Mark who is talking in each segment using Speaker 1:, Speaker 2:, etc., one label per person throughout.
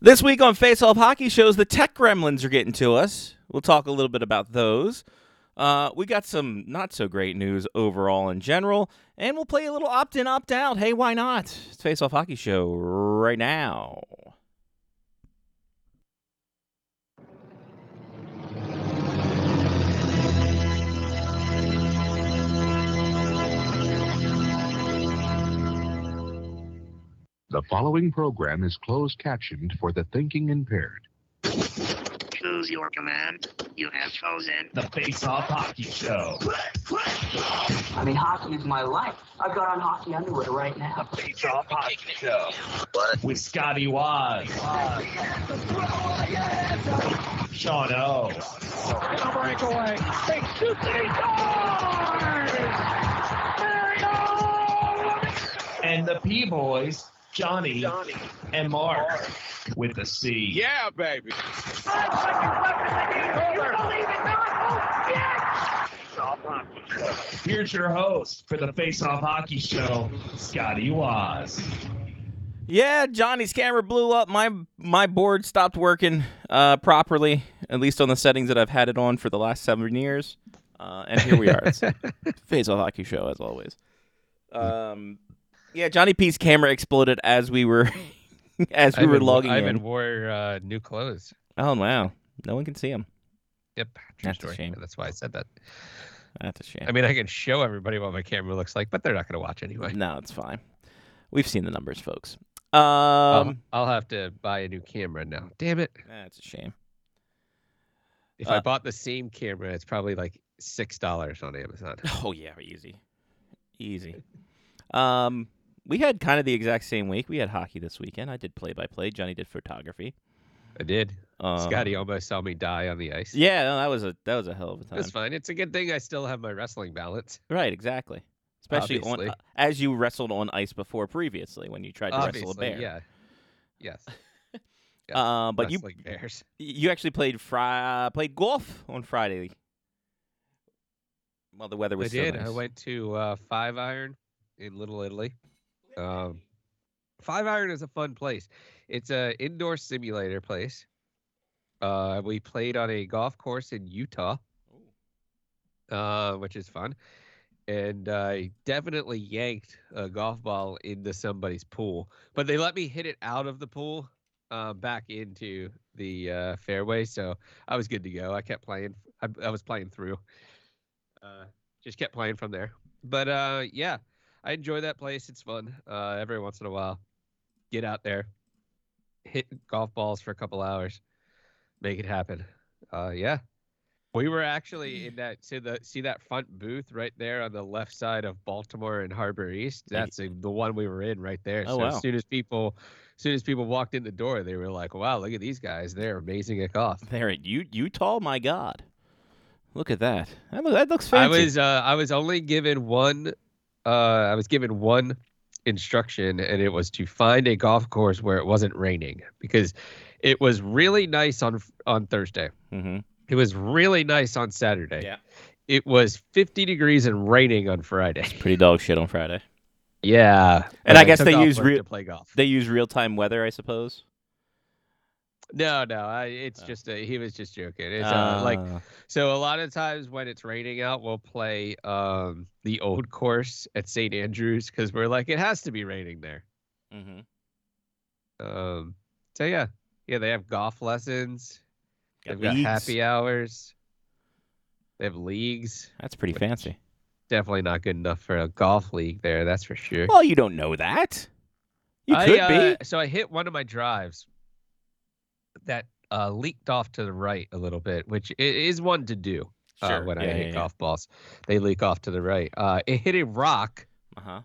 Speaker 1: This week on Face Off Hockey Shows, the tech gremlins are getting to us. We'll talk a little bit about those. Uh, we got some not so great news overall in general, and we'll play a little opt in, opt out. Hey, why not? It's Face Off Hockey Show right now.
Speaker 2: The following program is closed captioned for the thinking impaired.
Speaker 3: Choose your command. You have chosen.
Speaker 4: The Face Off Hockey Show.
Speaker 5: I mean, hockey is my life. I've got on hockey underwear right
Speaker 4: The
Speaker 5: now.
Speaker 4: Face Off Hockey Show. With Scotty Waz. Sean O. And the P Boys, Johnny, and Mark. With a C.
Speaker 6: Yeah, baby.
Speaker 4: Here's your host for the Face Off Hockey Show, Scotty Waz.
Speaker 1: Yeah, Johnny's camera blew up. My my board stopped working uh, properly, at least on the settings that I've had it on for the last seven years. Uh, and here we are. It's Phase Off Hockey Show, as always. Um, yeah, Johnny P's camera exploded as we were as we
Speaker 7: Ivan
Speaker 1: were
Speaker 7: w-
Speaker 1: logging
Speaker 7: Ivan
Speaker 1: in.
Speaker 7: wore uh, new clothes.
Speaker 1: Oh wow, no one can see him.
Speaker 7: Yep, true
Speaker 1: That's a
Speaker 7: story.
Speaker 1: shame.
Speaker 7: That's why I said that.
Speaker 1: That's a shame.
Speaker 7: I mean, I can show everybody what my camera looks like, but they're not going to watch anyway.
Speaker 1: no, it's fine. We've seen the numbers, folks.
Speaker 7: I'll-
Speaker 1: Um,
Speaker 7: I'll, have to buy a new camera now. Damn it!
Speaker 1: that's a shame.
Speaker 7: If
Speaker 1: Uh,
Speaker 7: I bought the same camera, it's probably like six dollars on Amazon.
Speaker 1: Oh yeah, easy, easy. Um, we had kind of the exact same week. We had hockey this weekend. I did play by play. Johnny did photography.
Speaker 7: I did.
Speaker 1: Uh,
Speaker 7: Scotty almost saw me die on the ice.
Speaker 1: Yeah, no, that was a that was a hell of a time.
Speaker 7: That's fine. It's a good thing I still have my wrestling balance.
Speaker 1: Right, exactly. Especially on,
Speaker 7: Obviously.
Speaker 1: uh, as you wrestled on ice before previously when you tried to
Speaker 7: Obviously,
Speaker 1: wrestle a bear.
Speaker 7: yeah, yes. yeah,
Speaker 1: Uh, but you
Speaker 7: wrestling bears.
Speaker 1: you actually played fri- played golf on Friday. Well, the weather was
Speaker 7: I
Speaker 1: still
Speaker 7: did. I
Speaker 1: nice.
Speaker 7: went to uh, Five Iron in Little Italy. Um, Five Iron is a fun place. It's a indoor simulator place. Uh, we played on a golf course in Utah, uh, which is fun. And I definitely yanked a golf ball into somebody's pool, but they let me hit it out of the pool uh, back into the uh, fairway. So I was good to go. I kept playing. I, I was playing through. Uh, just kept playing from there. But uh, yeah, I enjoy that place. It's fun. Uh, every once in a while, get out there, hit golf balls for a couple hours, make it happen. Uh, yeah, we were actually in
Speaker 1: Mm.
Speaker 7: that. See the see that front booth right there on the left side of Baltimore and Harbor East.
Speaker 1: Yeah.
Speaker 7: That's the the one we were in right there.
Speaker 1: Oh,
Speaker 7: so
Speaker 1: wow.
Speaker 7: as soon as people, as soon as people walked in the door, they were like, "Wow, look at these guys! They're amazing at golf."
Speaker 1: there in U- Utah. My God, look at that. That, look, that looks
Speaker 7: I
Speaker 1: fancy.
Speaker 7: was uh, I was only given one uh, I was given one instruction and it was to find a golf course where it wasn't raining because it was really nice on on Thursday.
Speaker 1: hmm
Speaker 7: It was really nice on Saturday.
Speaker 1: Yeah.
Speaker 7: It was 50 degrees and raining on Friday.
Speaker 1: Pretty dog shit on Friday.
Speaker 7: Yeah.
Speaker 1: And I guess
Speaker 7: took
Speaker 1: they
Speaker 7: off
Speaker 1: use
Speaker 7: work
Speaker 1: real-
Speaker 7: to play golf.
Speaker 1: They use real time weather, I suppose.
Speaker 7: No, no, I, it's
Speaker 1: Oh.
Speaker 7: just a, he was just joking. It's uh, like
Speaker 1: Ah.
Speaker 7: So a lot of times when it's raining out, we'll play um, the old course at St. Andrews because we're like, it has to be raining there.
Speaker 1: Mhm.
Speaker 7: Um, so yeah, yeah, they have golf lessons. They've got
Speaker 1: leagues.
Speaker 7: happy hours. They have leagues.
Speaker 1: That's pretty
Speaker 7: Which-
Speaker 1: fancy.
Speaker 7: Definitely not good enough for a golf league there. That's for sure.
Speaker 1: Well, you don't know that. You
Speaker 7: I,
Speaker 1: could
Speaker 7: uh,
Speaker 1: be.
Speaker 7: So I hit one of my drives that uh, leaked off to the right a little bit, which i- is one to do uh, when I
Speaker 1: Yeah,
Speaker 7: hit
Speaker 1: yeah,
Speaker 7: golf balls. They leak off to the right. Uh, it hit a rock,
Speaker 1: yeah. Uh-huh.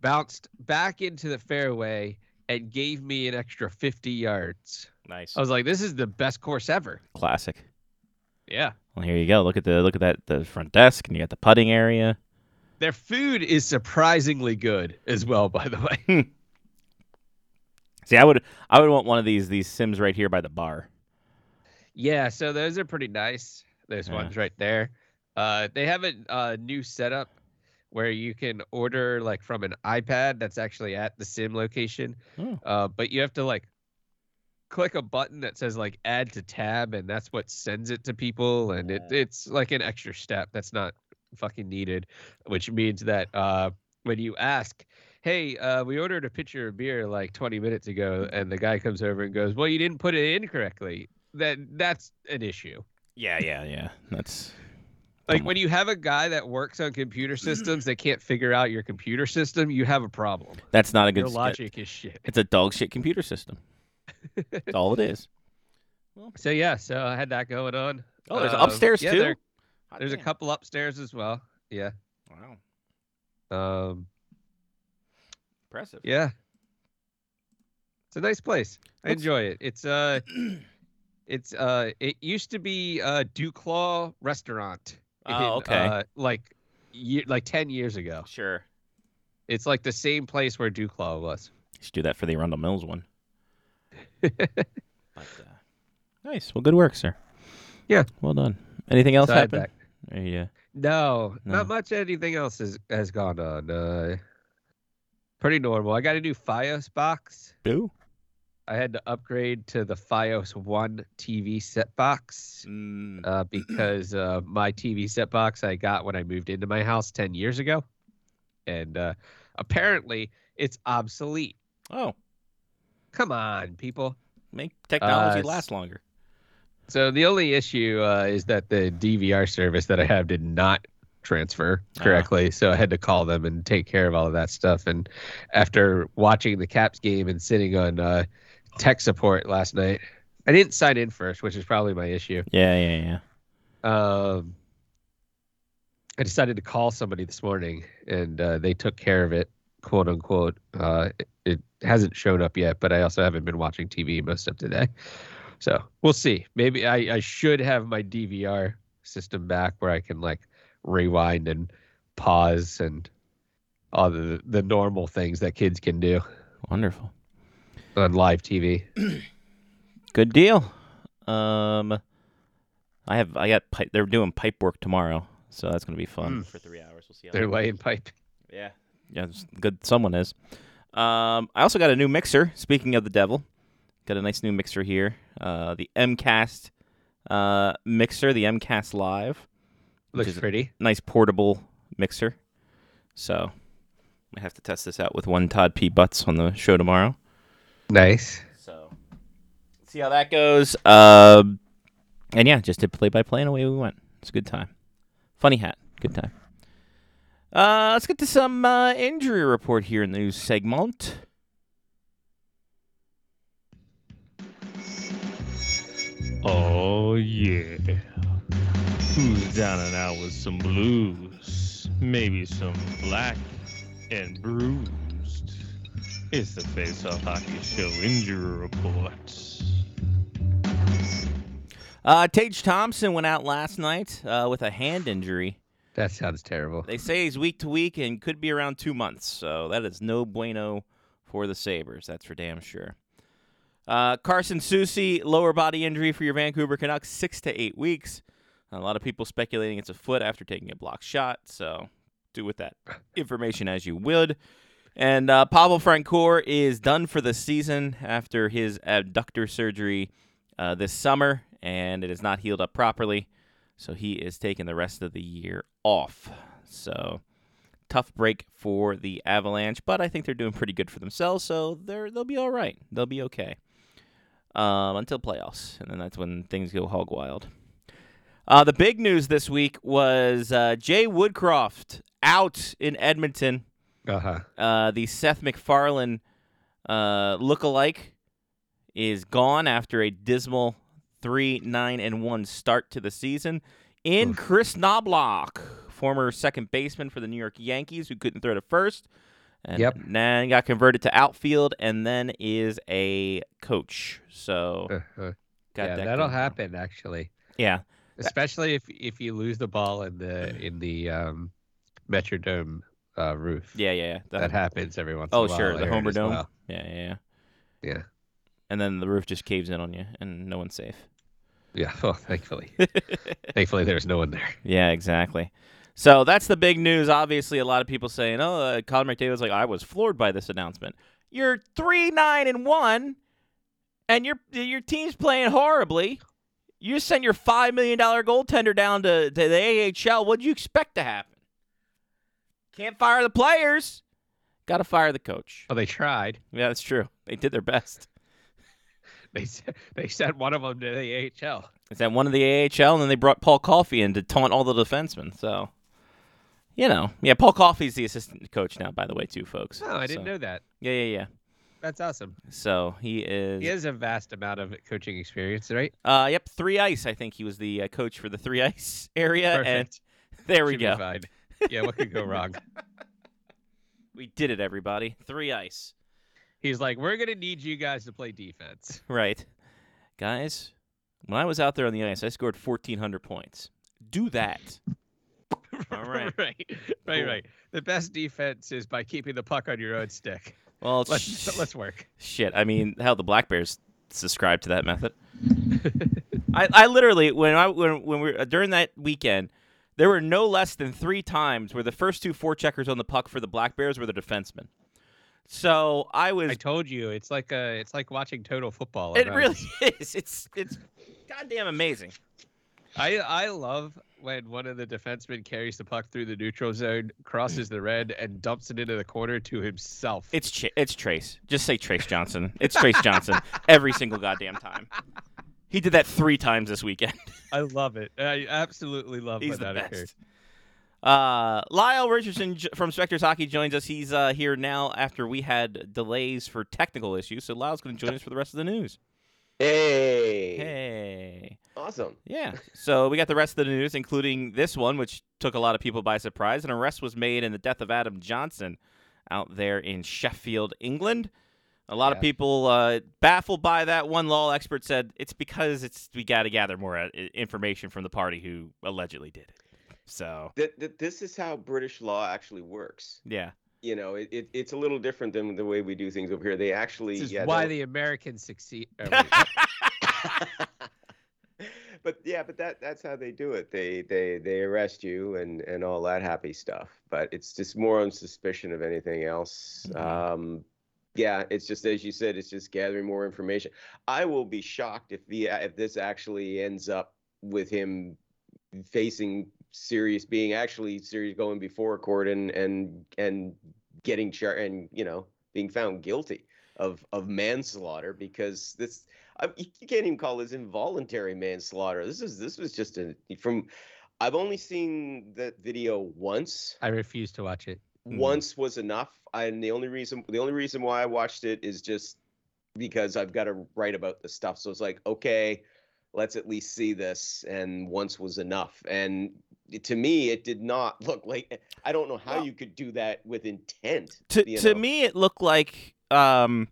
Speaker 7: bounced back into the fairway, and gave me an extra 50 yards.
Speaker 1: Nice.
Speaker 7: I was like, this is the best course ever.
Speaker 1: Classic.
Speaker 7: Yeah.
Speaker 1: Well, here you go. Look at the look at that the front desk, and you got the putting area.
Speaker 7: Their food is surprisingly good as well, by the way.
Speaker 1: See, I would I would want one of these these Sims right here by the bar.
Speaker 7: Yeah, so those are pretty nice. Those
Speaker 1: Yeah.
Speaker 7: ones right there. Uh, they have a uh, new setup where you can order like from an iPad that's actually at the sim location,
Speaker 1: Oh.
Speaker 7: uh, but you have to like click a button that says like add to tab, and that's what sends it to people, and it it's like an extra step that's not fucking needed, which means that uh, when you ask. Hey, uh, we ordered a pitcher of beer like 20 minutes ago, and the guy comes over and goes, "Well, you didn't put it in correctly." Then that's an issue.
Speaker 1: Yeah, yeah, yeah. That's Mm.
Speaker 7: Like when you have a guy that works on computer systems that can't figure out your computer system, you have a problem.
Speaker 1: that's not a
Speaker 7: Your
Speaker 1: good logic.
Speaker 7: logic is shit.
Speaker 1: It's a dog shit computer system. That's all it is.
Speaker 7: So yeah, so I had that going on.
Speaker 1: Oh, there's
Speaker 7: Uh,
Speaker 1: upstairs
Speaker 7: yeah,
Speaker 1: too.
Speaker 7: there-
Speaker 1: Hot
Speaker 7: there's a
Speaker 1: damn.
Speaker 7: couple upstairs as well. Yeah.
Speaker 1: Wow,
Speaker 7: Um.
Speaker 1: impressive.
Speaker 7: Yeah. It's a nice place. I
Speaker 1: Looks-
Speaker 7: enjoy it. It's uh, it's uh, it used to be uh Duclaw Restaurant. in,
Speaker 1: Oh, okay.
Speaker 7: Uh, like, ye- like ten years ago.
Speaker 1: Sure.
Speaker 7: It's like the same place where Duclaw was.
Speaker 1: You should do that for the Arundel Mills one. but, uh, nice. Well, good work, sir.
Speaker 7: Yeah.
Speaker 1: Well done. Anything else
Speaker 7: So I had
Speaker 1: happened?
Speaker 7: that.
Speaker 1: Yeah.
Speaker 7: No,
Speaker 1: No.
Speaker 7: not much. Anything else has has gone on. Uh, pretty normal. I got a new FiOS box.
Speaker 1: Do?
Speaker 7: I had to upgrade to the FiOS One TV set box
Speaker 1: Mm.
Speaker 7: uh, because uh, my TV set box I got when I moved into my house ten years ago, and uh, apparently it's obsolete.
Speaker 1: Oh,
Speaker 7: Come on, people.
Speaker 1: make technology
Speaker 7: Uh,
Speaker 1: last longer.
Speaker 7: So the only issue uh, is that the DVR service that I have did not transfer correctly, so I had to call them and take care of all of that stuff. And after watching the Caps game and sitting on uh, tech support last night, I didn't sign in first, which is probably my issue.
Speaker 1: Yeah, yeah, yeah.
Speaker 7: Um, I decided to call somebody this morning, and uh, they took care of it, quote unquote. Uh, it, it hasn't shown up yet, but I also haven't been watching TV most of today, so we'll see. Maybe I, I should have my DVR system back where I can like rewind and pause and all the the normal things that kids can do
Speaker 1: Wonderful.
Speaker 7: on live TV.
Speaker 1: Good deal. Um, I have I got pipe. They're doing pipe work tomorrow, so that's gonna be fun
Speaker 7: Mm.
Speaker 1: for three hours. We'll see. How
Speaker 7: They're laying pipe.
Speaker 1: Yeah. Yeah, it's good. Someone is. Um, I also got a new mixer. Speaking of the devil, got a nice new mixer here. Uh, the MCast uh, mixer, the MCast Live. Which
Speaker 7: Looks
Speaker 1: is-
Speaker 7: pretty.
Speaker 1: Nice portable mixer. So I have to test this out with one Todd P. Butts on the show tomorrow.
Speaker 7: Nice.
Speaker 1: So see how that goes. Um, and yeah, just did play by play and away we went. It's a good time. Funny hat. Good time. Uh, let's get to some uh, injury report here in the news segment.
Speaker 4: Oh yeah. Who's down and out with some blues? Maybe some black and bruised. It's the Face Off Hockey Show Injury Report.
Speaker 1: Uh, Tage Thompson went out last night uh, with a hand injury.
Speaker 7: That sounds terrible.
Speaker 1: They say he's week to week and could be around two months, so that is no bueno for the Sabres. That's for damn sure. Uh, Carson Susie, lower body injury for your Vancouver Canucks, six to eight weeks. A lot of people speculating it's a foot after taking a block shot, so do with that information as you would. And uh, Pavel Francoeur is done for the season after his abductor surgery uh, this summer, and it is not healed up properly. So he is taking the rest of the year off. So tough break for the Avalanche, but I think they're doing pretty good for themselves. So they're they'll be all right. They'll be okay um, until playoffs, and then that's when things go hog wild. Uh, the big news this week was uh, Jay Woodcroft out in Edmonton.
Speaker 7: Uh huh.
Speaker 1: Uh, the Seth MacFarlane uh, look-alike is gone after a dismal three nine and one start to the season. In
Speaker 7: Oof.
Speaker 1: Chris Knobloch, former second baseman for the New York Yankees, who couldn't throw to first, and
Speaker 7: Yep.
Speaker 1: then got converted to outfield, and then is a coach. So
Speaker 7: Uh-huh.
Speaker 1: got that
Speaker 7: yeah, that'll
Speaker 1: going on.
Speaker 7: happen actually.
Speaker 1: Yeah,
Speaker 7: especially if if you lose the ball in the in the um metrodome uh roof
Speaker 1: yeah, yeah. yeah. That-
Speaker 7: that happens every once
Speaker 1: Oh,
Speaker 7: in a while
Speaker 1: sure,
Speaker 7: I
Speaker 1: the
Speaker 7: heard
Speaker 1: Homer
Speaker 7: as
Speaker 1: Dome.
Speaker 7: well.
Speaker 1: yeah, yeah, yeah.
Speaker 7: Yeah.
Speaker 1: And then the roof just caves in on you, and no one's safe.
Speaker 7: yeah well thankfully thankfully there's no one there
Speaker 1: Yeah, exactly. So that's the big news. Obviously, a lot of people saying, "Oh, uh, Colin McDavid's like I was floored by this announcement." You're three nine and one, and your your team's playing horribly. You send your five million dollar goaltender down to, to the AHL. What'd you expect to happen? Can't fire the players. Got to fire the coach.
Speaker 7: Well, they tried.
Speaker 1: Yeah, that's true. They did their best.
Speaker 7: They s- they sent one of them to the AHL.
Speaker 1: Is that one of the AHL? And then they brought Paul Coffey in to taunt all the defensemen. So, you know, yeah, Paul Coffey's the assistant coach now, by the way, too, folks.
Speaker 7: No, Oh, I didn't
Speaker 1: So-
Speaker 7: know that.
Speaker 1: Yeah, yeah, yeah.
Speaker 7: That's awesome.
Speaker 1: So he is.
Speaker 7: He has a vast amount of coaching experience, right?
Speaker 1: Uh, yep, Three Ice. I think he was the uh, coach for the Three Ice area,
Speaker 7: Perfect.
Speaker 1: and there Uh, we
Speaker 7: Should be
Speaker 1: go.
Speaker 7: fine. Yeah, what could go wrong?
Speaker 1: We did it, everybody. Three Ice.
Speaker 7: He's like, we're gonna need you guys to play defense.
Speaker 1: Right, guys. When I was out there on the ice, I scored fourteen hundred points. Do that. All right.
Speaker 7: right, right,
Speaker 1: Cool.
Speaker 7: right. The best defense is by keeping the puck on your own stick.
Speaker 1: Well,
Speaker 7: Let's let's work.
Speaker 1: Shit, I mean, how the Black Bears subscribe to that method. I, I literally when I when when we were, during that weekend, there were no less than three times where the first two four checkers on the puck for the Black Bears were the defensemen. So I was
Speaker 7: I told you, it's like a, it's like watching total football.
Speaker 1: it
Speaker 7: on
Speaker 1: really
Speaker 7: ice.
Speaker 1: is. It's it's goddamn amazing.
Speaker 7: I I love when one of the defensemen carries the puck through the neutral zone, crosses the red, and dumps it into the corner to himself.
Speaker 1: It's Ch- it's Trace. Just say Trace Johnson. It's Trace Johnson every single goddamn time. He did that three times this weekend.
Speaker 7: I love it. I absolutely love
Speaker 1: He's
Speaker 7: when
Speaker 1: the
Speaker 7: that
Speaker 1: best.
Speaker 7: occurred.
Speaker 1: Uh, Lyle Richardson j- from Specters Hockey joins us. He's uh, here now after we had delays for technical issues. So Lyle's going to join us for the rest of the news.
Speaker 6: Hey.
Speaker 1: Hey.
Speaker 6: Awesome.
Speaker 1: Yeah. So we got the rest of the news, including this one, which took a lot of people by surprise. An arrest was made in the death of Adam Johnson out there in Sheffield, England. A lot of
Speaker 7: Yeah.
Speaker 1: people uh, baffled by that. One law expert said it's because it's we got to gather more uh, i- information from the party who allegedly did it. So
Speaker 6: Th- th- this is how British law actually works.
Speaker 1: yeah,
Speaker 6: You know, it, it, it's a little different than the way we do things over here. They actually.
Speaker 7: This is
Speaker 6: yeah,
Speaker 7: why
Speaker 6: they'll-
Speaker 7: the Americans succeed. or wait,
Speaker 6: but yeah, but that that's how they do it. They they they arrest you and and all that happy stuff. But it's just more on suspicion of anything else.
Speaker 1: Mhm.
Speaker 6: Um, yeah, it's just as you said. It's just gathering more information. I will be shocked if the if this actually ends up with him facing serious being actually serious going before a court and and and getting char- and you know being found guilty of of manslaughter because this I, you can't even call this involuntary manslaughter. This is this was just a from. I've only seen that video once.
Speaker 7: I refuse to watch it.
Speaker 1: Mhm.
Speaker 6: Once was enough, and the only reason the only reason why I watched it is just because I've got to write about this stuff. So it's like, okay, let's at least see this. And once was enough. And to me, it did not look like. I don't know how you could do that with intent.
Speaker 1: to,
Speaker 6: you
Speaker 1: to
Speaker 6: know.
Speaker 1: me it looked like um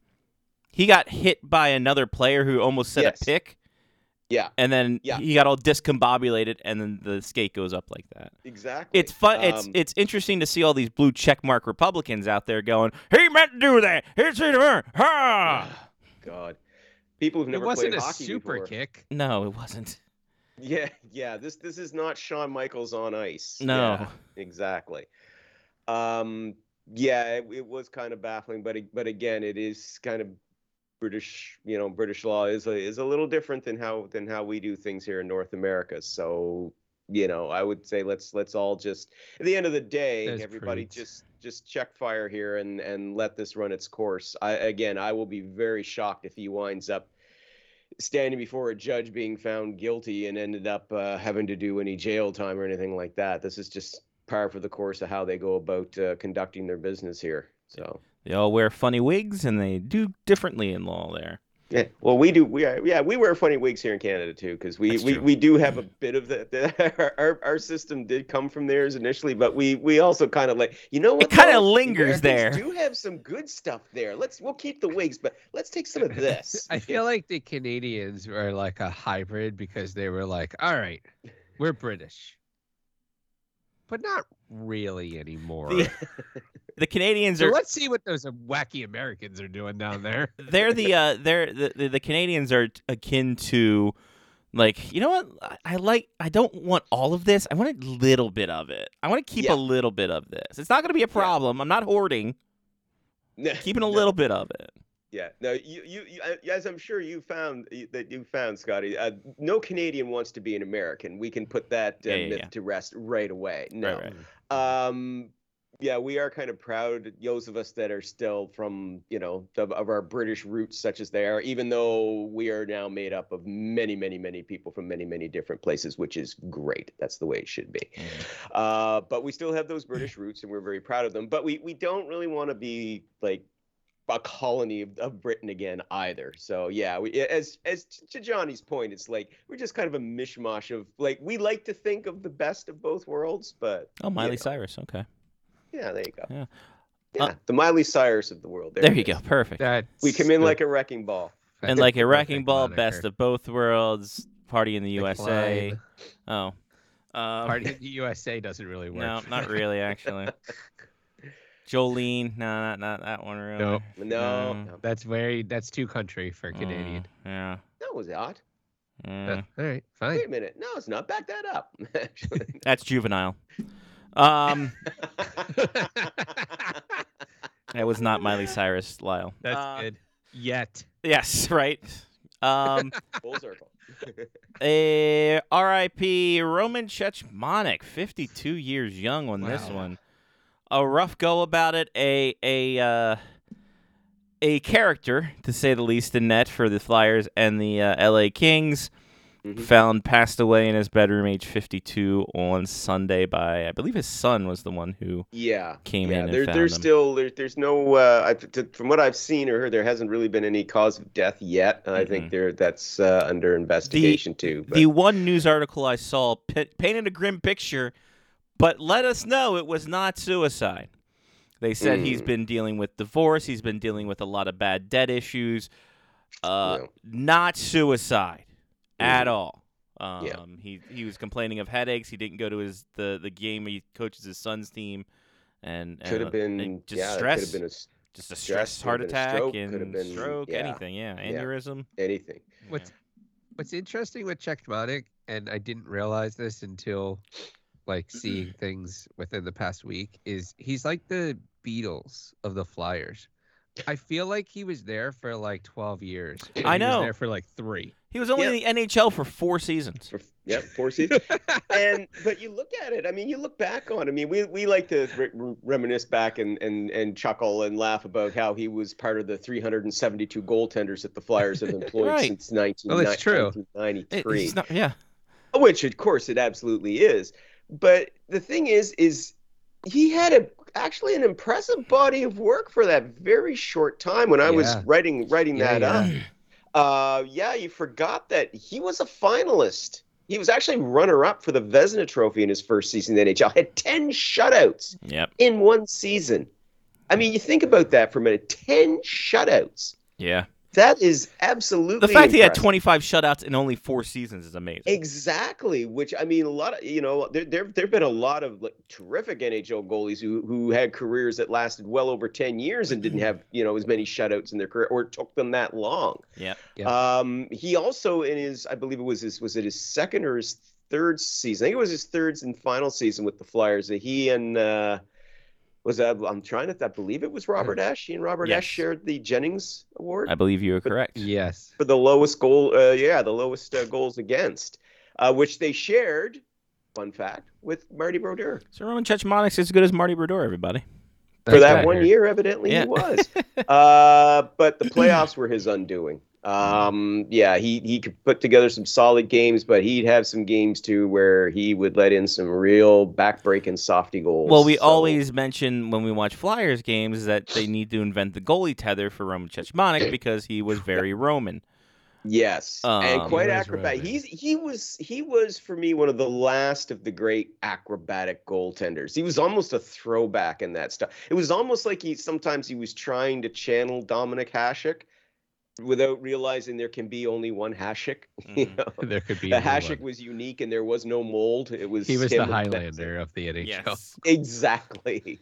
Speaker 1: he got hit by another player who almost set
Speaker 6: Yes.
Speaker 1: a pick
Speaker 6: Yeah.
Speaker 1: and then
Speaker 6: Yeah.
Speaker 1: he got all discombobulated and then the skate goes up like that
Speaker 6: exactly.
Speaker 1: it's fun it's
Speaker 6: Um,
Speaker 1: it's interesting to see all these blue checkmark republicans out there going he meant to do that here's it ha!
Speaker 6: God, people who've never
Speaker 7: it wasn't
Speaker 6: played
Speaker 7: a
Speaker 6: hockey
Speaker 7: super
Speaker 6: before.
Speaker 7: kick.
Speaker 1: no it wasn't
Speaker 6: Yeah, yeah. This this is not Shawn Michaels on ice.
Speaker 1: no
Speaker 6: Yeah, exactly. Um, yeah, it, it was kind of baffling, but it- but again, it is kind of British. You know, British law is a, is a little different than how than how we do things here in North America. So you know, I would say let's let's all just at the end of the day,
Speaker 7: Those
Speaker 6: everybody
Speaker 7: prudes.
Speaker 6: just just check fire here and and let this run its course. I again, I will be very shocked if he winds up standing before a judge being found guilty and ended up uh, having to do any jail time or anything like that. This is just par for the course of how they go about uh, conducting their business here. So
Speaker 1: they all wear funny wigs and they do differently in law there
Speaker 6: yeah, well, we do. We are, yeah, we wear funny wigs here in Canada too because we,
Speaker 1: That's
Speaker 6: we
Speaker 1: true.
Speaker 6: we do have a bit of that. that our our system did come from theirs initially, but we we also kind of like you know what
Speaker 1: kinda
Speaker 6: though? The
Speaker 1: lingers
Speaker 6: Americans
Speaker 1: there.
Speaker 6: Do have some good stuff there. Let's we'll keep the wigs, but let's take some of this.
Speaker 7: I feel like the Canadians were like a hybrid because they were like, all right, we're British, but not really anymore.
Speaker 1: The- the canadians
Speaker 7: so
Speaker 1: are
Speaker 7: let's see what those wacky Americans are doing down there.
Speaker 1: they're the uh they're the, the, the Canadians are t- akin to like you know what I- I like I don't want all of this I want a little bit of it I want to keep
Speaker 6: Yeah.
Speaker 1: a little bit of this it's not going to be a problem I'm not hoarding keeping a
Speaker 6: No.
Speaker 1: little bit of it
Speaker 6: Yeah. No, you, you, you I- as I'm sure you found that you found, Scotty, uh, no Canadian wants to be an American. We can put that uh,
Speaker 1: Yeah, yeah,
Speaker 6: myth
Speaker 1: yeah.
Speaker 6: to rest right away. No.
Speaker 1: Right, right.
Speaker 6: Um, yeah, we are kind of proud, those of us that are still from, you know, of, of our British roots, such as they are, even though we are now made up of many, many, many people from many, many different places, which is great. That's the way it should be. Uh, but we still have those British roots, and we're very proud of them. But we we don't really want to be like a colony of, of Britain again either. So yeah, we, as as t- to Johnny's point, it's like we're just kind of a mishmash of like we like to think of the best of both worlds, but
Speaker 1: Oh, Miley
Speaker 6: Yeah.
Speaker 1: Cyrus. Okay.
Speaker 6: yeah, there you go.
Speaker 1: Yeah.
Speaker 6: Yeah,
Speaker 1: Uh,
Speaker 6: the Miley Cyrus of the world.
Speaker 1: There,
Speaker 6: it
Speaker 1: you
Speaker 6: is.
Speaker 1: go. Perfect.
Speaker 7: That
Speaker 6: We come in like a wrecking ball.
Speaker 1: and like a wrecking ball, best of both worlds, party in the USA.
Speaker 7: climb.
Speaker 1: Oh. Um,
Speaker 7: Party in the USA doesn't really work.
Speaker 1: No, not really, actually. Jolene. No, not, not that one, really.
Speaker 7: Nope.
Speaker 6: No,
Speaker 1: Mm.
Speaker 6: no,
Speaker 7: That's very that's too country for
Speaker 1: Mm,
Speaker 7: Canadian.
Speaker 1: yeah.
Speaker 6: that was odd.
Speaker 1: yeah.
Speaker 7: Uh, all right, fine.
Speaker 6: Wait a minute. No, it's not. Back that up. Actually.
Speaker 1: That's juvenile. Um, that was not Miley Cyrus, Lyle.
Speaker 7: That's
Speaker 1: Uh,
Speaker 7: good. Yet.
Speaker 1: Yes, right. Um,
Speaker 6: Full circle.
Speaker 1: eh, R.I.P. Roman Chechmonic, 52 years young on this
Speaker 7: Wow.
Speaker 1: one. A rough go about it. A a uh, a character, to say the least, in net for the Flyers and the uh, L.A. Kings.
Speaker 6: Mhm.
Speaker 1: Found passed away in his bedroom, age 52, on Sunday by I believe his son was the one who
Speaker 6: Yeah.
Speaker 1: came in
Speaker 6: Yeah,
Speaker 1: and
Speaker 6: there,
Speaker 1: found
Speaker 6: there's
Speaker 1: him.
Speaker 6: still there, there's no uh, I, to, from what I've seen or heard, there hasn't really been any cause of death yet. I think there that's uh, under investigation too. But
Speaker 1: The one news article I saw pit, painted a grim picture, but let us know it was not suicide. They said he's
Speaker 6: Mm.
Speaker 1: been dealing with divorce, he's been dealing with a lot of bad debt issues. Uh,
Speaker 6: Yeah.
Speaker 1: Not suicide at
Speaker 6: Mhm.
Speaker 1: all. Um,
Speaker 6: Yeah.
Speaker 1: he he was complaining of headaches. He didn't go to his the, the game. He coaches his son's team, and, and
Speaker 6: could have
Speaker 1: uh,
Speaker 6: been
Speaker 1: just
Speaker 6: yeah,
Speaker 1: stress,
Speaker 6: could have been a s
Speaker 1: just a
Speaker 6: stress,
Speaker 1: stress, heart
Speaker 6: could have been a
Speaker 1: attack,
Speaker 6: stroke, could
Speaker 1: and
Speaker 6: have been-
Speaker 1: stroke,
Speaker 6: yeah.
Speaker 1: anything, yeah,
Speaker 6: Yeah.
Speaker 1: aneurysm.
Speaker 6: anything.
Speaker 7: What's What's interesting with Checkmonic, and I didn't realize this until like seeing things within the past week, is he's like the Beatles of the Flyers. I feel like he was there for like 12 years. and
Speaker 1: I
Speaker 7: he was
Speaker 1: know.
Speaker 7: there for like three.
Speaker 1: He was only in the NHL for four seasons.
Speaker 6: For, yep, four seasons. and but you look at it. I mean, you look back on. I mean, we, we like to re- re- reminisce back and, and and chuckle and laugh about how he was part of the 372 goaltenders that the Flyers have employed
Speaker 1: Right.
Speaker 6: since 19,
Speaker 7: Well, it's true.
Speaker 6: 1993.
Speaker 1: It's not, yeah.
Speaker 6: which of course it absolutely is but the thing is is he had a actually an impressive body of work for that very short time when i was
Speaker 7: Yeah.
Speaker 6: writing writing
Speaker 7: Yeah,
Speaker 6: that up uh yeah you forgot that he was a finalist he was actually runner-up for the vesna trophy in his first season in the nhl had 10 shutouts
Speaker 1: Yep.
Speaker 6: in one season i mean you think about that for a minute 10 shutouts
Speaker 1: Yeah.
Speaker 6: that is absolutely
Speaker 1: The fact he had
Speaker 6: impressive.
Speaker 1: 25 shutouts in only four seasons is amazing.
Speaker 6: Exactly, which I mean, a lot of you know, there there there've been a lot of like, terrific NHL goalies who who had careers that lasted well over ten years and
Speaker 1: Mm-hmm.
Speaker 6: didn't have you know as many shutouts in their career or it took them that long.
Speaker 1: Yep.
Speaker 7: Yep.
Speaker 6: Um, he also in his I believe it was his was it his second or his third season? I think it was his third and final season with the Flyers. That he and uh, was that I'm trying to I believe it was Robert Ash. He and Robert
Speaker 1: Yes.
Speaker 6: Ash shared the Jennings Award
Speaker 1: I believe you are correct.
Speaker 7: Yes.
Speaker 6: for the lowest goal. Uh, yeah, the lowest uh, goals against, uh, which they shared. Fun fact with Marty Brodeur
Speaker 1: So Roman Chechmonic's as good as Marty Brodeur, everybody.
Speaker 6: for
Speaker 7: That's
Speaker 6: that
Speaker 7: right.
Speaker 6: one year. Evidently,
Speaker 1: Yeah.
Speaker 6: he was. uh, but the playoffs were his undoing. Um, yeah, he he could put together some solid games, but he'd have some games too where he would let in some real backbreaking softy goals.
Speaker 1: Well, we
Speaker 6: So-
Speaker 1: always mention when we watch Flyers games that they need to invent the goalie tether for Roman Chechmonic because he was very Roman.
Speaker 6: Yes, and
Speaker 1: Um,
Speaker 7: He
Speaker 6: quite
Speaker 7: was
Speaker 6: acrobatic.
Speaker 7: Roman.
Speaker 6: He's he was he was for me one of the last of the great acrobatic goaltenders. He was almost a throwback in that stuff. It was almost like he sometimes he was trying to channel Dominic Hasek without realizing there can be only one Hasek. You
Speaker 7: Mm-hmm.
Speaker 1: Mhm.
Speaker 6: know,
Speaker 7: There could be.
Speaker 6: the
Speaker 7: only one.
Speaker 6: Hasek was unique and there was no mold. It was
Speaker 7: He was
Speaker 6: him
Speaker 7: the
Speaker 6: and that's it
Speaker 7: Highlander of the NHL.
Speaker 6: exactly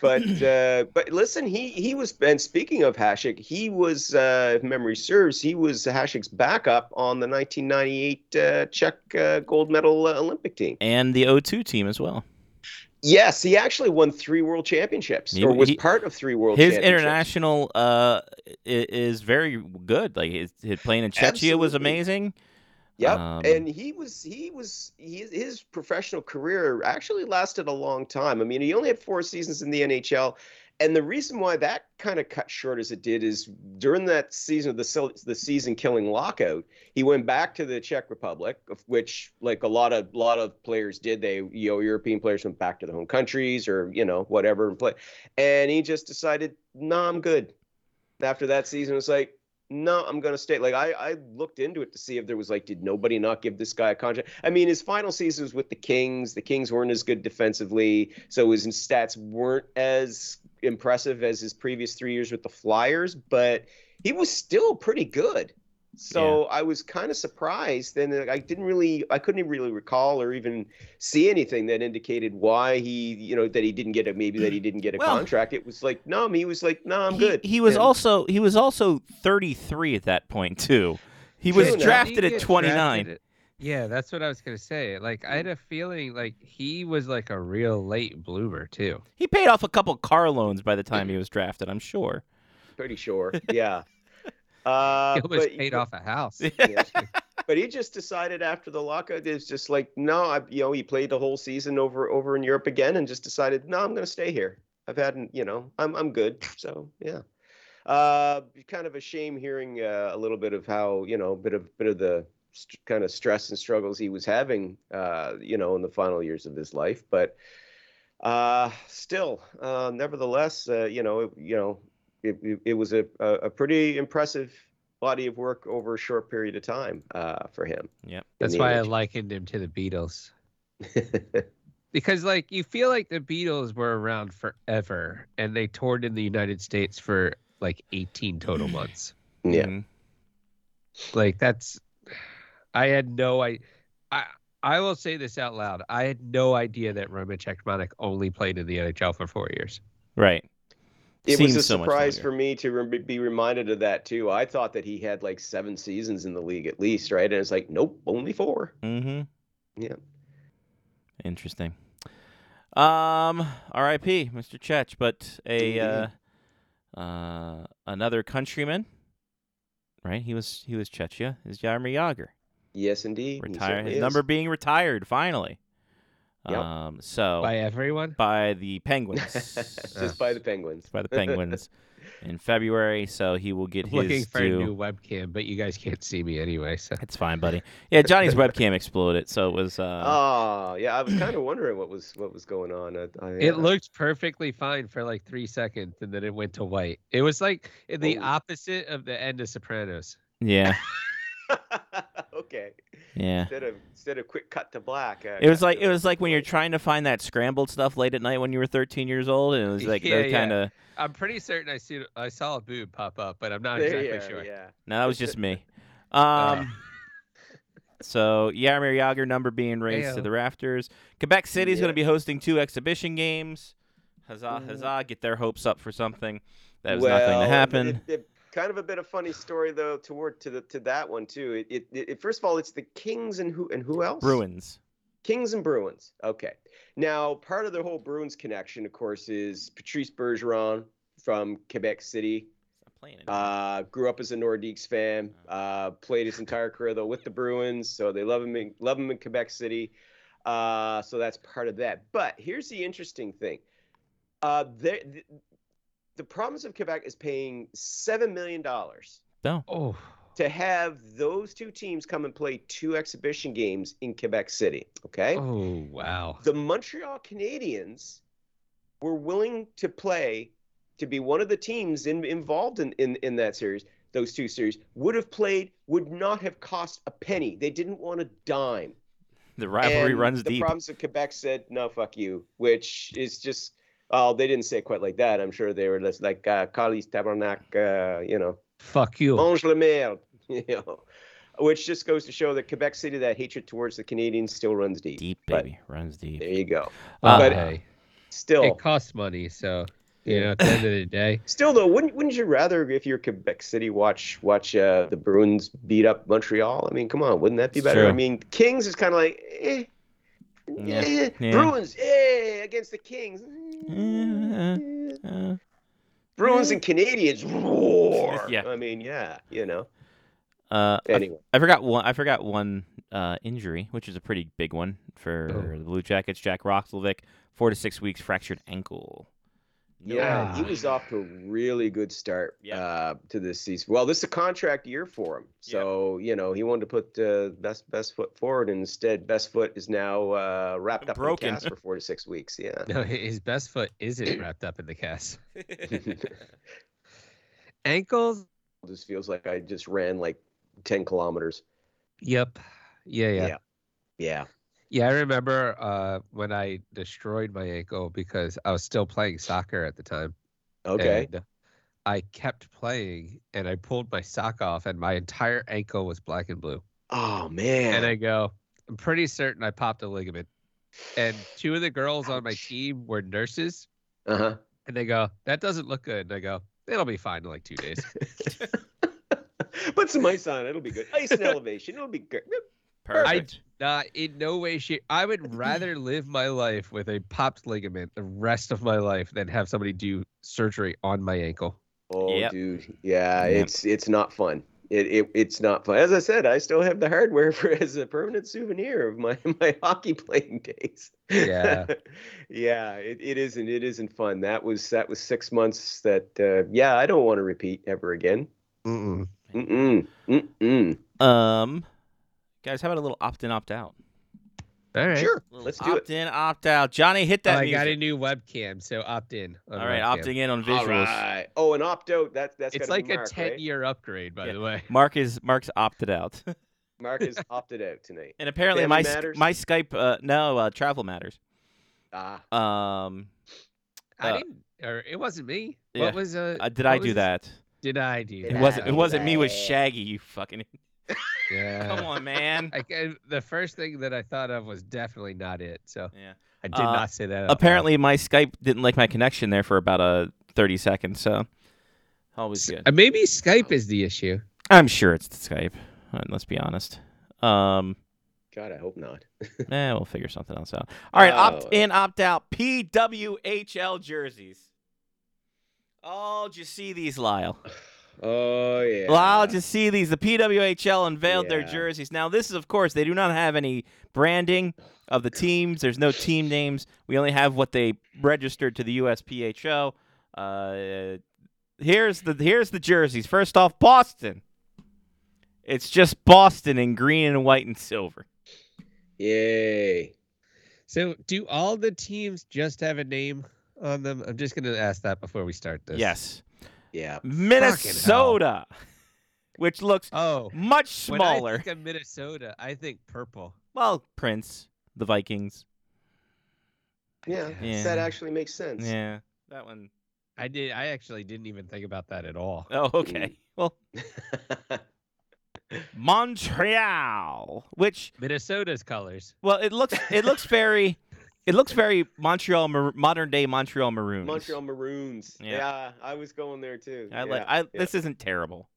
Speaker 6: but uh but listen he he was and speaking of hashik he was uh if memory serves he was hashik's backup on the 1998 uh czech uh, gold medal uh, olympic team
Speaker 1: And the O2 team as well.
Speaker 6: Yes, he actually won three world championships,
Speaker 1: He-
Speaker 6: or was
Speaker 1: he-
Speaker 6: part of three world.
Speaker 1: His
Speaker 6: championships.
Speaker 1: international uh i- is very good. Like his, his playing in Czechia was
Speaker 6: Absolutely.
Speaker 1: amazing.
Speaker 6: Yep,
Speaker 1: Um,
Speaker 6: and he was he was he, his professional career actually lasted a long time. I mean, he only had four seasons in the NHL, and the reason why that kind of cut short as it did is during that season of the sel- the season killing lockout, he went back to the Czech Republic, of which like a lot of lot of players did. They you know European players went back to their home countries or you know whatever and play, and he just decided, nah, I'm good. After that season, it's like, no, I'm gonna stay. Like I, I looked into it to see if there was like, did nobody not give this guy a contract? I mean, his final season was with the Kings. The Kings weren't as good defensively, so his stats weren't as impressive as his previous three years with the Flyers. But he was still pretty good. So I was kind of surprised. Then like, I didn't really, I couldn't even really recall or even see anything that indicated why he, you know, that he didn't get a maybe that he didn't get a
Speaker 1: Well-
Speaker 6: contract. It was like, no, he was like, no, I'm
Speaker 1: he,
Speaker 6: good.
Speaker 1: He was
Speaker 6: And-
Speaker 1: also he was also 33 at that point too. He was
Speaker 6: True enough.
Speaker 1: drafted
Speaker 7: He
Speaker 1: at
Speaker 7: get
Speaker 1: 29.
Speaker 7: drafted at- yeah, that's what I was gonna say. Like I had
Speaker 6: Mm-hmm.
Speaker 7: a feeling like he was like a real late bloomer too.
Speaker 1: He paid off a couple car loans by the time he was drafted, I'm sure.
Speaker 6: pretty sure. Yeah. Uh,
Speaker 7: He almost
Speaker 6: but,
Speaker 7: paid off a house.
Speaker 6: yeah. but he just decided after the lockout, it's just like, no, I, you know, he played the whole season over over in Europe again, and just decided, no, I'm going to stay here. I've had, an- you know, I'm I'm good. So yeah, uh, kind of a shame hearing uh, a little bit of how you know, a bit of bit of the st- kind of stress and struggles he was having, uh, you know, in the final years of his life, but. Uh, still, uh, nevertheless, uh, you know, it, you know, it, it, it was a, a a pretty impressive body of work over a short period of time uh, for him.
Speaker 1: Yep.
Speaker 7: That's
Speaker 6: In
Speaker 7: why I
Speaker 6: the
Speaker 7: likened him to the Beatles.
Speaker 6: NHL.
Speaker 7: Because like you feel like the Beatles were around forever and they toured in the United States for like 18 total months.
Speaker 6: yeah.
Speaker 1: Mhm.
Speaker 7: Like that's I had no I I I will say this out loud. I had no idea that Roman Czechmanic only played in the NHL for four years.
Speaker 1: Right.
Speaker 6: It
Speaker 1: Seems
Speaker 6: was a
Speaker 1: so much
Speaker 6: surprise
Speaker 1: longer.
Speaker 6: for me to re- be reminded of that too. I thought that he had like seven seasons in the league at least, right? And it's like, nope, only four.
Speaker 1: Mm-hmm.
Speaker 6: Yeah.
Speaker 1: Interesting. Um, R.I.P. Mr. Chech, but a
Speaker 6: Indeed.
Speaker 1: uh, uh, another countryman, right? He was he was Chechia. Is Yarmir Yager
Speaker 6: Yes, indeed. He
Speaker 1: retire
Speaker 6: certainly
Speaker 1: his
Speaker 6: is.
Speaker 1: number being retired finally?
Speaker 6: Yep.
Speaker 1: Um, so
Speaker 7: By everyone?
Speaker 1: by the Penguins,
Speaker 6: just by the Penguins.
Speaker 1: by the Penguins in February. So he will get
Speaker 7: I'm
Speaker 1: his
Speaker 7: looking for
Speaker 1: due.
Speaker 7: a new webcam, but you guys can't see me anyway. So
Speaker 1: It's fine, buddy. Yeah, Johnny's webcam exploded, so it was. Uh,
Speaker 6: oh, yeah. I was kind of wondering what was what was going on. I, I,
Speaker 7: it
Speaker 6: uh,
Speaker 7: looked perfectly fine for like three seconds, and then it went to white. It was like in the
Speaker 6: Whoa.
Speaker 7: opposite of the end of Sopranos.
Speaker 1: Yeah,
Speaker 6: okay.
Speaker 1: yeah.
Speaker 6: Instead of instead of quick cut to black. uh,
Speaker 1: It was
Speaker 6: cut
Speaker 1: like
Speaker 6: to-
Speaker 1: it was like when you're trying to find that scrambled stuff late at night when you were 13 years old, and it was like
Speaker 7: Yeah,
Speaker 1: that
Speaker 7: yeah.
Speaker 1: kind of.
Speaker 7: I'm pretty certain I see I saw a boob pop up, but I'm not
Speaker 6: There you
Speaker 7: exactly
Speaker 6: are,
Speaker 7: sure. Uh,
Speaker 6: Yeah.
Speaker 1: No, that was just me. Um, so Yarmir Yager number being raised to
Speaker 7: Ayo.
Speaker 1: the rafters. Quebec City's going
Speaker 6: Yeah.
Speaker 1: to be hosting two exhibition games. Huzzah, huzzah! Get their hopes up for something that was not going to
Speaker 6: Well,
Speaker 1: happen.
Speaker 6: It, it, kind of a bit of funny story though toward to the to that one too. It, it, it first of all, it's the Kings and who and who else?
Speaker 1: Bruins.
Speaker 6: Kings and Bruins. Okay. Now, part of the whole Bruins connection, of course, is Patrice Bergeron from Quebec City.
Speaker 1: Stop playing it.
Speaker 6: Uh, grew up as a Nordiques fan. Uh, played his entire career though with the Bruins, so they love him. In, love him in Quebec City. Uh, so that's part of that. But here's the interesting thing: uh, there, the, the province of Quebec is paying seven million dollars
Speaker 1: no.
Speaker 7: Oh,
Speaker 6: to have those two teams come and play two exhibition games in Quebec City. Okay
Speaker 7: oh wow.
Speaker 6: the Montreal Canadiens were willing to play to be one of the teams in, involved in, in, in that series. Those two series would have played, would not have cost a penny. They didn't want a dime.
Speaker 1: The rivalry
Speaker 6: And
Speaker 1: runs
Speaker 6: the
Speaker 1: deep.
Speaker 6: province of Quebec said, "No, fuck you," which is just. Oh, they didn't say it quite like that. I'm sure they were just like uh, "Calis Tabarnak," uh, you know,
Speaker 7: Fuck you.
Speaker 6: "Mange la merde," you know, which just goes to show that Quebec City, that hatred towards the Canadians still runs deep.
Speaker 1: deep,
Speaker 6: But
Speaker 1: baby. Runs deep.
Speaker 6: there you go.
Speaker 1: Uh,
Speaker 7: but
Speaker 6: but-
Speaker 7: hey,
Speaker 6: Still,
Speaker 7: it costs money, so you know at the end of the day.
Speaker 6: Still though, wouldn't wouldn't you rather if you're Quebec City watch watch uh, the Bruins beat up Montreal? I mean, come on, wouldn't that be
Speaker 1: It's
Speaker 6: better?
Speaker 1: true.
Speaker 6: I mean, Kings is kind of like, eh,
Speaker 1: Yeah.
Speaker 6: Yeah.
Speaker 1: Yeah.
Speaker 6: Bruins, yeah, against the Kings. Eh,
Speaker 1: Yeah. Uh,
Speaker 6: Bruins and Canadians roar.
Speaker 1: Yeah.
Speaker 6: I mean, yeah, you know.
Speaker 1: uh, I,
Speaker 6: Anyway,
Speaker 1: I forgot one. I forgot one uh, injury, which is a pretty big one for the Blue Jackets. Jack Roxelvic, four to six weeks, fractured ankle. No
Speaker 6: yeah,
Speaker 7: Yeah.
Speaker 6: he was off to a really good start
Speaker 1: Yeah.
Speaker 6: uh, to this season. Well, this is a contract year for him, so you know he wanted to put uh, best best foot forward. And instead, best foot is now uh, wrapped up
Speaker 1: Broken.
Speaker 6: in cast for four to six weeks. Yeah.
Speaker 7: No, his best foot isn't wrapped up in the cast. Ankles.
Speaker 6: This feels like I just ran like ten kilometers.
Speaker 7: Yep. Yeah, yeah.
Speaker 6: Yeah. Yeah.
Speaker 7: Yeah, I remember uh, when I destroyed my ankle because I was still playing soccer at the time.
Speaker 6: Okay.
Speaker 7: and I kept playing and I pulled my sock off and my entire ankle was black and blue.
Speaker 6: oh man.
Speaker 7: And I go, I'm pretty certain I popped a ligament. And two of the girls on my
Speaker 6: Ouch.
Speaker 7: team were nurses
Speaker 6: uh huh.
Speaker 7: and they go, That doesn't look good. And I go, It'll be fine in like two days.
Speaker 6: Put some ice on it. It'll be good. Ice and elevation. It'll be good.
Speaker 1: Perfect.
Speaker 7: Nah, in no way, shape. I would rather live my life with a popped ligament the rest of my life than have somebody do surgery on my ankle.
Speaker 6: Oh,
Speaker 1: Yep.
Speaker 6: dude. Yeah,
Speaker 1: Yep.
Speaker 6: it's it's not fun. It, it it's not fun. As I said, I still have the hardware for as a permanent souvenir of my my hockey playing days.
Speaker 7: Yeah.
Speaker 6: yeah. It, it isn't it isn't fun. That was that was six months that uh, yeah I don't want to repeat ever again.
Speaker 7: Mm-mm.
Speaker 6: Mm-mm. Mm-mm.
Speaker 1: Um, guys, how about a little opt in, opt out?
Speaker 7: All right. Oh,
Speaker 6: Sure.
Speaker 1: Little
Speaker 6: Let's do it.
Speaker 1: Opt in, opt out. Johnny, hit that
Speaker 7: I
Speaker 1: music.
Speaker 7: got a new webcam, so opt in. on
Speaker 1: All right,
Speaker 7: webcam.
Speaker 1: opting in on
Speaker 6: All
Speaker 1: visuals.
Speaker 6: right. Oh, and opt out. That's that's
Speaker 7: It's
Speaker 6: gotta be
Speaker 7: like a
Speaker 6: Mark, right?
Speaker 7: ten-year upgrade, by
Speaker 1: Yeah.
Speaker 7: the way.
Speaker 1: Mark is Mark's opted out,
Speaker 6: Mark has opted out tonight.
Speaker 1: and apparently
Speaker 6: Family
Speaker 1: my Sk-
Speaker 6: matters?
Speaker 1: my Skype uh, no uh, travel matters.
Speaker 6: Ah,
Speaker 1: Um,
Speaker 7: I
Speaker 1: Uh,
Speaker 7: didn't, or it wasn't me.
Speaker 1: yeah.
Speaker 7: What was uh,
Speaker 1: uh, did
Speaker 7: what
Speaker 1: I do
Speaker 7: was-
Speaker 1: that?
Speaker 7: Did I do?
Speaker 1: It
Speaker 7: that?
Speaker 1: wasn't. It
Speaker 6: I-
Speaker 1: wasn't me. it Was
Speaker 6: I-
Speaker 1: Shaggy? You fucking.
Speaker 7: Yeah.
Speaker 1: Come on, man.
Speaker 7: I, I- the first thing that I thought of was definitely not it. So
Speaker 1: Yeah.
Speaker 7: I did
Speaker 1: Uh,
Speaker 7: not say that. out loud.
Speaker 1: Apparently, my Skype didn't like my connection there for about uh, thirty seconds. So always good.
Speaker 7: Uh, maybe Skype is the issue.
Speaker 1: I'm sure it's the Skype. uh, Let's be honest. Um,
Speaker 6: God, I hope not.
Speaker 1: eh, we'll figure something else out. All right,
Speaker 6: Oh.
Speaker 1: opt in, opt out. PWHL jerseys. Oh, did you see these, Lyle?
Speaker 6: Oh yeah.
Speaker 1: Lyle, did you see these? The PWHL unveiled their
Speaker 6: Yeah.
Speaker 1: jerseys. Now, this is, of course, they do not have any branding of the teams. There's no team names. We only have what they registered to the USPHO. Uh, here's the here's the jerseys. First off, Boston. It's just Boston in green and white and silver.
Speaker 6: Yay.
Speaker 7: So do all the teams just have a name on them? I'm just gonna ask that before we start this.
Speaker 1: Yes,
Speaker 6: Yeah.
Speaker 1: Minnesota, which looks
Speaker 7: Oh,
Speaker 1: much
Speaker 7: when I
Speaker 1: smaller.
Speaker 7: think of Minnesota, I think purple.
Speaker 1: Well, Prince, the Vikings.
Speaker 6: Yeah,
Speaker 1: Yeah.
Speaker 6: that actually makes sense.
Speaker 1: Yeah, that one.
Speaker 7: I did. I actually didn't even think about that at all.
Speaker 1: Oh, okay. Well, Montreal, which
Speaker 7: Minnesota's colors.
Speaker 1: well, it looks it looks very, it looks very Montreal Mar- modern day Montreal Maroons.
Speaker 6: Montreal Maroons.
Speaker 1: Yeah.
Speaker 6: Yeah. I was going there too.
Speaker 1: I like.
Speaker 6: Yeah,
Speaker 1: I
Speaker 6: yeah.
Speaker 1: this isn't terrible.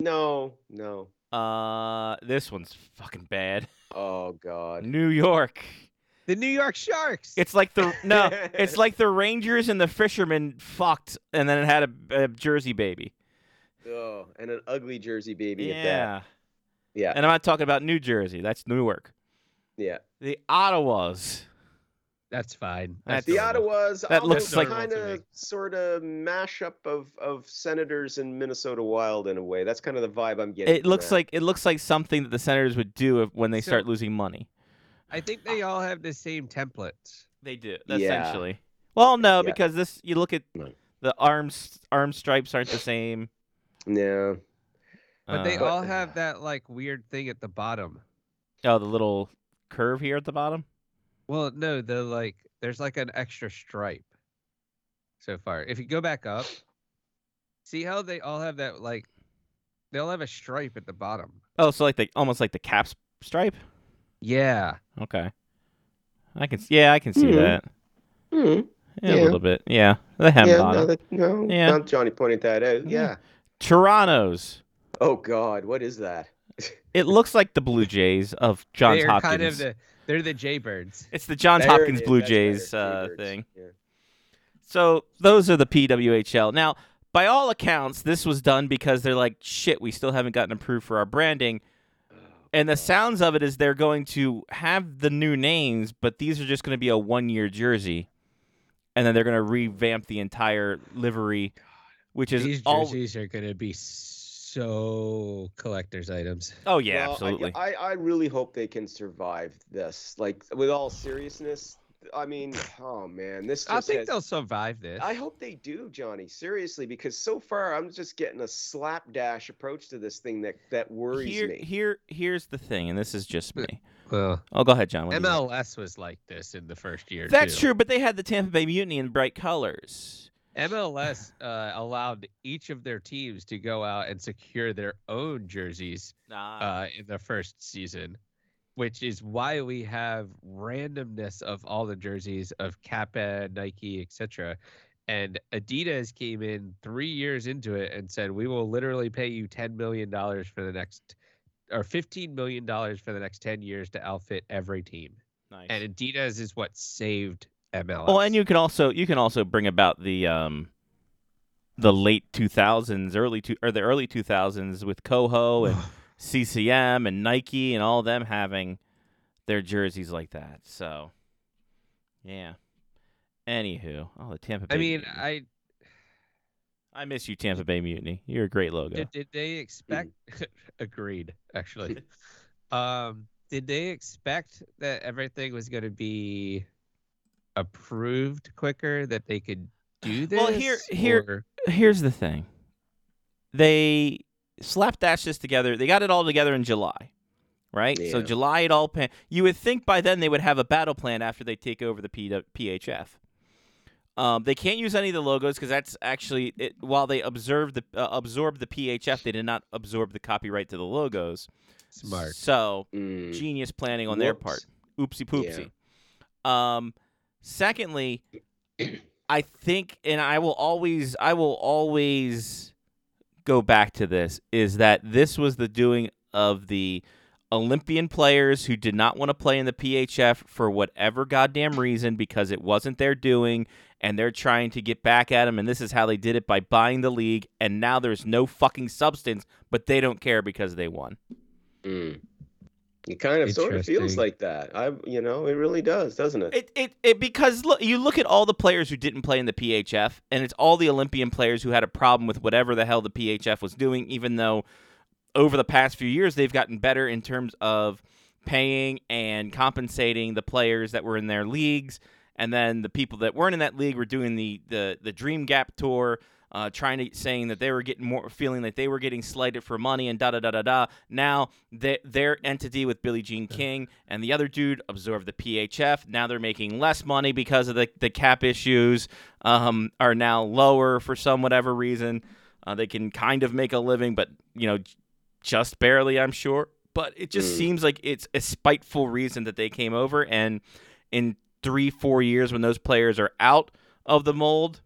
Speaker 6: No, no.
Speaker 1: Uh, this one's fucking bad.
Speaker 6: Oh God.
Speaker 1: New York.
Speaker 7: The New York Sharks.
Speaker 1: It's like the no. It's like the Rangers and the Fishermen fucked, and then it had a, a Jersey baby.
Speaker 6: oh, and an ugly Jersey baby at that.
Speaker 1: Yeah,
Speaker 6: Yeah,
Speaker 1: and I'm not talking about New Jersey. That's Newark.
Speaker 6: yeah.
Speaker 1: The Ottawas.
Speaker 7: That's fine.
Speaker 1: That's
Speaker 6: The
Speaker 1: adorable.
Speaker 6: Ottawa's
Speaker 1: That looks like-
Speaker 6: kind
Speaker 7: Adorable to
Speaker 6: of sort of mashup of of Senators and Minnesota Wild in a way. That's kind of the vibe I'm getting.
Speaker 1: It
Speaker 6: from
Speaker 1: looks
Speaker 6: that.
Speaker 1: like it looks like something that the Senators would do if, when they
Speaker 7: So-
Speaker 1: start losing money.
Speaker 7: I think they all have the same templates.
Speaker 1: They do
Speaker 6: Yeah.
Speaker 1: essentially. Well, no,
Speaker 6: Yeah.
Speaker 1: because this you look at
Speaker 6: No.
Speaker 1: the arms arm stripes aren't the same.
Speaker 6: no.
Speaker 7: But they
Speaker 1: Uh,
Speaker 6: But-
Speaker 7: all have that like weird thing at the bottom.
Speaker 1: oh the little curve here at the bottom.
Speaker 7: Well, no, the like there's like an extra stripe so far. If you go back up, see how they all have that like they all have a stripe at the bottom.
Speaker 1: Oh, so like the almost like the cap s- stripe.
Speaker 7: Yeah.
Speaker 1: Okay, I can s- yeah I can see
Speaker 6: Mhm.
Speaker 1: that
Speaker 6: Hmm,
Speaker 1: Yeah, a
Speaker 6: Yeah.
Speaker 1: little bit. Yeah, the hem
Speaker 6: yeah,
Speaker 1: bottom.
Speaker 6: no, that, no,
Speaker 1: Yeah.
Speaker 6: Johnny pointed that out.
Speaker 1: Yeah.
Speaker 6: Yeah.
Speaker 1: Toronto's
Speaker 6: Oh God, what is that?
Speaker 1: It looks like the Blue Jays of Johns
Speaker 7: they're
Speaker 1: Hopkins.
Speaker 7: kind of the they're the Jaybirds.
Speaker 1: It's the Johns
Speaker 6: There it
Speaker 1: Hopkins
Speaker 6: is,
Speaker 1: Blue
Speaker 6: that's better,
Speaker 1: Jays uh,
Speaker 6: Jaybirds,
Speaker 1: thing.
Speaker 6: yeah.
Speaker 1: So those are the PWHL. Now, by all accounts, this was done because they're like, shit, we still haven't gotten approved for our branding. And the sounds of it is they're going to have the new names, but these are just going to be a one year jersey. And then they're going to revamp the entire livery, which is
Speaker 7: These
Speaker 1: all.
Speaker 7: jerseys are gonna be so collectors items.
Speaker 1: Oh, yeah,
Speaker 6: Well, I-
Speaker 1: absolutely.
Speaker 6: I, I, really hope they can survive this. Like with all seriousness, I mean, oh man, this.
Speaker 7: I
Speaker 6: just
Speaker 7: think
Speaker 6: has-
Speaker 7: they'll survive this.
Speaker 6: I hope they do, Johnny. Seriously, because so far I'm just getting a slapdash approach to this thing that that worries
Speaker 1: here,
Speaker 6: me.
Speaker 1: here, here's the thing, and this is just me.
Speaker 7: Well,
Speaker 1: Oh, go ahead, John. what do you got?
Speaker 7: MLS was like this in the first year.
Speaker 1: That's
Speaker 7: too.
Speaker 1: true, but they had the Tampa Bay Mutiny in bright colors.
Speaker 7: MLS uh, allowed each of their teams to go out and secure their own jerseys uh, in the first season, which is why we have randomness of all the jerseys of Kappa, Nike, etc. And Adidas came in three years into it and said, "We will literally pay you ten million dollars for the next, or fifteen million dollars for the next ten years to outfit every team."
Speaker 1: nice.
Speaker 7: And Adidas is what saved MLS.
Speaker 1: Well, and you can also you can also bring about the um, the late two thousands, early two or the early two thousands with Coho and CCM and Nike and all them having their jerseys like that. So, yeah. Anywho, oh the Tampa. Bay
Speaker 7: I mean,
Speaker 1: Mutiny.
Speaker 7: I
Speaker 1: I miss you, Tampa Bay Mutiny. You're a great logo.
Speaker 7: Did, did they expect?
Speaker 1: Mm.
Speaker 7: agreed, actually. um, did they expect that everything was going to be approved quicker? That they could do this?
Speaker 1: Well, here- here-
Speaker 7: or-
Speaker 1: here's the thing. They slapdashed this together. They got it all together in July, right? So
Speaker 6: Yeah.
Speaker 1: July it all pan. You would think by then they would have a battle plan after they take over the P- PHF. Um, they can't use any of the logos because that's actually it, while they observed the uh, absorbed the PHF, they did not absorb the copyright to the logos.
Speaker 7: smart.
Speaker 1: So
Speaker 6: Mm.
Speaker 1: genius planning on their part.
Speaker 6: Whoops.
Speaker 1: Oopsie poopsie. Um, secondly, I think, and I will always, I will always go back to this is that this was the doing of the Olympian players who did not want to play in the PHF for whatever goddamn reason because it wasn't their doing and they're trying to get back at them and this is how they did it by buying the league and now there's no fucking substance but they don't care because they won.
Speaker 6: Mm. It kind of sort of feels
Speaker 7: Interesting.
Speaker 6: like that. I, you know, it really does, doesn't it?
Speaker 1: It, it, it because look, you look at all the players who didn't play in the PHF, and it's all the Olympian players who had a problem with whatever the hell the PHF was doing, even though over the past few years they've gotten better in terms of paying and compensating the players that were in their leagues. And then the people that weren't in that league were doing the, the, the Dream Gap tour, uh, trying to saying that they were getting more feeling that they were getting slighted for money and da da da da da. Now their their entity with Billie Jean King and the other dude absorbed the PHF. Now they're making less money because of the, the cap issues um, are now lower for some whatever reason. Uh, they can kind of make a living, but you know, j- just barely, I'm sure. But it just
Speaker 6: Mm.
Speaker 1: seems like it's a spiteful reason that they came over. And in three, four years, when those players are out of the mold,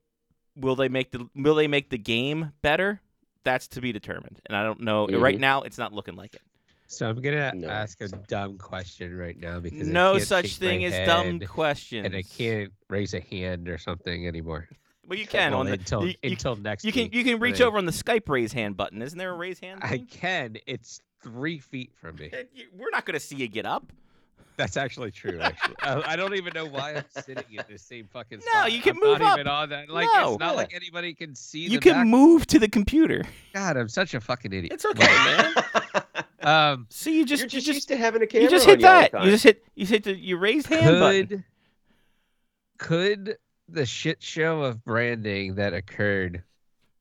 Speaker 1: will they make the will they make the game better? That's to be determined. And I don't know. Right
Speaker 6: Mhm.
Speaker 1: now, it's not looking like it.
Speaker 7: So I'm gonna
Speaker 6: No.
Speaker 7: ask a dumb question right now because I
Speaker 1: No
Speaker 7: can't
Speaker 1: such
Speaker 7: shake my
Speaker 1: thing as dumb
Speaker 7: head
Speaker 1: questions.
Speaker 7: And I can't raise a hand or something anymore.
Speaker 1: Well, you can
Speaker 7: Well,
Speaker 1: on the
Speaker 7: until
Speaker 1: you, you,
Speaker 7: until next.
Speaker 1: you can
Speaker 7: week.
Speaker 1: you can reach
Speaker 7: Right.
Speaker 1: over on the Skype raise hand button. Isn't there a raise hand?
Speaker 7: I
Speaker 1: Thing?
Speaker 7: can. It's three feet from me.
Speaker 1: Uh, you- We're not going to see you get up.
Speaker 7: That's actually true. Actually, I, I don't even know why I'm sitting in the same fucking
Speaker 1: No,
Speaker 7: spot.
Speaker 1: you can
Speaker 7: I'm
Speaker 1: move
Speaker 7: not
Speaker 1: up.
Speaker 7: Even on that. Like
Speaker 1: No.
Speaker 7: it's not
Speaker 6: Yeah.
Speaker 7: like anybody can see.
Speaker 1: You
Speaker 7: the
Speaker 1: can
Speaker 7: back.
Speaker 1: move to the computer.
Speaker 7: God, I'm such a fucking idiot.
Speaker 1: It's okay, man.
Speaker 7: Um,
Speaker 1: So you
Speaker 6: You're
Speaker 1: just you
Speaker 6: just,
Speaker 1: just
Speaker 6: used to having a camera.
Speaker 1: you just
Speaker 6: on
Speaker 1: hit
Speaker 6: you all the
Speaker 1: that.
Speaker 6: time.
Speaker 1: You just hit you hit the you raise hand button.
Speaker 7: could could the shit show of branding that occurred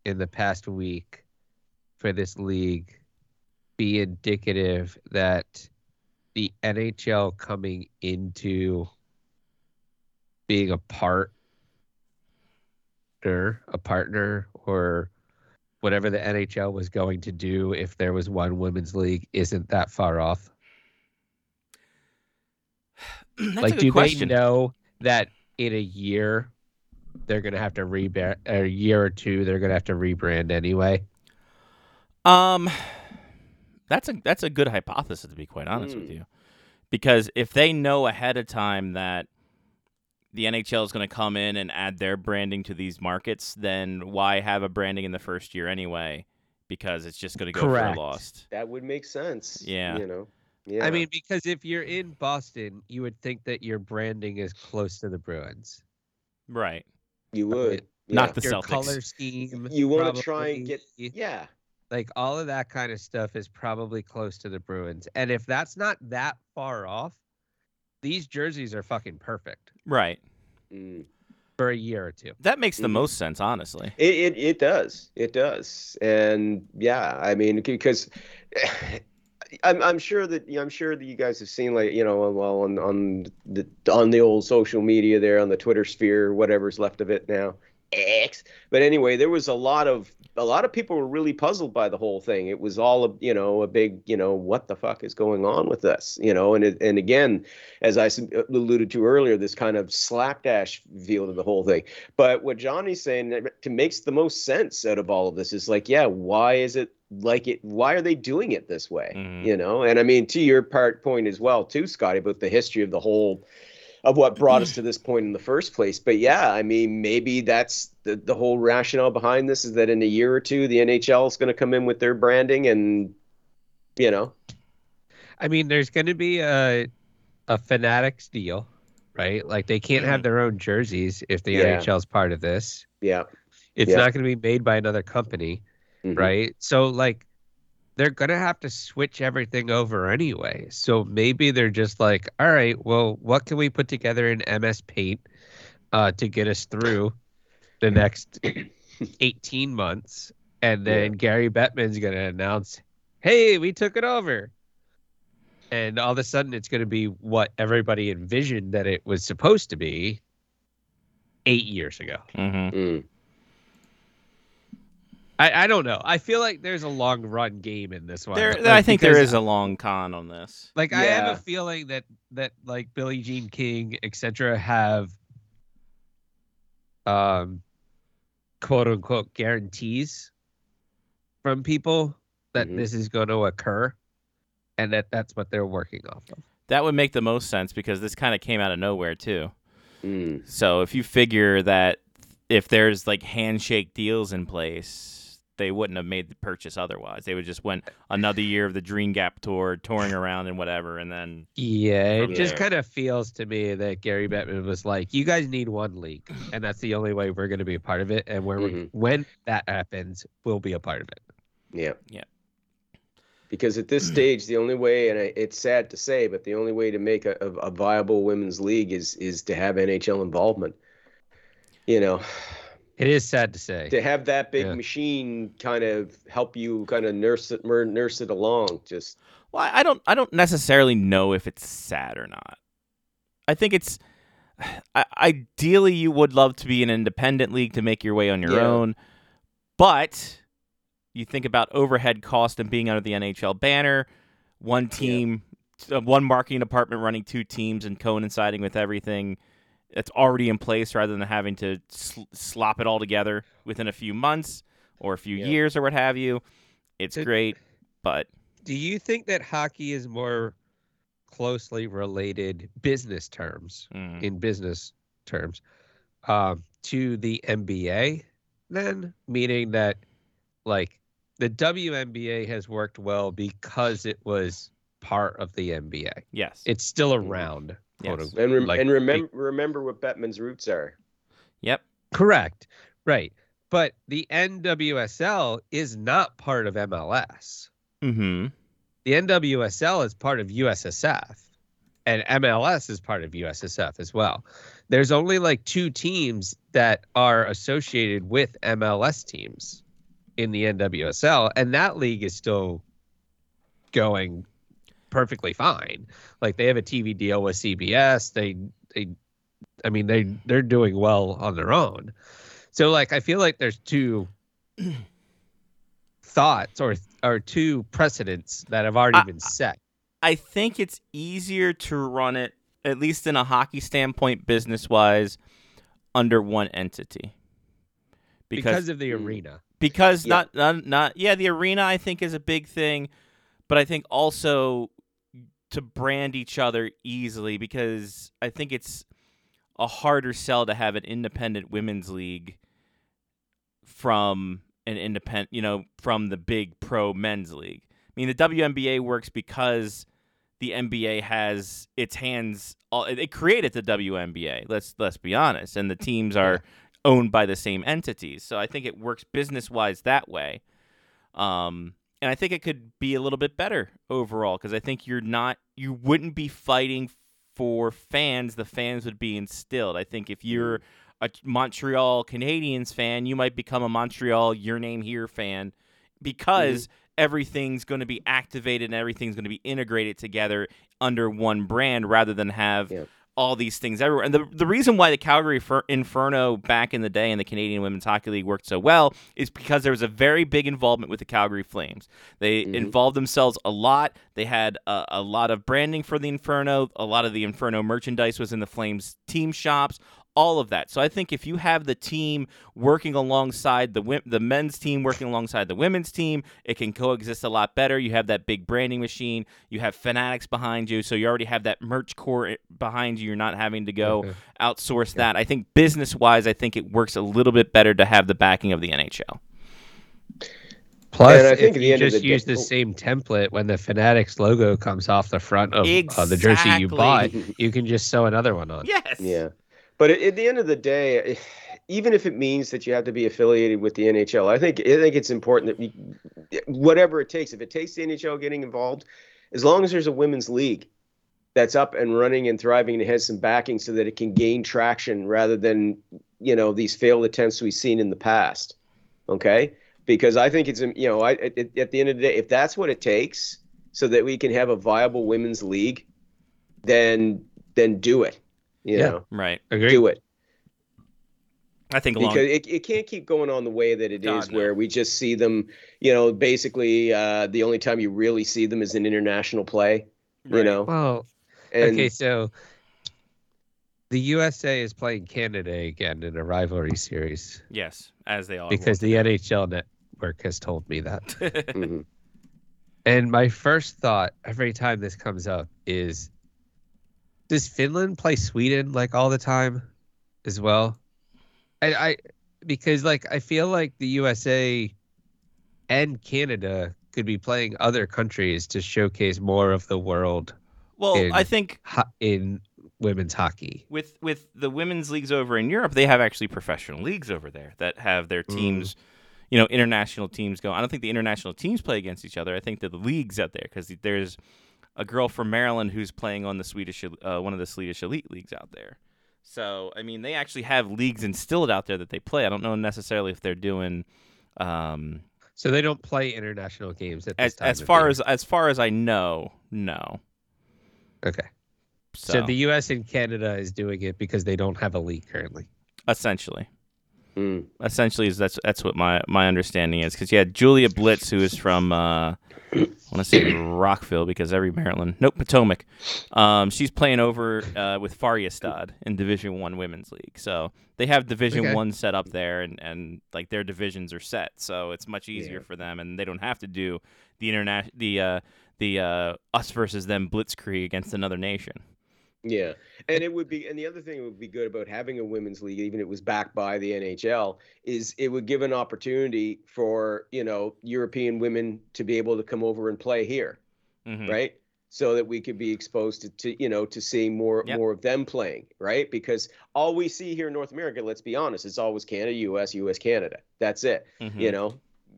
Speaker 7: in the past week for this league be indicative that the NHL coming into being a part or a partner or whatever the NHL was going to do if there was one women's league isn't that far off?
Speaker 1: That's a
Speaker 7: like,
Speaker 1: good
Speaker 7: do
Speaker 1: question.
Speaker 7: they know that in a year they're gonna have to rebrand? A year or two, they're gonna have to rebrand anyway.
Speaker 1: Um, That's a that's a good hypothesis to be quite honest with
Speaker 6: Mm.
Speaker 1: you, because if they know ahead of time that the NHL is going to come in and add their branding to these markets, then why have a branding in the first year anyway? Because it's just going to go
Speaker 7: Correct.
Speaker 1: for lost.
Speaker 6: That would make sense.
Speaker 1: Yeah.
Speaker 6: You know. Yeah.
Speaker 7: I mean, because if you're in Boston, you would think that your branding is close to the Bruins.
Speaker 1: Right.
Speaker 6: you would.
Speaker 1: Not the
Speaker 7: your
Speaker 1: Celtics.
Speaker 7: color scheme.
Speaker 6: You wanna try and
Speaker 7: probably,
Speaker 6: yeah. yeah.
Speaker 7: like all of that kind of stuff is probably close to the Bruins. And if that's not that far off, these jerseys are fucking perfect
Speaker 1: Right.
Speaker 6: Mm.
Speaker 7: for a year or two.
Speaker 1: That makes the
Speaker 6: Mhm.
Speaker 1: most sense, honestly.
Speaker 6: It, it it does. It does. And yeah, I mean, because I'm I'm sure that I'm sure that you guys have seen like you know well on on the on the old social media there on the Twitter sphere whatever's left of it now X. But anyway, there was a lot of a lot of people were really puzzled by the whole thing. It was all a you know a big you know what the fuck is going on with us you know and it, and again as I s- uh, alluded to earlier this kind of slapdash feel to the whole thing. But what Johnny's saying that to makes the most sense out of all of this is like, yeah, why is it like it? Why are they doing it this way?
Speaker 1: Mhm.
Speaker 6: You know, and I mean to your part point as well too, Scotty, about the history of the whole of what brought us to this point in the first place. But yeah, I mean maybe that's the the whole rationale behind this is that in a year or two the NHL is going to come in with their branding and you know
Speaker 7: I mean, there's going to be a a Fanatics deal, right? Like they can't have their own jerseys if the
Speaker 6: Yeah.
Speaker 7: NHL's part of this.
Speaker 6: yeah
Speaker 7: It's
Speaker 6: Yeah.
Speaker 7: not going to be made by another company,
Speaker 6: Mhm.
Speaker 7: right? So like they're going to have to switch everything over anyway. So maybe they're just like, all right, well, what can we put together in MS Paint uh, to get us through the next 18 months? And then Gary Bettman's going to announce, hey, we took it over. And all of a sudden, it's going to be what everybody envisioned that it was supposed to be eight years ago.
Speaker 1: Mm-hmm.
Speaker 6: Mm.
Speaker 7: I, I don't know. I feel like there's a long run game in this one.
Speaker 1: There,
Speaker 7: Like,
Speaker 1: I think there
Speaker 7: because-
Speaker 1: is a long con on this.
Speaker 7: Like I have
Speaker 6: Yeah.
Speaker 7: a feeling that that like Billie Jean King, etc., have um quote unquote guarantees from people that
Speaker 1: Mm-hmm.
Speaker 6: Mhm.
Speaker 7: this is going to occur, and that that's what they're working off of.
Speaker 1: That would make the most sense because this kind of came out of nowhere too.
Speaker 6: Mm.
Speaker 1: So if you figure that if there's like handshake deals in place, they wouldn't have made the purchase otherwise. They would just went another year of the Dream Gap tour, touring around and whatever, and then
Speaker 7: Yeah, it
Speaker 1: From
Speaker 7: just
Speaker 1: there.
Speaker 7: kind of feels to me that Gary Bettman was like, "You guys need one league, and that's the only way we're going to be a part of it. And where we
Speaker 6: Mhm.
Speaker 1: Mm-hmm.
Speaker 7: when that happens, we'll be a part of it."
Speaker 6: Yeah.
Speaker 1: Yeah.
Speaker 6: Because at this stage, the only way, and I- it's sad to say, but the only way to make a, a, a viable women's league is is to have NHL involvement. You know,
Speaker 7: It is sad to say.
Speaker 6: to have that big
Speaker 7: Yeah.
Speaker 6: machine kind of help you kind of nurse it, mer- nurse it along. Just
Speaker 1: Well, I I don't I don't necessarily know if it's sad or not. I think it's I, ideally you would love to be an independent league to make your way on your
Speaker 6: Yeah.
Speaker 1: own, but you think about overhead cost and being under the NHL banner, one team, uh, one marketing department running two teams and coinciding with everything that's already in place rather than having to sl- slop it all together within a few months or a few
Speaker 6: Yeah.
Speaker 1: years or what have you. It's
Speaker 7: Did-
Speaker 1: great, but
Speaker 7: Do you think that hockey is more closely related business terms
Speaker 1: mm,
Speaker 7: in business terms um, to the NBA? Then, meaning that like the WNBA has worked well because it was part of the NBA.
Speaker 1: yes.
Speaker 7: It's still around. quote
Speaker 1: Yes.
Speaker 7: unquote,
Speaker 6: and rem-
Speaker 7: like-
Speaker 6: and remember remember what Bettman's roots are.
Speaker 1: Yep.
Speaker 7: Correct. Right. But the NWSL is not part of MLS.
Speaker 1: Mm-hmm.
Speaker 7: the NWSL is part of USSF, and MLS is part of USSF as well. There's only like two teams that are associated with MLS teams in the NWSL, and that league is still going perfectly fine. Like they have a TV deal with CBS. They they I mean they they're doing well on their own. So like I feel like there's two thoughts or or two precedents that have already
Speaker 1: I-
Speaker 7: been set.
Speaker 1: I think it's easier to run it, at least in a hockey standpoint, business wise, under one entity.
Speaker 7: because,
Speaker 1: Because
Speaker 7: of the
Speaker 6: Mm.
Speaker 7: arena.
Speaker 1: because
Speaker 6: Yeah.
Speaker 1: not, not not yeah, the arena I think is a big thing, but I think also to brand each other easily because I think it's a harder sell to have an independent women's league from an independent, you know, from the big pro men's league. I mean, the WNBA works because the NBA has its hands. All, it created the WNBA. Let's let's be honest, and the teams are owned by the same entities. So I think it works business wise that way. Um, and I think it could be a little bit better overall because I think you're not you wouldn't be fighting for fans. The fans would be instilled. I think if you're a Montreal Canadiens fan, you might become a Montreal Your Name Here fan because everything's going to be activated and everything's going to be integrated together under one brand rather than have
Speaker 6: Yeah.
Speaker 1: all these things everywhere. And the, the reason why the Calgary Fer- Inferno back in the day in the Canadian Women's Hockey League worked so well is because there was a very big involvement with the Calgary Flames. They
Speaker 6: Mhm.
Speaker 1: involved themselves a lot. They had a, a lot of branding for the Inferno. A lot of the Inferno merchandise was in the Flames team shops. All of that. So I think if you have the team working alongside the wom- the men's team, working alongside the women's team, it can coexist a lot better. You have that big branding machine. You have fanatics behind you, so you already have that merch core i- behind you. You're not having to
Speaker 7: Mm-hmm.
Speaker 1: go outsource that. I think business wise, I think it works a little bit better to have the backing of the NHL.
Speaker 7: Plus,
Speaker 6: And I think
Speaker 7: if
Speaker 6: at the
Speaker 7: you
Speaker 6: end of
Speaker 7: just
Speaker 6: the
Speaker 7: use
Speaker 6: day- Oh.
Speaker 7: the same template when the Fanatics logo comes off the front of uh, the jersey you bought, you can just sew another one on.
Speaker 1: Yes.
Speaker 6: Yeah. But at, at the end of the day, even if it means that you have to be affiliated with the NHL, I think I think it's important that we, whatever it takes, if it takes the NHL getting involved, as long as there's a women's league that's up and running and thriving and has some backing so that it can gain traction rather than, you know, these failed attempts we've seen in the past. Okay? Because I think it's you know, I at, at- at the end of the day, if that's what it takes so that we can have a viable women's league, then then do it. You
Speaker 7: Yeah.
Speaker 6: know
Speaker 1: Right.
Speaker 7: Agree?
Speaker 6: do it
Speaker 1: I think along.
Speaker 6: because it, it can't keep going on the way that it is,
Speaker 1: God, no.
Speaker 6: where we just see them you know basically uh, the only time you really see them is in international play you
Speaker 1: Right.
Speaker 6: know
Speaker 7: Well,
Speaker 6: and
Speaker 7: okay, so the USA is playing Canada again in a rivalry series
Speaker 1: Yes, as they all
Speaker 7: because the NHL network has told me that.
Speaker 1: the
Speaker 6: mhm.
Speaker 7: And my first thought every time this comes up is Does Finland play Sweden like all the time as well? And I, because like I feel like the USA and Canada could be playing other countries to showcase more of the world
Speaker 1: well,
Speaker 7: in-
Speaker 1: I think
Speaker 7: ho- in women's hockey.
Speaker 1: with with the women's leagues over in Europe, they have actually professional leagues over there that have their
Speaker 7: Mm.
Speaker 1: teams, you know, international teams go. I don't think the international teams play against each other. I think that the leagues out there because there's a girl from Maryland who's playing on the Swedish uh, one of the Swedish elite leagues out there. So I mean, they actually have leagues instilled out there that they play. I don't know necessarily if they're doing. Um,
Speaker 7: So they don't play international games at this
Speaker 1: as
Speaker 7: time.
Speaker 1: as
Speaker 7: of
Speaker 1: far
Speaker 7: year.
Speaker 1: as as far as I know, no.
Speaker 7: okay,
Speaker 1: So,
Speaker 7: so. the U.S. and Canada is doing it because they don't have a league currently.
Speaker 1: essentially,
Speaker 6: Mm.
Speaker 1: essentially is that's that's what my my understanding is because you had Julia Blitz who is from uh, I want to say Rockville because every Maryland nope Potomac, um, she's playing over uh, with Faryastad in Division One Women's League. So they have Division
Speaker 7: Okay.
Speaker 1: One set up there and and like their divisions are set, so it's much easier for them and they don't have to do the interna- the uh, the uh, us versus them blitzkrieg against another nation.
Speaker 6: yeah and it would be and the other thing that would be good about having a women's league even if it was backed by the nhl is it would give an opportunity for you know european women to be able to come over and play here
Speaker 1: Mhm.
Speaker 6: right so that we could be exposed to, to you know to seeing more
Speaker 1: Yep.
Speaker 6: more of them playing right because all we see here in north america let's be honest it's always canada us us canada that's it
Speaker 1: Mhm.
Speaker 6: you know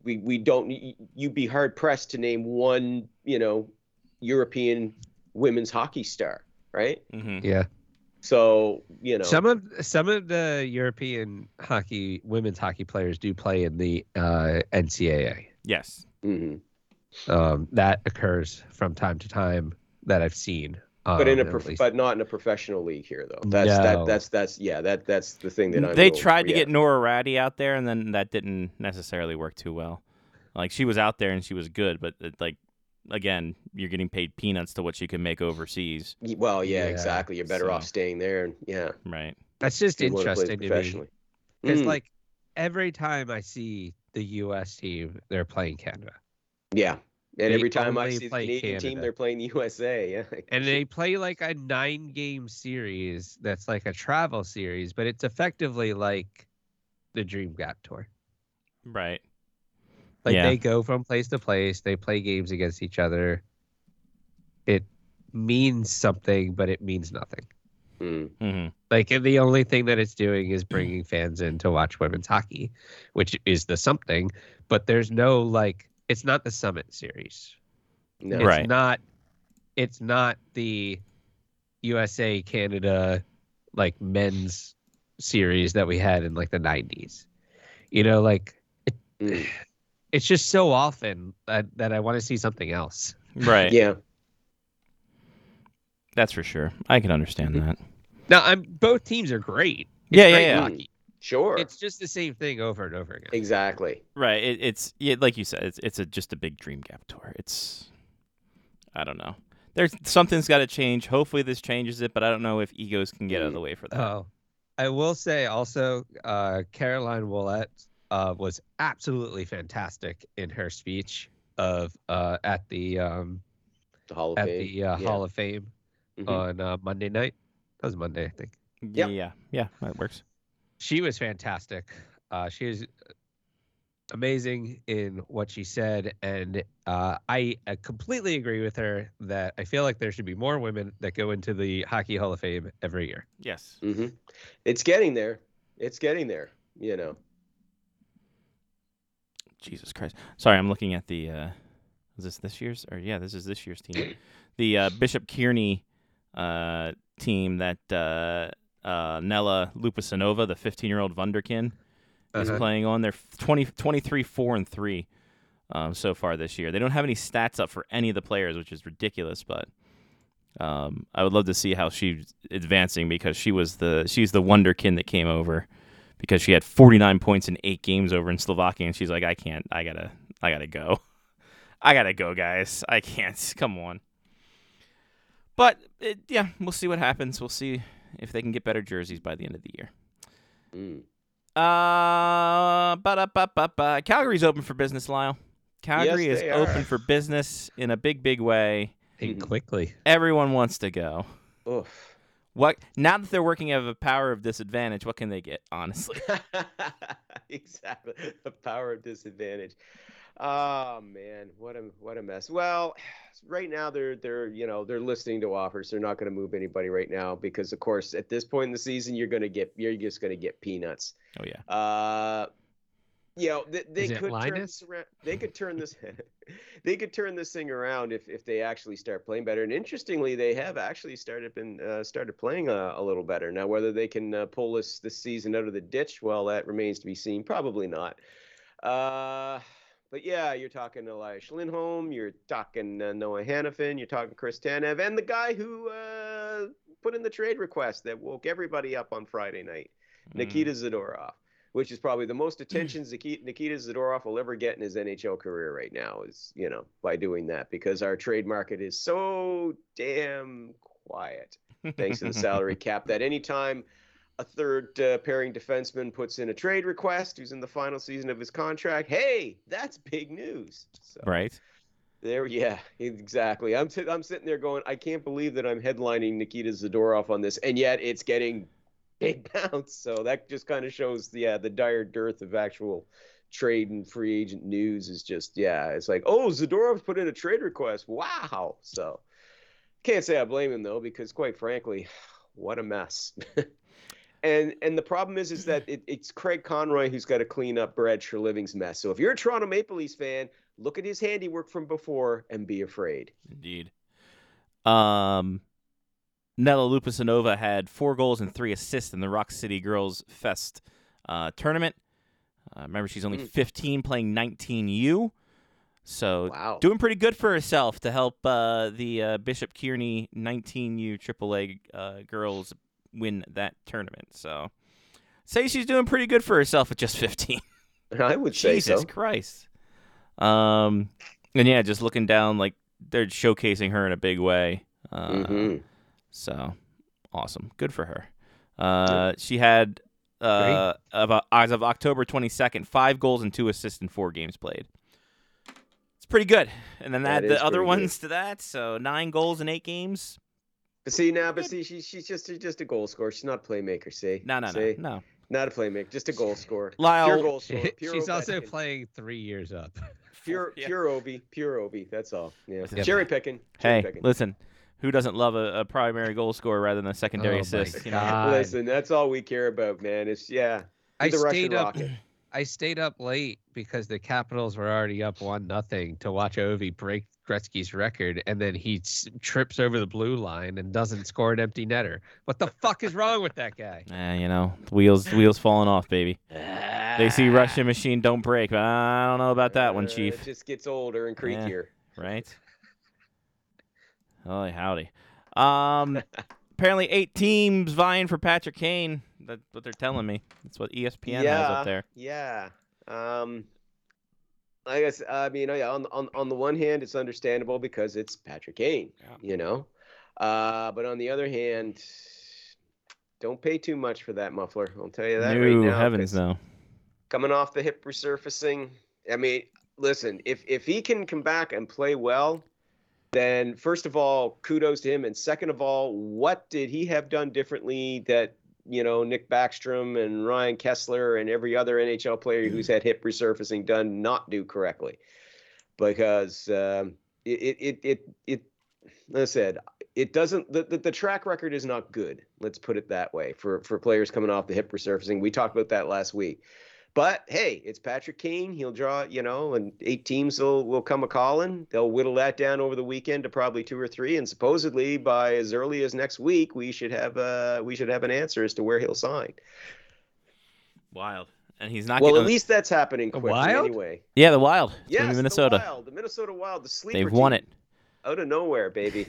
Speaker 6: we we don't y- you'd be hard pressed to name one you know european women's hockey star right
Speaker 1: Mhm.
Speaker 7: Yeah.
Speaker 6: so you know
Speaker 7: Some of some of the European hockey women's hockey players do play in the uh, NCAA.
Speaker 1: Yes.
Speaker 6: mhm.
Speaker 7: Um, that occurs from time to time that I've seen.
Speaker 1: Oh,
Speaker 6: but in a
Speaker 7: um, at
Speaker 6: prof-
Speaker 7: least.
Speaker 6: but not in a professional league here though that's
Speaker 7: No.
Speaker 6: that that's that's yeah that that's the thing that I'm
Speaker 1: they
Speaker 6: real-
Speaker 1: tried to
Speaker 6: yeah.
Speaker 1: get Nora Ratty out there, and then that didn't necessarily work too well. Like she was out there and she was good, but it, like again, you're getting paid peanuts to what she can make overseas,
Speaker 6: Y- well yeah,
Speaker 7: Yeah,
Speaker 6: exactly you're better off
Speaker 1: so.
Speaker 6: staying there and yeah
Speaker 1: right?
Speaker 7: that's just
Speaker 6: people that play
Speaker 7: interesting to me
Speaker 6: professionally.
Speaker 7: because
Speaker 6: Mm,
Speaker 7: like every time I see the U.S. team, they're playing Canada.
Speaker 6: yeah, And
Speaker 7: They
Speaker 6: every time I
Speaker 7: only
Speaker 6: see the
Speaker 7: play
Speaker 6: Canadian team,
Speaker 7: Canada.
Speaker 6: they're playing the USA. Yeah.
Speaker 7: and they play like a nine game series that's like a travel series, but it's effectively like the Dream Gap Tour.
Speaker 1: Right.
Speaker 7: Like
Speaker 1: Yeah.
Speaker 7: they go from place to place, they play games against each other. It means something, but it means nothing.
Speaker 6: Hmm.
Speaker 1: Mm-hmm.
Speaker 7: Like and the only thing that it's doing
Speaker 6: Mm.
Speaker 7: is bringing fans in to watch women's hockey, which is the something. But there's no like, it's not the Summit Series.
Speaker 6: No.
Speaker 7: It's
Speaker 1: Right.
Speaker 7: not. It's not the USA Canada like men's series that we had in like the '90s. You know, like
Speaker 6: Mm.
Speaker 7: it's just so often that, that I want to see something else.
Speaker 1: Right.
Speaker 6: Yeah.
Speaker 1: That's for sure. I can understand that.
Speaker 7: Now, I'm both teams are great.
Speaker 1: Yeah, yeah,
Speaker 7: great
Speaker 1: yeah.
Speaker 7: hockey.
Speaker 6: Sure.
Speaker 7: It's just the same thing over and over again.
Speaker 6: exactly.
Speaker 1: Right. It, it's yeah, like you said, it's it's a, just a big dream gap tour. It's I don't know. There's something's got to change. Hopefully this changes it, but I don't know if egos can get out of the way for
Speaker 6: Uh,
Speaker 1: that.
Speaker 7: Oh, I will say also, uh, Caroline Willette uh, was absolutely fantastic in her speech of uh, at the um,
Speaker 6: The Hall of
Speaker 7: at
Speaker 6: Fame.
Speaker 7: the uh,
Speaker 6: Yeah.
Speaker 7: Hall of Fame
Speaker 6: Mhm.
Speaker 7: on uh, Monday night. That was Monday, I think.
Speaker 1: yeah.
Speaker 6: yeah.
Speaker 1: yeah, yeah, that works.
Speaker 7: She was fantastic. Uh, she was amazing in what she said, and uh, I uh, completely agree with her that I feel like there should be more women that go into the Hockey Hall of Fame every year.
Speaker 1: Yes.
Speaker 6: hmm It's getting there. It's getting there. You know.
Speaker 1: Jesus Christ. Sorry, I'm looking at the. Uh, is this this year's? Or yeah, this is this year's team. The uh, Bishop Kearney uh, team that uh, uh, Nella Lupasanova, the 15 year old Vunderkin, is
Speaker 6: Mm-hmm.
Speaker 7: Uh-huh.
Speaker 1: playing on. They're 20, 23, 4 and 3 um, so far this year. They don't have any stats up for any of the players, which is ridiculous, but. Um, I would love to see how she's advancing because she was the she's the wonderkin that came over because she had 49 points in eight games over in Slovakia, and she's like, I can't, I gotta, I gotta go, I gotta go, guys, I can't, come on. But it, yeah, we'll see what happens. We'll see if they can get better jerseys by the end of the year.
Speaker 6: Mm.
Speaker 1: Uh, ba-da-ba-ba-ba. Calgary's open for business, Lyle. Calgary
Speaker 6: Yes,
Speaker 1: is
Speaker 6: they
Speaker 1: open
Speaker 6: are.
Speaker 1: for business in a big, big way.
Speaker 7: And
Speaker 6: Mhm.
Speaker 7: quickly.
Speaker 1: Everyone wants to go.
Speaker 6: Oof.
Speaker 1: What now that they're working out of a power of disadvantage, what can they get? Honestly,
Speaker 6: exactly. The power of disadvantage. Oh man, what a what a mess. Well, right now they're they're you know they're listening to offers. They're not going to move anybody right now because of course at this point in the season you're going to get you're just going to get peanuts.
Speaker 1: oh yeah,
Speaker 6: Uh, you know, they, they
Speaker 7: Is it
Speaker 6: could turn
Speaker 7: Linus?
Speaker 6: this around. They could turn this. they could turn this thing around if, if they actually start playing better. And interestingly, they have actually started been uh, started playing a, a little better now. Whether they can uh, pull this this season out of the ditch, well, that remains to be seen. Probably not. Uh, but yeah, you're talking Elias Lindholm, you're talking uh, Noah Hannafin, you're talking Chris Tanev, and the guy who uh, put in the trade request that woke everybody up on Friday night. Nikita Zadorov, which is probably the most attention Zaki- Nikita Zadorov will ever get in his NHL career right now is, you know, by doing that because our trade market is so damn quiet thanks to the salary cap that anytime a third uh, pairing defenseman puts in a trade request who's in the final season of his contract, hey, that's big news. So
Speaker 1: Mm, right?
Speaker 6: there, yeah, exactly. I'm sit- I'm sitting there going, I can't believe that I'm headlining Nikita Zadorov on this, and yet it's getting big bounce. So that just kind of shows the uh, the dire dearth of actual trade and free agent news is just yeah, it's like oh Zadorov's put in a trade request. Wow. So can't say I blame him though because quite frankly, what a mess. And, and the problem is is that it, it's Craig Conroy who's got to clean up Brad Sherliving's mess. So if you're a Toronto Maple Leafs fan, look at his handiwork from before and be afraid.
Speaker 1: Indeed. Um, Nella Lupasanova had four goals and three assists in the Rock City Girls Fest uh, tournament. Uh, remember, she's only
Speaker 6: Mm.
Speaker 1: 15, playing 19U. So
Speaker 6: Wow.
Speaker 1: doing pretty good for herself to help uh, the uh, Bishop Kearney 19U AAA uh, girls win that tournament. So say she's doing pretty good for herself at just 15.
Speaker 6: I would say
Speaker 1: Jesus
Speaker 6: so.
Speaker 1: Christ. Um, and yeah, just looking down, like they're showcasing her in a big way. Uh,
Speaker 6: Mhm.
Speaker 1: So awesome, good for her. Uh, she had uh, of, as of October twenty second, five goals and two assists in four games played. It's pretty good. And then
Speaker 6: That
Speaker 1: add
Speaker 6: is
Speaker 1: the other
Speaker 6: pretty good.
Speaker 1: ones to that. So nine goals in eight games.
Speaker 6: But see now, but see, she, she's just she's just a goal scorer. She's not a playmaker. See,
Speaker 1: No, no, no,
Speaker 6: See?
Speaker 1: no.
Speaker 6: not a playmaker, just a goal scorer.
Speaker 1: Lyle-
Speaker 6: pure goal scorer. Pure
Speaker 7: She's also
Speaker 6: Ovechkin.
Speaker 7: playing three years up.
Speaker 6: Pure,
Speaker 1: Yeah.
Speaker 6: pure Ovi, pure Ovi. That's all. Yeah,
Speaker 1: Yeah.
Speaker 6: cherry picking. Cherry
Speaker 1: Hey,
Speaker 6: picking.
Speaker 1: listen, who doesn't love a, a primary goal scorer rather than a secondary
Speaker 7: Oh my
Speaker 1: assist? You know?
Speaker 7: God.
Speaker 6: Listen, that's all we care about, man. It's yeah.
Speaker 7: I
Speaker 6: the Russian
Speaker 7: stayed up.
Speaker 6: rocket.
Speaker 7: I stayed up late because the Capitals were already up one nothing to watch Ovi break Gretzky's record, and then he s- trips over the blue line and doesn't score an empty netter. What the fuck is wrong with that guy?
Speaker 1: Eh, you know, wheels wheels falling off, baby. They see Russian machine don't break, but I don't know about that one,
Speaker 6: Uh,
Speaker 1: Chief.
Speaker 6: It just gets older and
Speaker 1: Yeah.
Speaker 6: creakier.
Speaker 1: right? Holy howdy. Um, apparently eight teams vying for Patrick Kane. That's what they're telling me. That's what E ESPN has up there.
Speaker 6: Yeah. Um, I guess I mean I- on on on the one hand, it's understandable because it's Patrick Kane,
Speaker 1: Yeah.
Speaker 6: you know. Uh, but on the other hand, don't pay too much for that muffler. I'll tell you that
Speaker 1: no
Speaker 6: right now.
Speaker 1: heavens
Speaker 6: 'cause
Speaker 1: no.
Speaker 6: Coming off the hip resurfacing. I mean, listen, if if he can come back and play well, then first of all, kudos to him, and second of all, what did he have done differently that you know Nick Backstrom and Ryan Kessler and every other NHL player who's had hip resurfacing done not do correctly? Because um, it, it it it it like I said. It doesn't. The, the, the track record is not good. Let's put it that way for for players coming off the hip resurfacing. We talked about that last week. But hey, it's Patrick Kane. He'll draw, you know, and eight teams will will come a calling. They'll whittle that down over the weekend to probably two or three, and supposedly by as early as next week, we should have uh we should have an answer as to where he'll sign.
Speaker 1: Wild. And he's not
Speaker 6: well,
Speaker 1: getting
Speaker 6: at least that's happening
Speaker 7: The
Speaker 6: quickly
Speaker 7: Wild?
Speaker 6: anyway.
Speaker 1: Yeah, the Wild. It's gonna be
Speaker 6: Yes,
Speaker 1: Minnesota.
Speaker 6: the Wild, the Minnesota Wild, the sleeper.
Speaker 1: They've won
Speaker 6: team.
Speaker 1: it.
Speaker 6: out of nowhere, baby.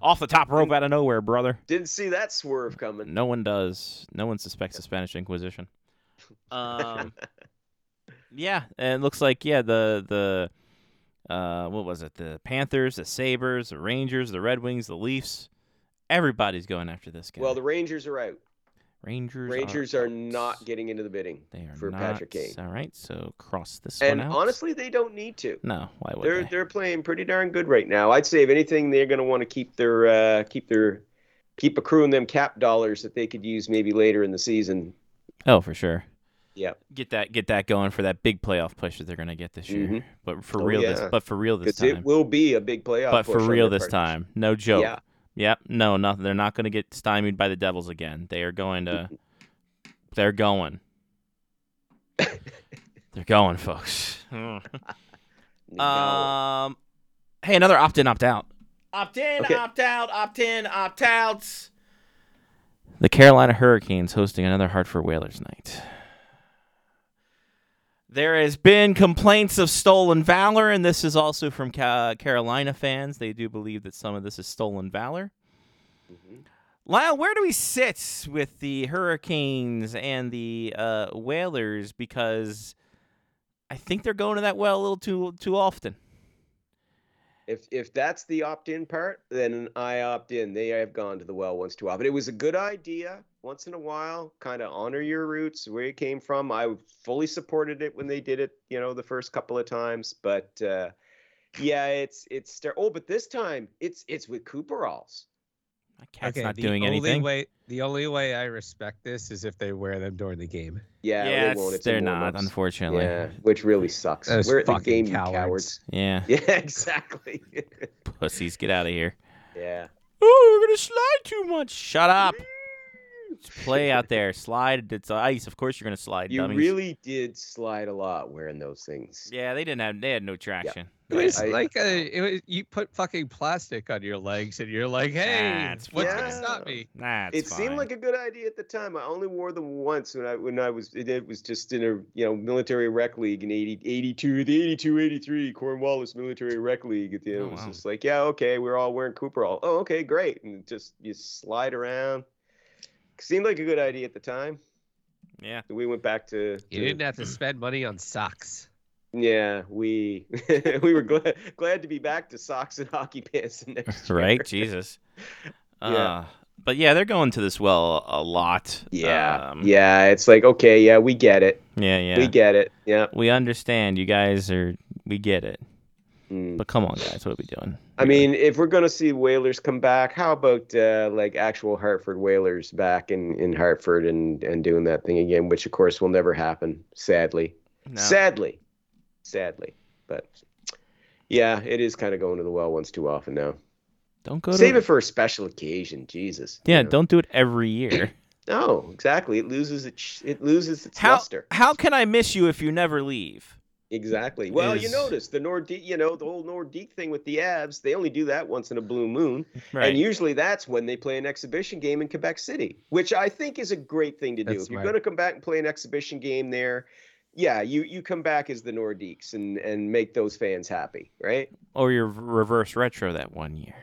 Speaker 1: Off the top rope out of nowhere, brother.
Speaker 6: Didn't see that swerve coming.
Speaker 1: No one does. No one suspects the Spanish Inquisition. Um, yeah, and it looks like yeah the the uh, what was it? The Panthers, the Sabers, the Rangers, the Red Wings, the Leafs. Everybody's going after this guy.
Speaker 6: Well, the Rangers are out.
Speaker 1: Rangers
Speaker 6: Rangers are
Speaker 1: out.
Speaker 6: not getting into the bidding.
Speaker 1: They are
Speaker 6: for
Speaker 1: not.
Speaker 6: Patrick Kane.
Speaker 1: All right, so cross this
Speaker 6: And
Speaker 1: one out.
Speaker 6: honestly, they don't need to.
Speaker 1: no, why would
Speaker 6: They're
Speaker 1: they?
Speaker 6: they're playing pretty darn good right now. I'd say if anything, they're going to want to keep their uh, keep their keep accruing them cap dollars that they could use maybe later in the season.
Speaker 1: Oh, for sure.
Speaker 6: Yeah.
Speaker 1: Get that get that going for that big playoff push that they're going to get this year.
Speaker 6: Mhm.
Speaker 1: But for
Speaker 6: Oh,
Speaker 1: real this
Speaker 6: yeah.
Speaker 1: but for real this
Speaker 6: Because
Speaker 1: time.
Speaker 6: it will be a big playoff.
Speaker 1: but for
Speaker 6: push on
Speaker 1: real
Speaker 6: their
Speaker 1: this
Speaker 6: part.
Speaker 1: time, no joke.
Speaker 6: Yeah.
Speaker 1: Yep. No, nothing. They're not going to get stymied by the Devils again. They are going to. They're going. they're going, folks.
Speaker 6: No.
Speaker 1: um. Hey, another opt in, opt out. Opt in,
Speaker 6: Okay.
Speaker 1: opt out, opt in, opt outs. The Carolina Hurricanes hosting another Hartford Whalers night. There has been complaints of stolen valor, and this is also from Ca- Carolina fans. They do believe that some of this is stolen valor. Mm-hmm.
Speaker 6: Mhm.
Speaker 1: Lyle, where do we sit with the Hurricanes and the uh, Whalers? Because I think they're going to that well a little too too often.
Speaker 6: If if that's the opt in part, then I opt in. They have gone to the well once too often. But it was a good idea. Once in a while, kind of honor your roots, where you came from. I fully supported it when they did it, you know, the first couple of times. But uh, yeah, it's it's star- oh, but this time it's it's with Cooperalls.
Speaker 1: My cat's not doing
Speaker 7: only
Speaker 1: anything.
Speaker 7: Way, the only way I respect this is if they wear them during the game.
Speaker 6: Yeah,
Speaker 1: yeah,
Speaker 6: they won't. It's
Speaker 1: they're
Speaker 6: in
Speaker 1: not,
Speaker 6: warm-ups.
Speaker 1: unfortunately.
Speaker 6: Yeah, which really sucks.
Speaker 7: Those
Speaker 6: We're at the
Speaker 7: fucking
Speaker 6: game, you
Speaker 7: cowards.
Speaker 6: cowards.
Speaker 1: Yeah,
Speaker 6: Yeah, exactly.
Speaker 1: pussies, get out of here.
Speaker 6: yeah.
Speaker 1: Oh, we're gonna slide too much. Shut up. Just play out there. Slide. It's ice. Of course you're gonna slide.
Speaker 6: You
Speaker 1: dummies.
Speaker 6: really did slide a lot wearing those things.
Speaker 1: Yeah, they didn't have. They had no traction.
Speaker 7: It was
Speaker 6: I-
Speaker 7: like a, it was, you put fucking plastic on your legs, and you're like, hey,
Speaker 1: That's
Speaker 7: what's
Speaker 6: fine.
Speaker 7: gonna stop me?
Speaker 1: Nah,
Speaker 6: it
Speaker 1: it's
Speaker 6: seemed
Speaker 1: fine.
Speaker 6: like a good idea at the time. I only wore them once when I when I was it, it was just in a you know military rec league in 80, 82 the 82 83 Cornwallis military rec league at the end.
Speaker 1: Oh,
Speaker 6: it was
Speaker 1: wow.
Speaker 6: just like, yeah, okay, we're all wearing Cooper all. Oh, okay, great. And just you slide around. Seemed like a good idea at the time.
Speaker 1: yeah.
Speaker 6: We went back to,
Speaker 7: You
Speaker 6: to-
Speaker 7: didn't have to spend money on socks.
Speaker 6: yeah, we we were glad glad to be back to socks and hockey pants the next year.
Speaker 1: right? Jesus.
Speaker 6: Yeah.
Speaker 1: Uh, but yeah, they're going to this well a lot.
Speaker 6: Yeah.
Speaker 1: Um,
Speaker 6: yeah, it's like okay, yeah, we get it.
Speaker 1: Yeah. Yeah.
Speaker 6: We
Speaker 1: We,
Speaker 6: get it. Yeah.
Speaker 1: understand. You guys are. We get it.
Speaker 6: Mm.
Speaker 1: But come on, guys, what are we doing?
Speaker 6: I mean, if we're gonna see whalers come back, how about uh, like actual Hartford whalers back in in Hartford and and doing that thing again, which of course will never happen, sadly,
Speaker 1: No.
Speaker 6: sadly, sadly. But yeah, it is kind of going to the well once too often now.
Speaker 1: don't go
Speaker 6: Save
Speaker 1: to
Speaker 6: it for a special occasion, Jesus. you
Speaker 1: uh, yeah,
Speaker 6: know.
Speaker 1: don't do it every year.
Speaker 6: No, exactly. It loses its it loses its
Speaker 1: How
Speaker 6: luster.
Speaker 1: how can I miss you if you never leave?
Speaker 6: Exactly. Well, you
Speaker 1: is-
Speaker 6: notice the Nordique, you know, the whole Nordique thing with the abs, they only do that once in a blue moon.
Speaker 1: Right.
Speaker 6: And usually that's when they play an exhibition game in Quebec City, which I think is a great thing to do.
Speaker 7: That's
Speaker 6: if you're
Speaker 7: right.
Speaker 6: going to come back and play an exhibition game there, yeah, you you come back as the Nordiques and and make those fans happy, right?
Speaker 1: or your v- reverse retro that one year.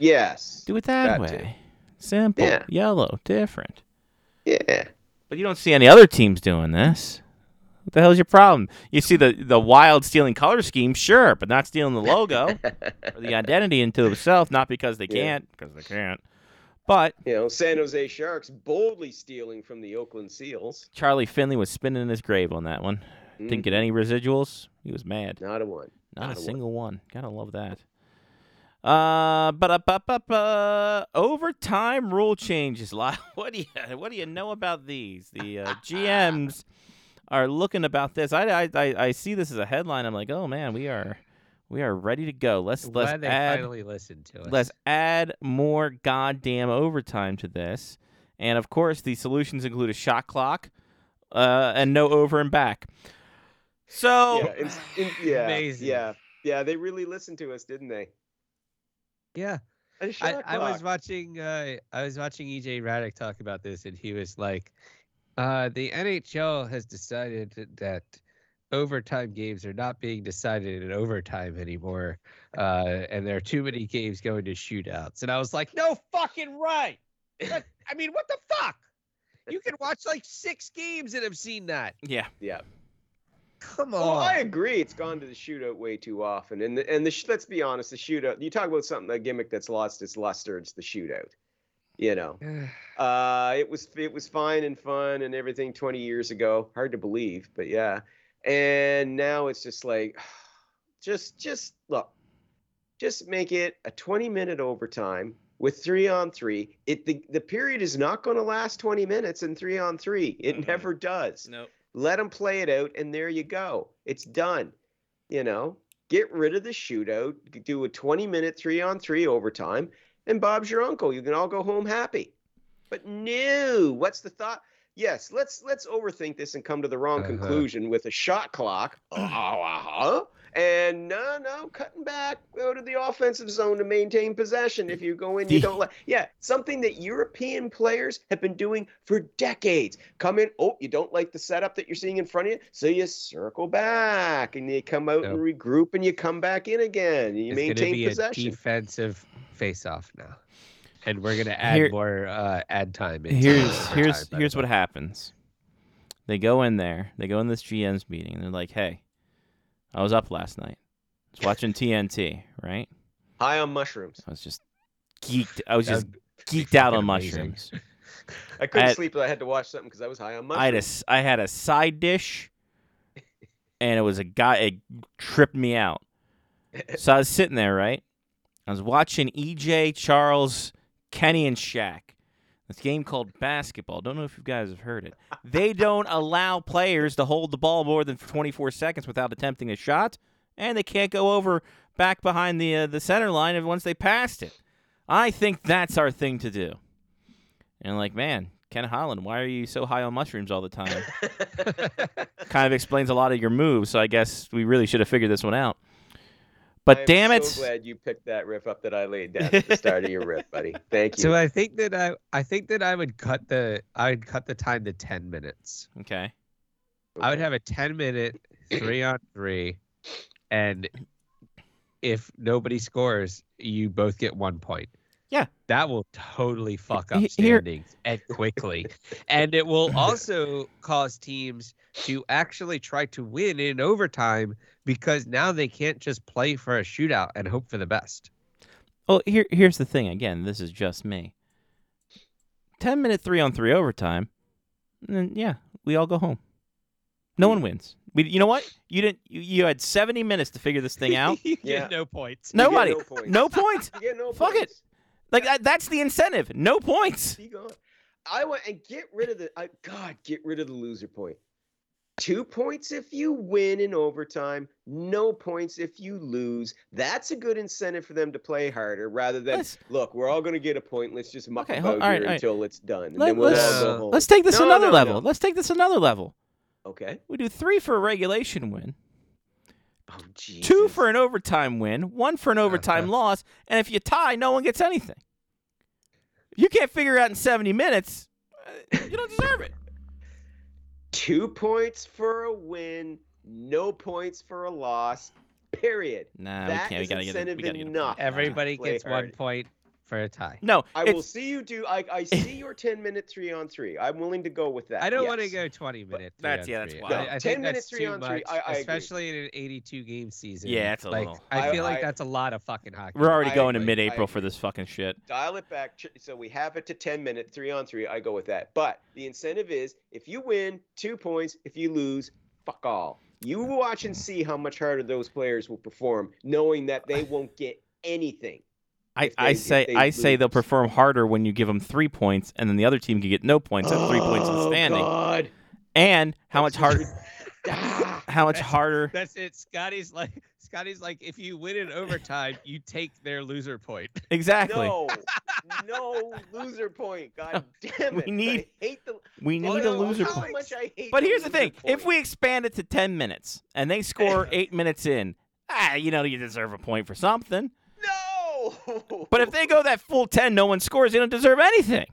Speaker 6: Yes.
Speaker 1: Do it that,
Speaker 6: That too.
Speaker 1: way. Simple.
Speaker 6: Yeah.
Speaker 1: Yellow. Different.
Speaker 6: Yeah.
Speaker 1: But you don't see any other teams doing this. What the hell's your problem? You see the, the wild stealing color scheme, sure, but not stealing the logo or the identity into itself, not because they
Speaker 6: Yeah.
Speaker 1: can't, because they can't. But
Speaker 6: You know, San Jose Sharks boldly stealing from the Oakland Seals.
Speaker 1: Charlie Finley was spinning in his grave on that one.
Speaker 6: Mm-hmm.
Speaker 1: Didn't get any residuals. He was mad.
Speaker 6: Not a one.
Speaker 1: Not,
Speaker 6: Not
Speaker 1: a
Speaker 6: a
Speaker 1: single one. Gotta love that. Uh, but up, up, up, uh, overtime rule changes. Lyle. What do you what do you know about these? The uh, GMs are looking about this. I, I I I see this as a headline. I'm like, oh man, we are we are ready to go. Let's
Speaker 7: I'm
Speaker 1: let's
Speaker 7: glad they
Speaker 1: add
Speaker 7: finally listened to us.
Speaker 1: let's add more goddamn overtime to this. And of course, the solutions include a shot clock uh, and no over and back. So
Speaker 6: yeah, it's- in- yeah,
Speaker 7: Oh. Amazing.
Speaker 6: yeah, yeah. They really listened to us, didn't they?
Speaker 7: Yeah.
Speaker 6: A
Speaker 7: I,
Speaker 6: shot
Speaker 7: I was
Speaker 6: clock.
Speaker 7: watching uh, I was watching EJ Raddick talk about this, and he was like, uh, "The NHL has decided th- that overtime games are not being decided in overtime anymore, uh, and there are too many games going to shootouts." And I was like, "No fucking right! That- I mean, what the fuck? You can watch like six games and have seen that.
Speaker 1: yeah.
Speaker 7: Come on,
Speaker 6: Well, Oh, I agree. It's gone to the shootout way too often, and the, and the sh- let's be honest, the shootout. You talk about something a gimmick that's lost its luster. It's the shootout. You know, uh, it was it was fine and fun and everything 20 years ago. Hard to believe, but yeah. And now it's just like, just just look, just make it a 20 minute overtime with three on three. It the, the period is not going to last 20 minutes in three on three. It
Speaker 1: Mhm.
Speaker 6: never does
Speaker 1: No.
Speaker 6: let them play it out and there you go it's done you know get rid of the shootout do a 20 minute three on three overtime and bob's your uncle you can all go home happy but no what's the thought yes let's let's overthink this and come to the wrong
Speaker 7: Uh-huh.
Speaker 6: conclusion with a shot clock oh, uh-huh. and no no cutting back go to the offensive zone to maintain possession if you go in you
Speaker 1: The-
Speaker 6: don't let yeah something that european players have been doing for decades come in. Oh, you don't like the setup that you're seeing in front of you, so you circle back and you come out
Speaker 7: Yep.
Speaker 6: and regroup and you come back in again. And you
Speaker 7: it's gonna
Speaker 6: maintain
Speaker 7: be a
Speaker 6: possession.
Speaker 7: defensive face-off now." And we're gonna add
Speaker 1: Here-
Speaker 7: more uh, ad time. into
Speaker 1: here's
Speaker 7: overtime,
Speaker 1: here's
Speaker 7: by the
Speaker 1: here's
Speaker 7: way.
Speaker 1: what happens. They go in there. They go in this GM's meeting. And they're like, "Hey, I was up last night. I was watching TNT. Right?
Speaker 6: High on mushrooms.
Speaker 1: I was just geeked. I was
Speaker 7: That
Speaker 1: just
Speaker 7: would
Speaker 1: geeked out
Speaker 7: fucking
Speaker 1: on
Speaker 7: amazing.
Speaker 1: mushrooms.
Speaker 6: I couldn't
Speaker 1: I-
Speaker 6: sleep, but I had to watch something because I was high on
Speaker 1: I had a
Speaker 6: mushrooms.
Speaker 1: s- I had a side dish, and it was a guy. It tripped me out. So I was sitting there, right? I was watching EJ, Charles, Kenny, and Shaq. This game called basketball. Don't know if you guys have heard it. They don't allow players to hold the ball more than 24 seconds without attempting a shot, and they can't go over back behind the uh, the center line if- once they passed it. I think that's our thing to do. And like, man, Ken Holland, why are you so high on mushrooms all the time? kind of explains a lot of your moves. So I guess we really should have figured this one out. But
Speaker 6: I'm
Speaker 1: damn it,
Speaker 6: So glad you picked that riff up that I laid down at the start of your riff, buddy. Thank you.
Speaker 7: So I think that I I think that I would cut the I would cut the time to ten minutes.
Speaker 1: okay,
Speaker 7: I would
Speaker 6: Okay.
Speaker 7: have a ten minute three on three, and if nobody scores, you both get one point.
Speaker 1: Yeah.
Speaker 7: that will totally fuck
Speaker 1: He-
Speaker 7: up
Speaker 1: here-
Speaker 7: standings and quickly, and it will also cause teams to actually try to win in overtime because now they can't just play for a shootout and hope for the best.
Speaker 1: Well, Oh, here here's the thing. Again, this is just me. Ten minute three on three overtime. And then, yeah, we all go home. No
Speaker 6: Hmm.
Speaker 1: one wins. We, you know what? You didn't. You, you had 70 minutes to figure this thing out.
Speaker 7: you
Speaker 6: Yeah.
Speaker 7: get no points.
Speaker 6: You get
Speaker 1: Nobody.
Speaker 6: no points.
Speaker 1: No points.
Speaker 6: You get no
Speaker 1: Fuck it.
Speaker 6: points.
Speaker 1: Like that, that's the incentive. No points.
Speaker 6: Be gone. I want and get rid of the. I, God, get rid of the loser point. Two points if you win in overtime. No points if you lose. That's a good incentive for them to play harder rather than
Speaker 1: Let's-
Speaker 6: look. We're all going to get a point. Let's just muck
Speaker 1: Okay,
Speaker 6: about
Speaker 1: hold- all right,
Speaker 6: here
Speaker 1: all right.
Speaker 6: until it's done, and
Speaker 1: Let-
Speaker 6: then we'll
Speaker 7: let's-
Speaker 6: all go home.
Speaker 1: Let's take this
Speaker 6: No,
Speaker 1: another
Speaker 6: no,
Speaker 1: level.
Speaker 6: no.
Speaker 1: Let's take this another level.
Speaker 6: Okay.
Speaker 1: We do three for a regulation win,
Speaker 6: Oh,
Speaker 1: two
Speaker 6: Jesus.
Speaker 1: for an overtime win, one for an overtime loss, and if you tie, no one gets anything. You can't figure it out in 70 minutes. uh, You don't deserve it.
Speaker 6: two points for a win. No points for a loss. Period.
Speaker 1: Nah,
Speaker 6: That
Speaker 1: we can't. We gotta
Speaker 6: is
Speaker 1: get. A, we
Speaker 6: incentive
Speaker 1: gotta get. A
Speaker 6: enough.
Speaker 1: point.
Speaker 7: Everybody
Speaker 6: Play
Speaker 7: gets one
Speaker 6: hard.
Speaker 7: point for a tie.
Speaker 1: No,
Speaker 6: I
Speaker 1: it's-
Speaker 6: will see you do. I, I see your ten minute three on three. I'm willing to go with that.
Speaker 7: I don't want to
Speaker 6: yes.
Speaker 7: go 20 minute. three
Speaker 1: that's-
Speaker 7: on
Speaker 1: yeah, that's
Speaker 7: three.
Speaker 1: wild.
Speaker 7: I, I
Speaker 6: No,
Speaker 7: think
Speaker 6: 10 minute
Speaker 7: that's
Speaker 6: three
Speaker 7: too
Speaker 6: on three,
Speaker 7: much,
Speaker 6: I- I agree.
Speaker 7: especially in an 82 game season.
Speaker 1: Yeah, it's a
Speaker 7: like,
Speaker 1: little.
Speaker 7: I
Speaker 6: I-
Speaker 7: feel like
Speaker 6: I-
Speaker 7: that's a lot of fucking hockey.
Speaker 1: We're already
Speaker 6: I
Speaker 1: going to
Speaker 6: agree.
Speaker 1: mid-April
Speaker 6: I
Speaker 1: for this fucking shit.
Speaker 6: dial it back. ch- So we have it to ten minute three on three. I go with that. But the incentive is if you win two points. If you lose, fuck all. You watch and see how much harder those players will perform, knowing that they won't get anything.
Speaker 1: I,
Speaker 6: If they-
Speaker 1: I
Speaker 6: if
Speaker 1: say
Speaker 6: they
Speaker 1: I say they'll
Speaker 6: lose.
Speaker 1: perform harder when you give them three points, and then the other team can get no points at three points in the
Speaker 6: Oh,
Speaker 1: standing.
Speaker 6: God.
Speaker 1: And how much
Speaker 6: That's
Speaker 1: harder?
Speaker 6: Ah.
Speaker 1: How much
Speaker 7: That's-
Speaker 1: harder?
Speaker 7: That's it. Scotty's like Scotty's like if you win in overtime, you take their loser point.
Speaker 1: Exactly.
Speaker 6: No, no loser point. God damn
Speaker 1: We
Speaker 6: it.
Speaker 1: need-
Speaker 6: I hate the.
Speaker 1: We
Speaker 6: Oh,
Speaker 1: need a
Speaker 6: no,
Speaker 1: loser
Speaker 6: how
Speaker 1: point.
Speaker 6: much I hate
Speaker 1: But
Speaker 6: the
Speaker 1: here's the
Speaker 6: loser
Speaker 1: thing:
Speaker 6: point.
Speaker 1: if we expand it to ten minutes and they score eight minutes in, ah, you know you deserve a point for something.
Speaker 6: no.
Speaker 1: But if they go that full ten, no one scores, they don't deserve anything.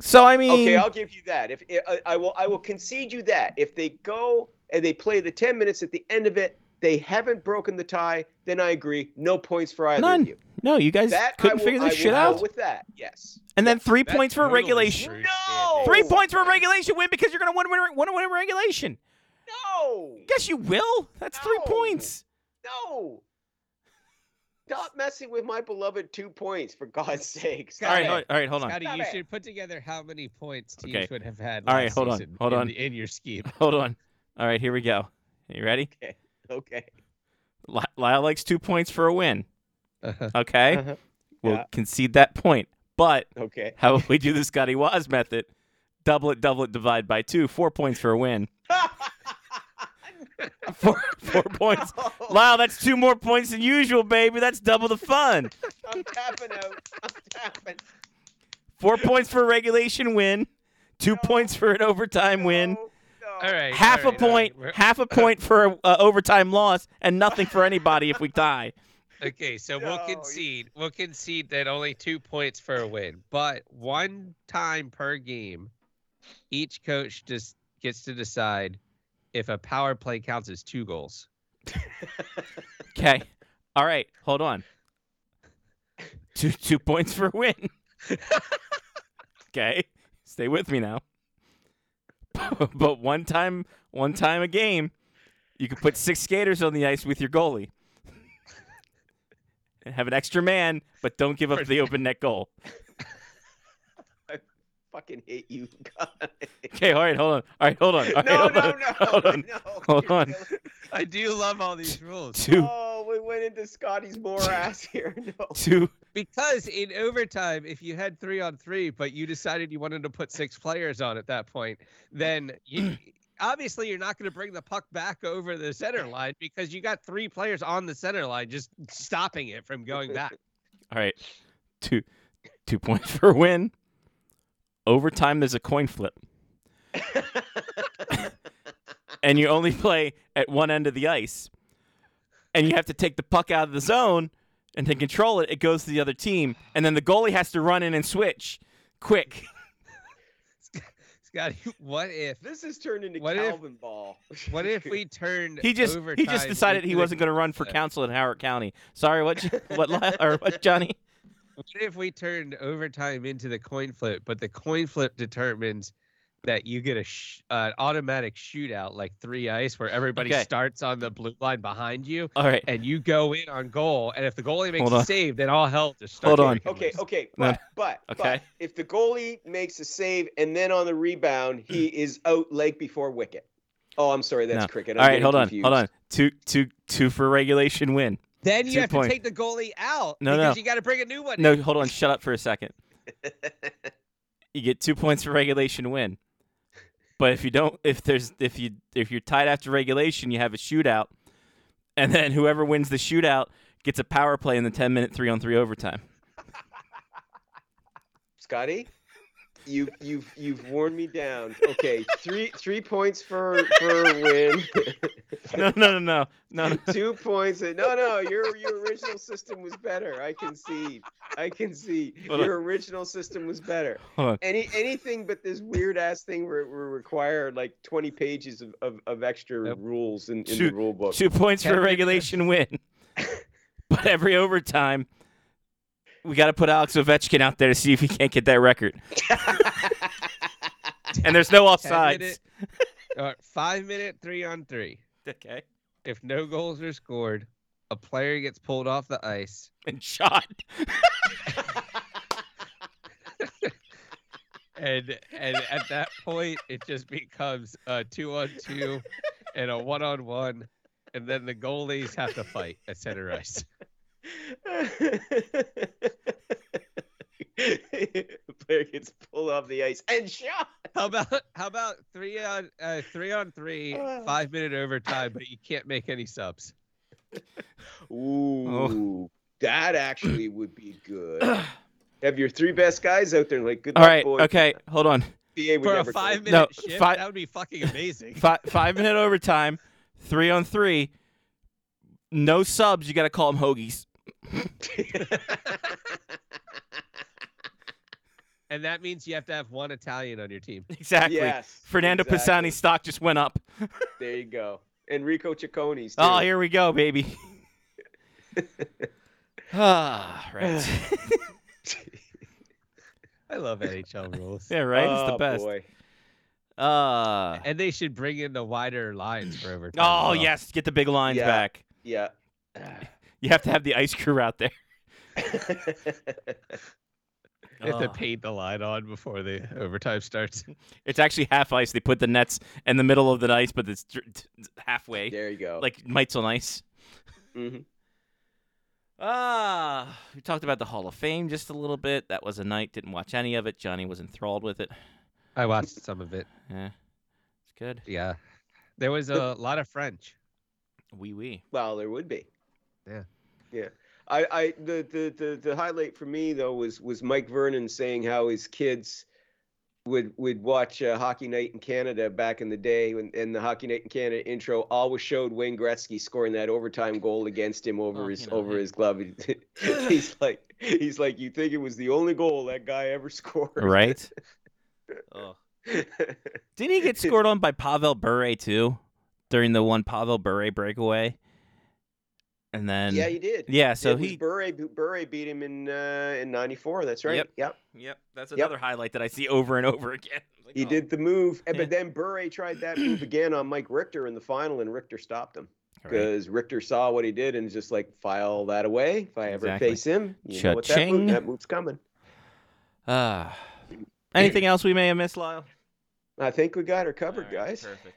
Speaker 1: So I mean,
Speaker 6: okay, I'll give you that. If I, I will, I will concede you that. If they go and they play the ten minutes at the end of it, they haven't broken the tie. Then I agree. No points for either
Speaker 1: None.
Speaker 6: of you.
Speaker 1: no, you guys
Speaker 6: That I
Speaker 1: couldn't
Speaker 6: will,
Speaker 1: figure
Speaker 6: I
Speaker 1: this
Speaker 6: will
Speaker 1: shit
Speaker 6: go
Speaker 1: out.
Speaker 6: With that, yes.
Speaker 1: and then three
Speaker 7: That's
Speaker 1: points for
Speaker 7: totally
Speaker 1: regulation.
Speaker 7: true,
Speaker 6: No!
Speaker 7: Stanley.
Speaker 1: Three points for a regulation win because you're gonna win win win win regulation.
Speaker 6: No.
Speaker 1: Guess you will. That's three
Speaker 6: No.
Speaker 1: points.
Speaker 6: No. Stop messing with my beloved two points, for God's sakes.
Speaker 7: All right,
Speaker 6: Stop it.
Speaker 1: all right, hold
Speaker 7: Scotty,
Speaker 6: Stop
Speaker 7: you
Speaker 6: it.
Speaker 7: should put together how many points teams
Speaker 1: Okay.
Speaker 7: would have had.
Speaker 1: All right,
Speaker 7: last
Speaker 1: hold on,
Speaker 7: season
Speaker 1: hold
Speaker 7: in
Speaker 1: on.
Speaker 7: the- in your scheme.
Speaker 1: Hold on. All right, here we go. You ready?
Speaker 6: Okay.
Speaker 1: Li- Lyle likes two points for a win. Okay,
Speaker 6: Uh-huh.
Speaker 1: we'll
Speaker 6: Yeah.
Speaker 1: concede that point. But
Speaker 6: Okay.
Speaker 1: how about we do the Scotty Waz method? Double it, double it, divide by two. Four points for a win. Four, four points.
Speaker 6: Oh,
Speaker 1: Lyle, that's two more points than usual, baby. That's double the fun.
Speaker 6: I'm tapping out. I'm tapping.
Speaker 1: Four points for a regulation win. Two points for an overtime win.
Speaker 6: No, Oh, no.
Speaker 7: All right,
Speaker 1: half
Speaker 7: all
Speaker 1: a
Speaker 7: right, all right.
Speaker 1: point,
Speaker 7: We're-
Speaker 1: half a point for a uh, overtime loss, and nothing for anybody if we tie.
Speaker 7: Okay, so
Speaker 6: No,
Speaker 7: we'll
Speaker 6: you-
Speaker 7: concede. We'll concede that only two points for a win, but one time per game, each coach just gets to decide if a power play counts as two goals.
Speaker 1: Okay. All right. Hold on. Two two points for a win. okay. Stay with me now. but one time, one time a game, you can put six skaters on the ice with your goalie. And have an extra man, but don't give up the open net goal.
Speaker 6: Fucking hate you. God.
Speaker 1: Okay, all right, hold on. All right, hold on. All right,
Speaker 6: no,
Speaker 1: hold
Speaker 6: no,
Speaker 1: on.
Speaker 6: no.
Speaker 1: Hold on.
Speaker 6: No,
Speaker 1: Hold
Speaker 6: you're
Speaker 1: on.
Speaker 6: killing-
Speaker 7: I do love all these rules.
Speaker 1: Two,
Speaker 6: Oh, we went into Scotty's more ass here. No.
Speaker 1: two,
Speaker 7: Because in overtime, if you had three on three, but you decided you wanted to put six players on at that point, then you, obviously you're not going to bring the puck back over the center line because you got three players on the center line just stopping it from going back.
Speaker 1: All right, two two points for a win. Overtime, there's a coin flip, and you only play at one end of the ice, and you have to take the puck out of the zone and then control it. It goes to the other team, and then the goalie has to run in and switch quick.
Speaker 7: Scotty, what if
Speaker 6: This has turned into
Speaker 7: What if-
Speaker 6: Calvin Ball.
Speaker 7: what if we turned
Speaker 1: He just
Speaker 7: overtime
Speaker 1: he just decided he
Speaker 7: into the-
Speaker 1: wasn't going to run for
Speaker 7: Yeah.
Speaker 1: council in Howard County. Sorry, what J- what Lyle- or what Johnny?
Speaker 7: What if we turned overtime into the coin flip, but the coin flip determines that you get a sh- an automatic shootout like three ice where everybody
Speaker 1: Okay.
Speaker 7: starts on the blue line behind you
Speaker 1: All right,
Speaker 7: and you go in on goal and if the goalie makes
Speaker 1: Hold
Speaker 7: a
Speaker 1: on.
Speaker 7: save then all hell just
Speaker 1: Hold
Speaker 7: starts
Speaker 1: on.
Speaker 6: Okay, okay,
Speaker 1: No.
Speaker 6: but, but
Speaker 1: Okay.
Speaker 6: but if the goalie makes a save and then on the rebound he is out leg before wicket. Oh, I'm sorry, that's
Speaker 1: Hmm. No.
Speaker 6: cricket. I'm
Speaker 1: All right,
Speaker 6: getting
Speaker 1: hold on,
Speaker 6: confused.
Speaker 1: hold on. Two, two, two for regulation win.
Speaker 7: Then you
Speaker 1: Two
Speaker 7: have
Speaker 1: point.
Speaker 7: to take the goalie out
Speaker 1: No,
Speaker 7: because
Speaker 1: no.
Speaker 7: you got to bring a new one.
Speaker 1: No,
Speaker 7: in.
Speaker 1: hold on. Shut up for a second. You get two points for regulation win. But if you don't, if there's, if you, if you're tied after regulation, you have a shootout, and then whoever wins the shootout gets a power play in the ten minute three on three overtime.
Speaker 6: Scotty, you you've you've worn me down. Okay, three three points for for a win.
Speaker 1: No, no, no, no, no. no.
Speaker 6: Two points. and- No, no, your your original system was better. I can see. I can see.
Speaker 1: Hold on.
Speaker 6: your original system was better.
Speaker 1: Hold on.
Speaker 6: Any anything but this weird ass thing where it will require like twenty pages of, of, of extra
Speaker 7: Yep.
Speaker 6: rules in, in
Speaker 1: Two-
Speaker 6: the rule book.
Speaker 1: Two points for a
Speaker 7: Technically-
Speaker 1: regulation win. but every overtime, we got to put Alex Ovechkin out there to see if he can't get that record. and there's no
Speaker 7: 10
Speaker 1: offsides.
Speaker 7: minute- uh, five minute three on three.
Speaker 1: Okay.
Speaker 7: If no goals are scored, a player gets pulled off the ice.
Speaker 1: And shot.
Speaker 7: and and at that point it just becomes a two on two and a one on one and then the goalies have to fight at center ice
Speaker 6: Player gets pulled off the ice and shot.
Speaker 7: how about how about three on uh, three on three
Speaker 6: Ah.
Speaker 7: five minute overtime but you can't make any subs
Speaker 6: Ooh,
Speaker 1: Oh.
Speaker 6: that actually would be good. Have your three best guys out there, like good
Speaker 1: All
Speaker 6: luck,
Speaker 1: right.
Speaker 6: boys.
Speaker 1: Okay. Hold on.
Speaker 6: BA, we
Speaker 7: for a
Speaker 6: never go.
Speaker 7: five minute
Speaker 1: No,
Speaker 7: shift
Speaker 1: fi-
Speaker 7: that would be fucking amazing
Speaker 1: Five, five minute overtime. Three on three. No subs. You got to call them hoagies.
Speaker 7: and that means you have to have one italian on your team
Speaker 1: Exactly.
Speaker 6: Yes,
Speaker 1: Fernando
Speaker 6: exactly.
Speaker 1: Pisani's stock just went up.
Speaker 6: There you go. Enrico Cicconi's.
Speaker 1: Oh,
Speaker 6: too.
Speaker 1: here we go, baby. ah, right.
Speaker 7: i love nhl rules
Speaker 1: yeah, right. It's the
Speaker 6: Oh,
Speaker 1: best.
Speaker 6: boy.
Speaker 1: Uh,
Speaker 7: and they should bring in the wider lines for overtime as
Speaker 1: oh
Speaker 7: well.
Speaker 1: yes, get the big lines
Speaker 6: Uh-huh. Yeah.
Speaker 1: back.
Speaker 6: Yeah.
Speaker 1: You have to have the ice crew out there.
Speaker 7: They have to
Speaker 1: Ah.
Speaker 7: paint the line on before the overtime starts.
Speaker 1: It's actually half ice. They put the nets in the middle of the ice, but it's dr- t- t- halfway,
Speaker 6: there you go.
Speaker 1: like mites on ice.
Speaker 6: Mhm.
Speaker 1: Ah, we talked about the Hall of Fame just a little bit. That was a night. Didn't watch any of it. Johnny was enthralled with it.
Speaker 7: I watched some of it.
Speaker 1: Yeah, it's good.
Speaker 7: Yeah. There was a lot of French.
Speaker 1: Wee wee.
Speaker 6: Well, there would be.
Speaker 7: Yeah.
Speaker 6: Yeah. I, I the, the the the highlight for me though was was Mike Vernon saying how his kids would would watch uh, Hockey Night in Canada back in the day when and the Hockey Night in Canada intro always showed Wayne Gretzky scoring that overtime goal against him over
Speaker 1: Well,
Speaker 6: his
Speaker 1: Oh, you know,
Speaker 6: over
Speaker 1: hey.
Speaker 6: his glove. he's like he's like you think it was the only goal that guy ever scored.
Speaker 1: Right. oh. Didn't he get scored on by Pavel Bure too during the one Pavel Bure breakaway? And then
Speaker 6: yeah, he did.
Speaker 1: yeah, so
Speaker 6: it was
Speaker 1: he
Speaker 6: Bure, Bure beat him in uh, in '94. That's right.
Speaker 1: Yep.
Speaker 6: yep.
Speaker 1: Yep, that's
Speaker 6: Yep.
Speaker 1: another highlight that I see over and over again. I'm like,
Speaker 6: He
Speaker 1: "Oh."
Speaker 6: did the move, and
Speaker 1: Yeah.
Speaker 6: but then Bure tried that move again on Mike Richter in the final, and Richter stopped him
Speaker 1: All right.
Speaker 6: because Richter saw what he did and just like file that away. If I ever
Speaker 1: Exactly.
Speaker 6: face him, you know what that,
Speaker 1: Cha-ching.
Speaker 6: move, that move's coming.
Speaker 1: Ah. anything else we may have missed, Lyle?
Speaker 6: I think we got her covered,
Speaker 1: All right, Oh.
Speaker 6: guys.
Speaker 1: Perfect.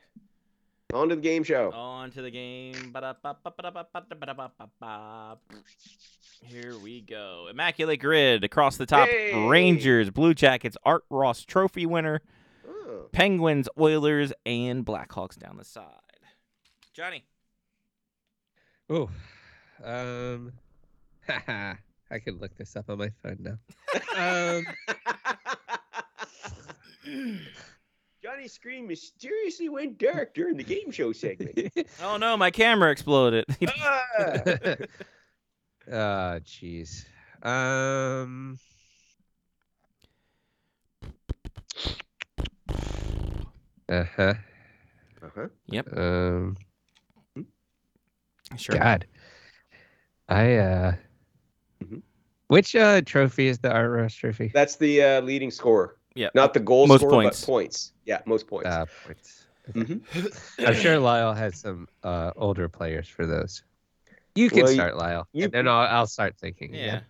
Speaker 6: On to the game show.
Speaker 1: On to the game. Ba-da-ba-ba-ba-ba-ba-ba-ba-ba. Here we go. Immaculate grid across the top.
Speaker 6: Hey!
Speaker 1: Rangers, Blue Jackets, Art Ross Trophy winner,
Speaker 6: Oh.
Speaker 1: Penguins, Oilers, and Blackhawks down the side. Johnny.
Speaker 7: Oh. Um I can look this up on my phone now. Um
Speaker 6: Johnny's screen mysteriously went dark during the game show segment.
Speaker 1: Oh no, my camera exploded.
Speaker 6: Ah!
Speaker 7: Ah, jeez. Um Uh-huh.
Speaker 6: Uh-huh.
Speaker 7: Um
Speaker 1: sure.
Speaker 7: God. I uh
Speaker 6: Mhm.
Speaker 7: which uh trophy is the Art Ross trophy?
Speaker 6: That's the uh, leading scorer.
Speaker 1: Yeah.
Speaker 6: Not the goal
Speaker 1: Most
Speaker 6: scorer,
Speaker 1: points.
Speaker 6: but points. Yeah, most points.
Speaker 7: Uh, points.
Speaker 6: Mhm.
Speaker 7: I'm sure Lyle has some uh older players for those. You can
Speaker 6: Well, you-
Speaker 7: start, Lyle.
Speaker 6: you-
Speaker 7: and then I'll, I'll start thinking.
Speaker 1: Yeah.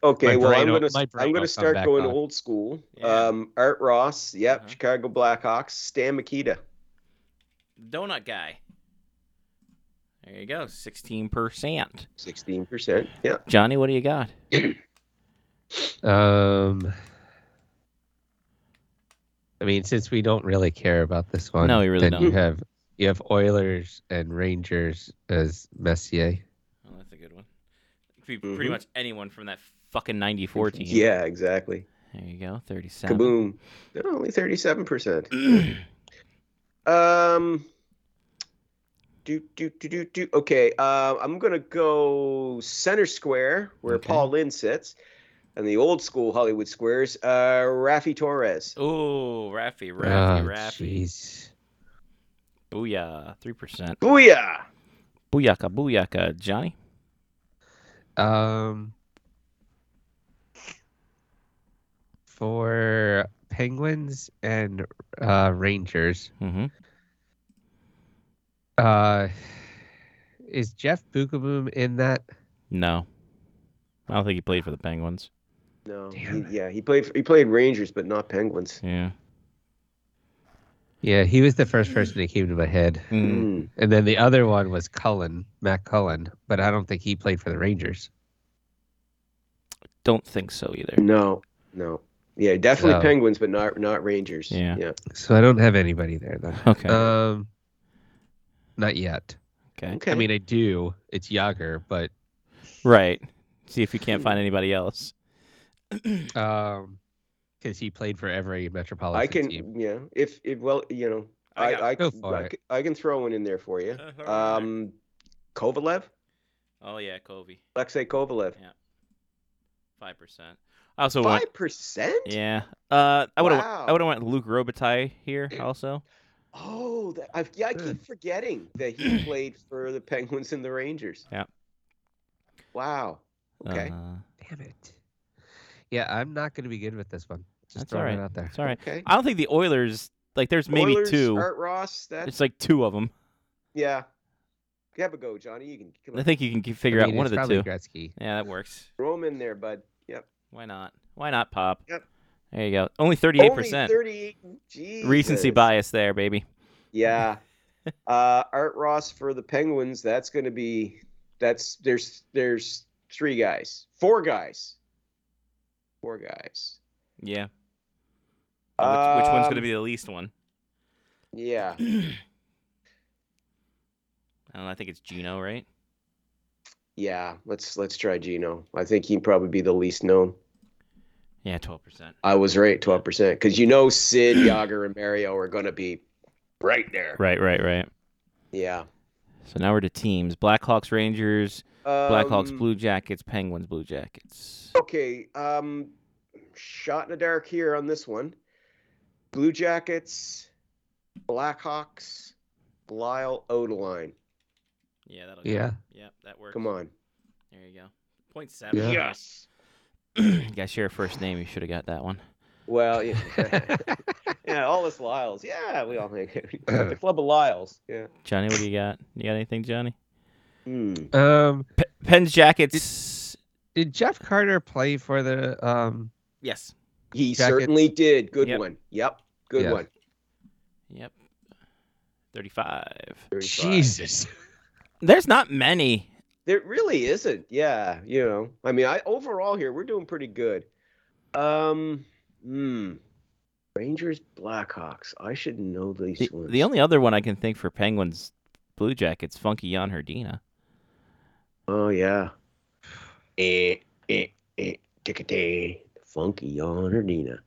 Speaker 6: Okay,
Speaker 7: My
Speaker 6: well, I'm
Speaker 7: brain will-
Speaker 6: gonna
Speaker 7: my brain
Speaker 6: I'm
Speaker 7: will
Speaker 6: gonna
Speaker 7: come
Speaker 6: start
Speaker 7: back
Speaker 6: going
Speaker 7: on.
Speaker 6: old school.
Speaker 1: Yeah.
Speaker 6: Um, Art Ross, yep,
Speaker 1: Uh-huh.
Speaker 6: Chicago Blackhawks. Stan Mikita,
Speaker 1: Donut guy. There you go, sixteen percent.
Speaker 6: Sixteen percent. Yeah.
Speaker 1: Johnny, what do you got?
Speaker 7: Um, I mean, since we don't really care about this one,
Speaker 1: No, we really
Speaker 7: then You
Speaker 1: don't.
Speaker 7: have you have Oilers and Rangers as Messier.
Speaker 1: Oh, that's a good one. It could be pretty
Speaker 6: Mhm.
Speaker 1: much anyone from that fucking '94 team.
Speaker 6: Yeah. Exactly.
Speaker 1: There you go, thirty-seven.
Speaker 6: Kaboom. No, only thirty-seven percent. Um. Do do do do do. Okay. Uh, I'm gonna go center square where
Speaker 1: Okay.
Speaker 6: Paul Lynn sits, and the old school Hollywood squares. Uh, Rafi Torres.
Speaker 1: Oh, Raffy, Raffy,
Speaker 7: Oh,
Speaker 1: Raffy.
Speaker 7: jeez.
Speaker 1: Booyah, three percent.
Speaker 6: Booyah!
Speaker 1: Booyaka, booyaka, Johnny.
Speaker 7: Um, for Penguins and uh, Rangers,
Speaker 1: Mm-hmm.
Speaker 7: uh, is Jeff Bukaboom in that?
Speaker 1: No, I don't think he played for the Penguins.
Speaker 6: No. He,
Speaker 7: Damn it.
Speaker 6: yeah, he played. He played Rangers, but not Penguins.
Speaker 1: Yeah.
Speaker 7: Yeah, he was the first person that came to my head.
Speaker 1: Mm.
Speaker 6: Mm.
Speaker 7: And then the other one was Cullen, Matt Cullen, but I don't think he played for the Rangers.
Speaker 1: Don't think so either.
Speaker 6: No. No. Yeah, definitely
Speaker 7: No.
Speaker 6: Penguins, but not not Rangers.
Speaker 1: Yeah.
Speaker 6: Yeah.
Speaker 7: So I don't have anybody there then.
Speaker 1: Okay.
Speaker 7: Um not yet.
Speaker 1: Okay.
Speaker 6: Okay.
Speaker 7: I mean I do. It's Yager, but
Speaker 1: Right. See if you can't find anybody else.
Speaker 7: um because he played for every metropolitan
Speaker 6: I can.
Speaker 7: team.
Speaker 6: Yeah. If if well, you know, I I,
Speaker 7: Go
Speaker 6: c-
Speaker 7: for
Speaker 6: I
Speaker 7: it. Uh-huh.
Speaker 6: c- I can throw one in there for you. Um, Kovalev,
Speaker 1: oh yeah, Kobe.
Speaker 6: Alexei Kovalev,
Speaker 1: Five percent. I also want.
Speaker 6: five percent.
Speaker 1: Yeah. Uh, I would have. I
Speaker 6: Wow.
Speaker 1: would have went Luke Robitaille here also.
Speaker 6: Oh, that, I, yeah, I keep forgetting that he played for the Penguins and the Rangers.
Speaker 1: Yeah.
Speaker 6: Wow. Okay.
Speaker 1: Uh,
Speaker 7: Damn it. Yeah, I'm not gonna be good with this one. Just
Speaker 1: That's all
Speaker 7: throwing
Speaker 1: right.
Speaker 7: it out there.
Speaker 1: it's all right.
Speaker 6: Okay.
Speaker 1: I don't think the Oilers. Like, there's maybe
Speaker 6: Oilers,
Speaker 1: two.
Speaker 6: Art Ross. That's
Speaker 1: It's like two of them.
Speaker 6: yeah. Have a go, Johnny. You can come
Speaker 1: I
Speaker 6: on.
Speaker 1: think you can g- figure
Speaker 7: I
Speaker 1: out
Speaker 7: mean,
Speaker 1: one of
Speaker 7: it's
Speaker 1: the
Speaker 7: probably
Speaker 1: two.
Speaker 7: Gretzky.
Speaker 1: Yeah, that works.
Speaker 6: throw him in there, bud. Yep.
Speaker 1: Why not? Why not, Pop?
Speaker 6: Yep.
Speaker 1: There you go. Only thirty-eight percent
Speaker 6: Thirty-eight. Jesus.
Speaker 1: recency bias there, baby.
Speaker 6: Yeah. uh, Art Ross for the Penguins. That's going to be that's there's there's three guys, four guys, four guys.
Speaker 1: Yeah. Uh, Which, which one's going to
Speaker 6: Um,
Speaker 1: be the least one?
Speaker 6: Yeah.
Speaker 1: I don't know. I think it's Gino, right?
Speaker 6: Yeah, let's let's try Gino. I think he'd probably be the least known.
Speaker 1: Yeah, twelve percent.
Speaker 6: I was right, twelve percent, because you know Sid, Yager, and Mario are going to be right there.
Speaker 1: Right, right, right.
Speaker 6: Yeah.
Speaker 1: So now we're to teams: Blackhawks, Rangers, Blackhawks,
Speaker 6: Um,
Speaker 1: Blue Jackets, Penguins, Blue Jackets.
Speaker 6: Okay. Um, shot in the dark here on this one. Blue Jackets, Blackhawks, Lyle Odeline.
Speaker 1: Yeah, that'll.
Speaker 7: go. Yeah.
Speaker 1: Yep, that works.
Speaker 6: Come on.
Speaker 1: There you go. Point seven.
Speaker 7: Yeah.
Speaker 3: Yes.
Speaker 1: you got your first name. You should have got that one.
Speaker 6: Well, yeah, yeah, all us Lyles. Yeah, we all make it. the club of Lyles. Yeah.
Speaker 1: Johnny, what do you got? You got anything, Johnny?
Speaker 6: Hmm.
Speaker 7: um
Speaker 1: P- Pens, Jackets.
Speaker 7: did Jeff Carter play for the um
Speaker 1: Yes.
Speaker 6: He
Speaker 7: Jackets.
Speaker 6: certainly did. Good
Speaker 1: Yep.
Speaker 6: one. Yep. Good
Speaker 7: Yeah.
Speaker 6: one.
Speaker 1: Yep. Thirty-five.
Speaker 6: 35.
Speaker 7: Jesus.
Speaker 1: There's not many.
Speaker 6: There really isn't. Yeah. You know. I mean, I overall here we're doing pretty good. Um. Hmm. Rangers, Blackhawks. I should know these
Speaker 1: The,
Speaker 6: ones.
Speaker 1: the only other one I can think for Penguins, Blue Jackets, Funky Jan Herdina.
Speaker 6: Oh yeah. Eh, eh, eh, tick-a-day. Funky yawn or Nina.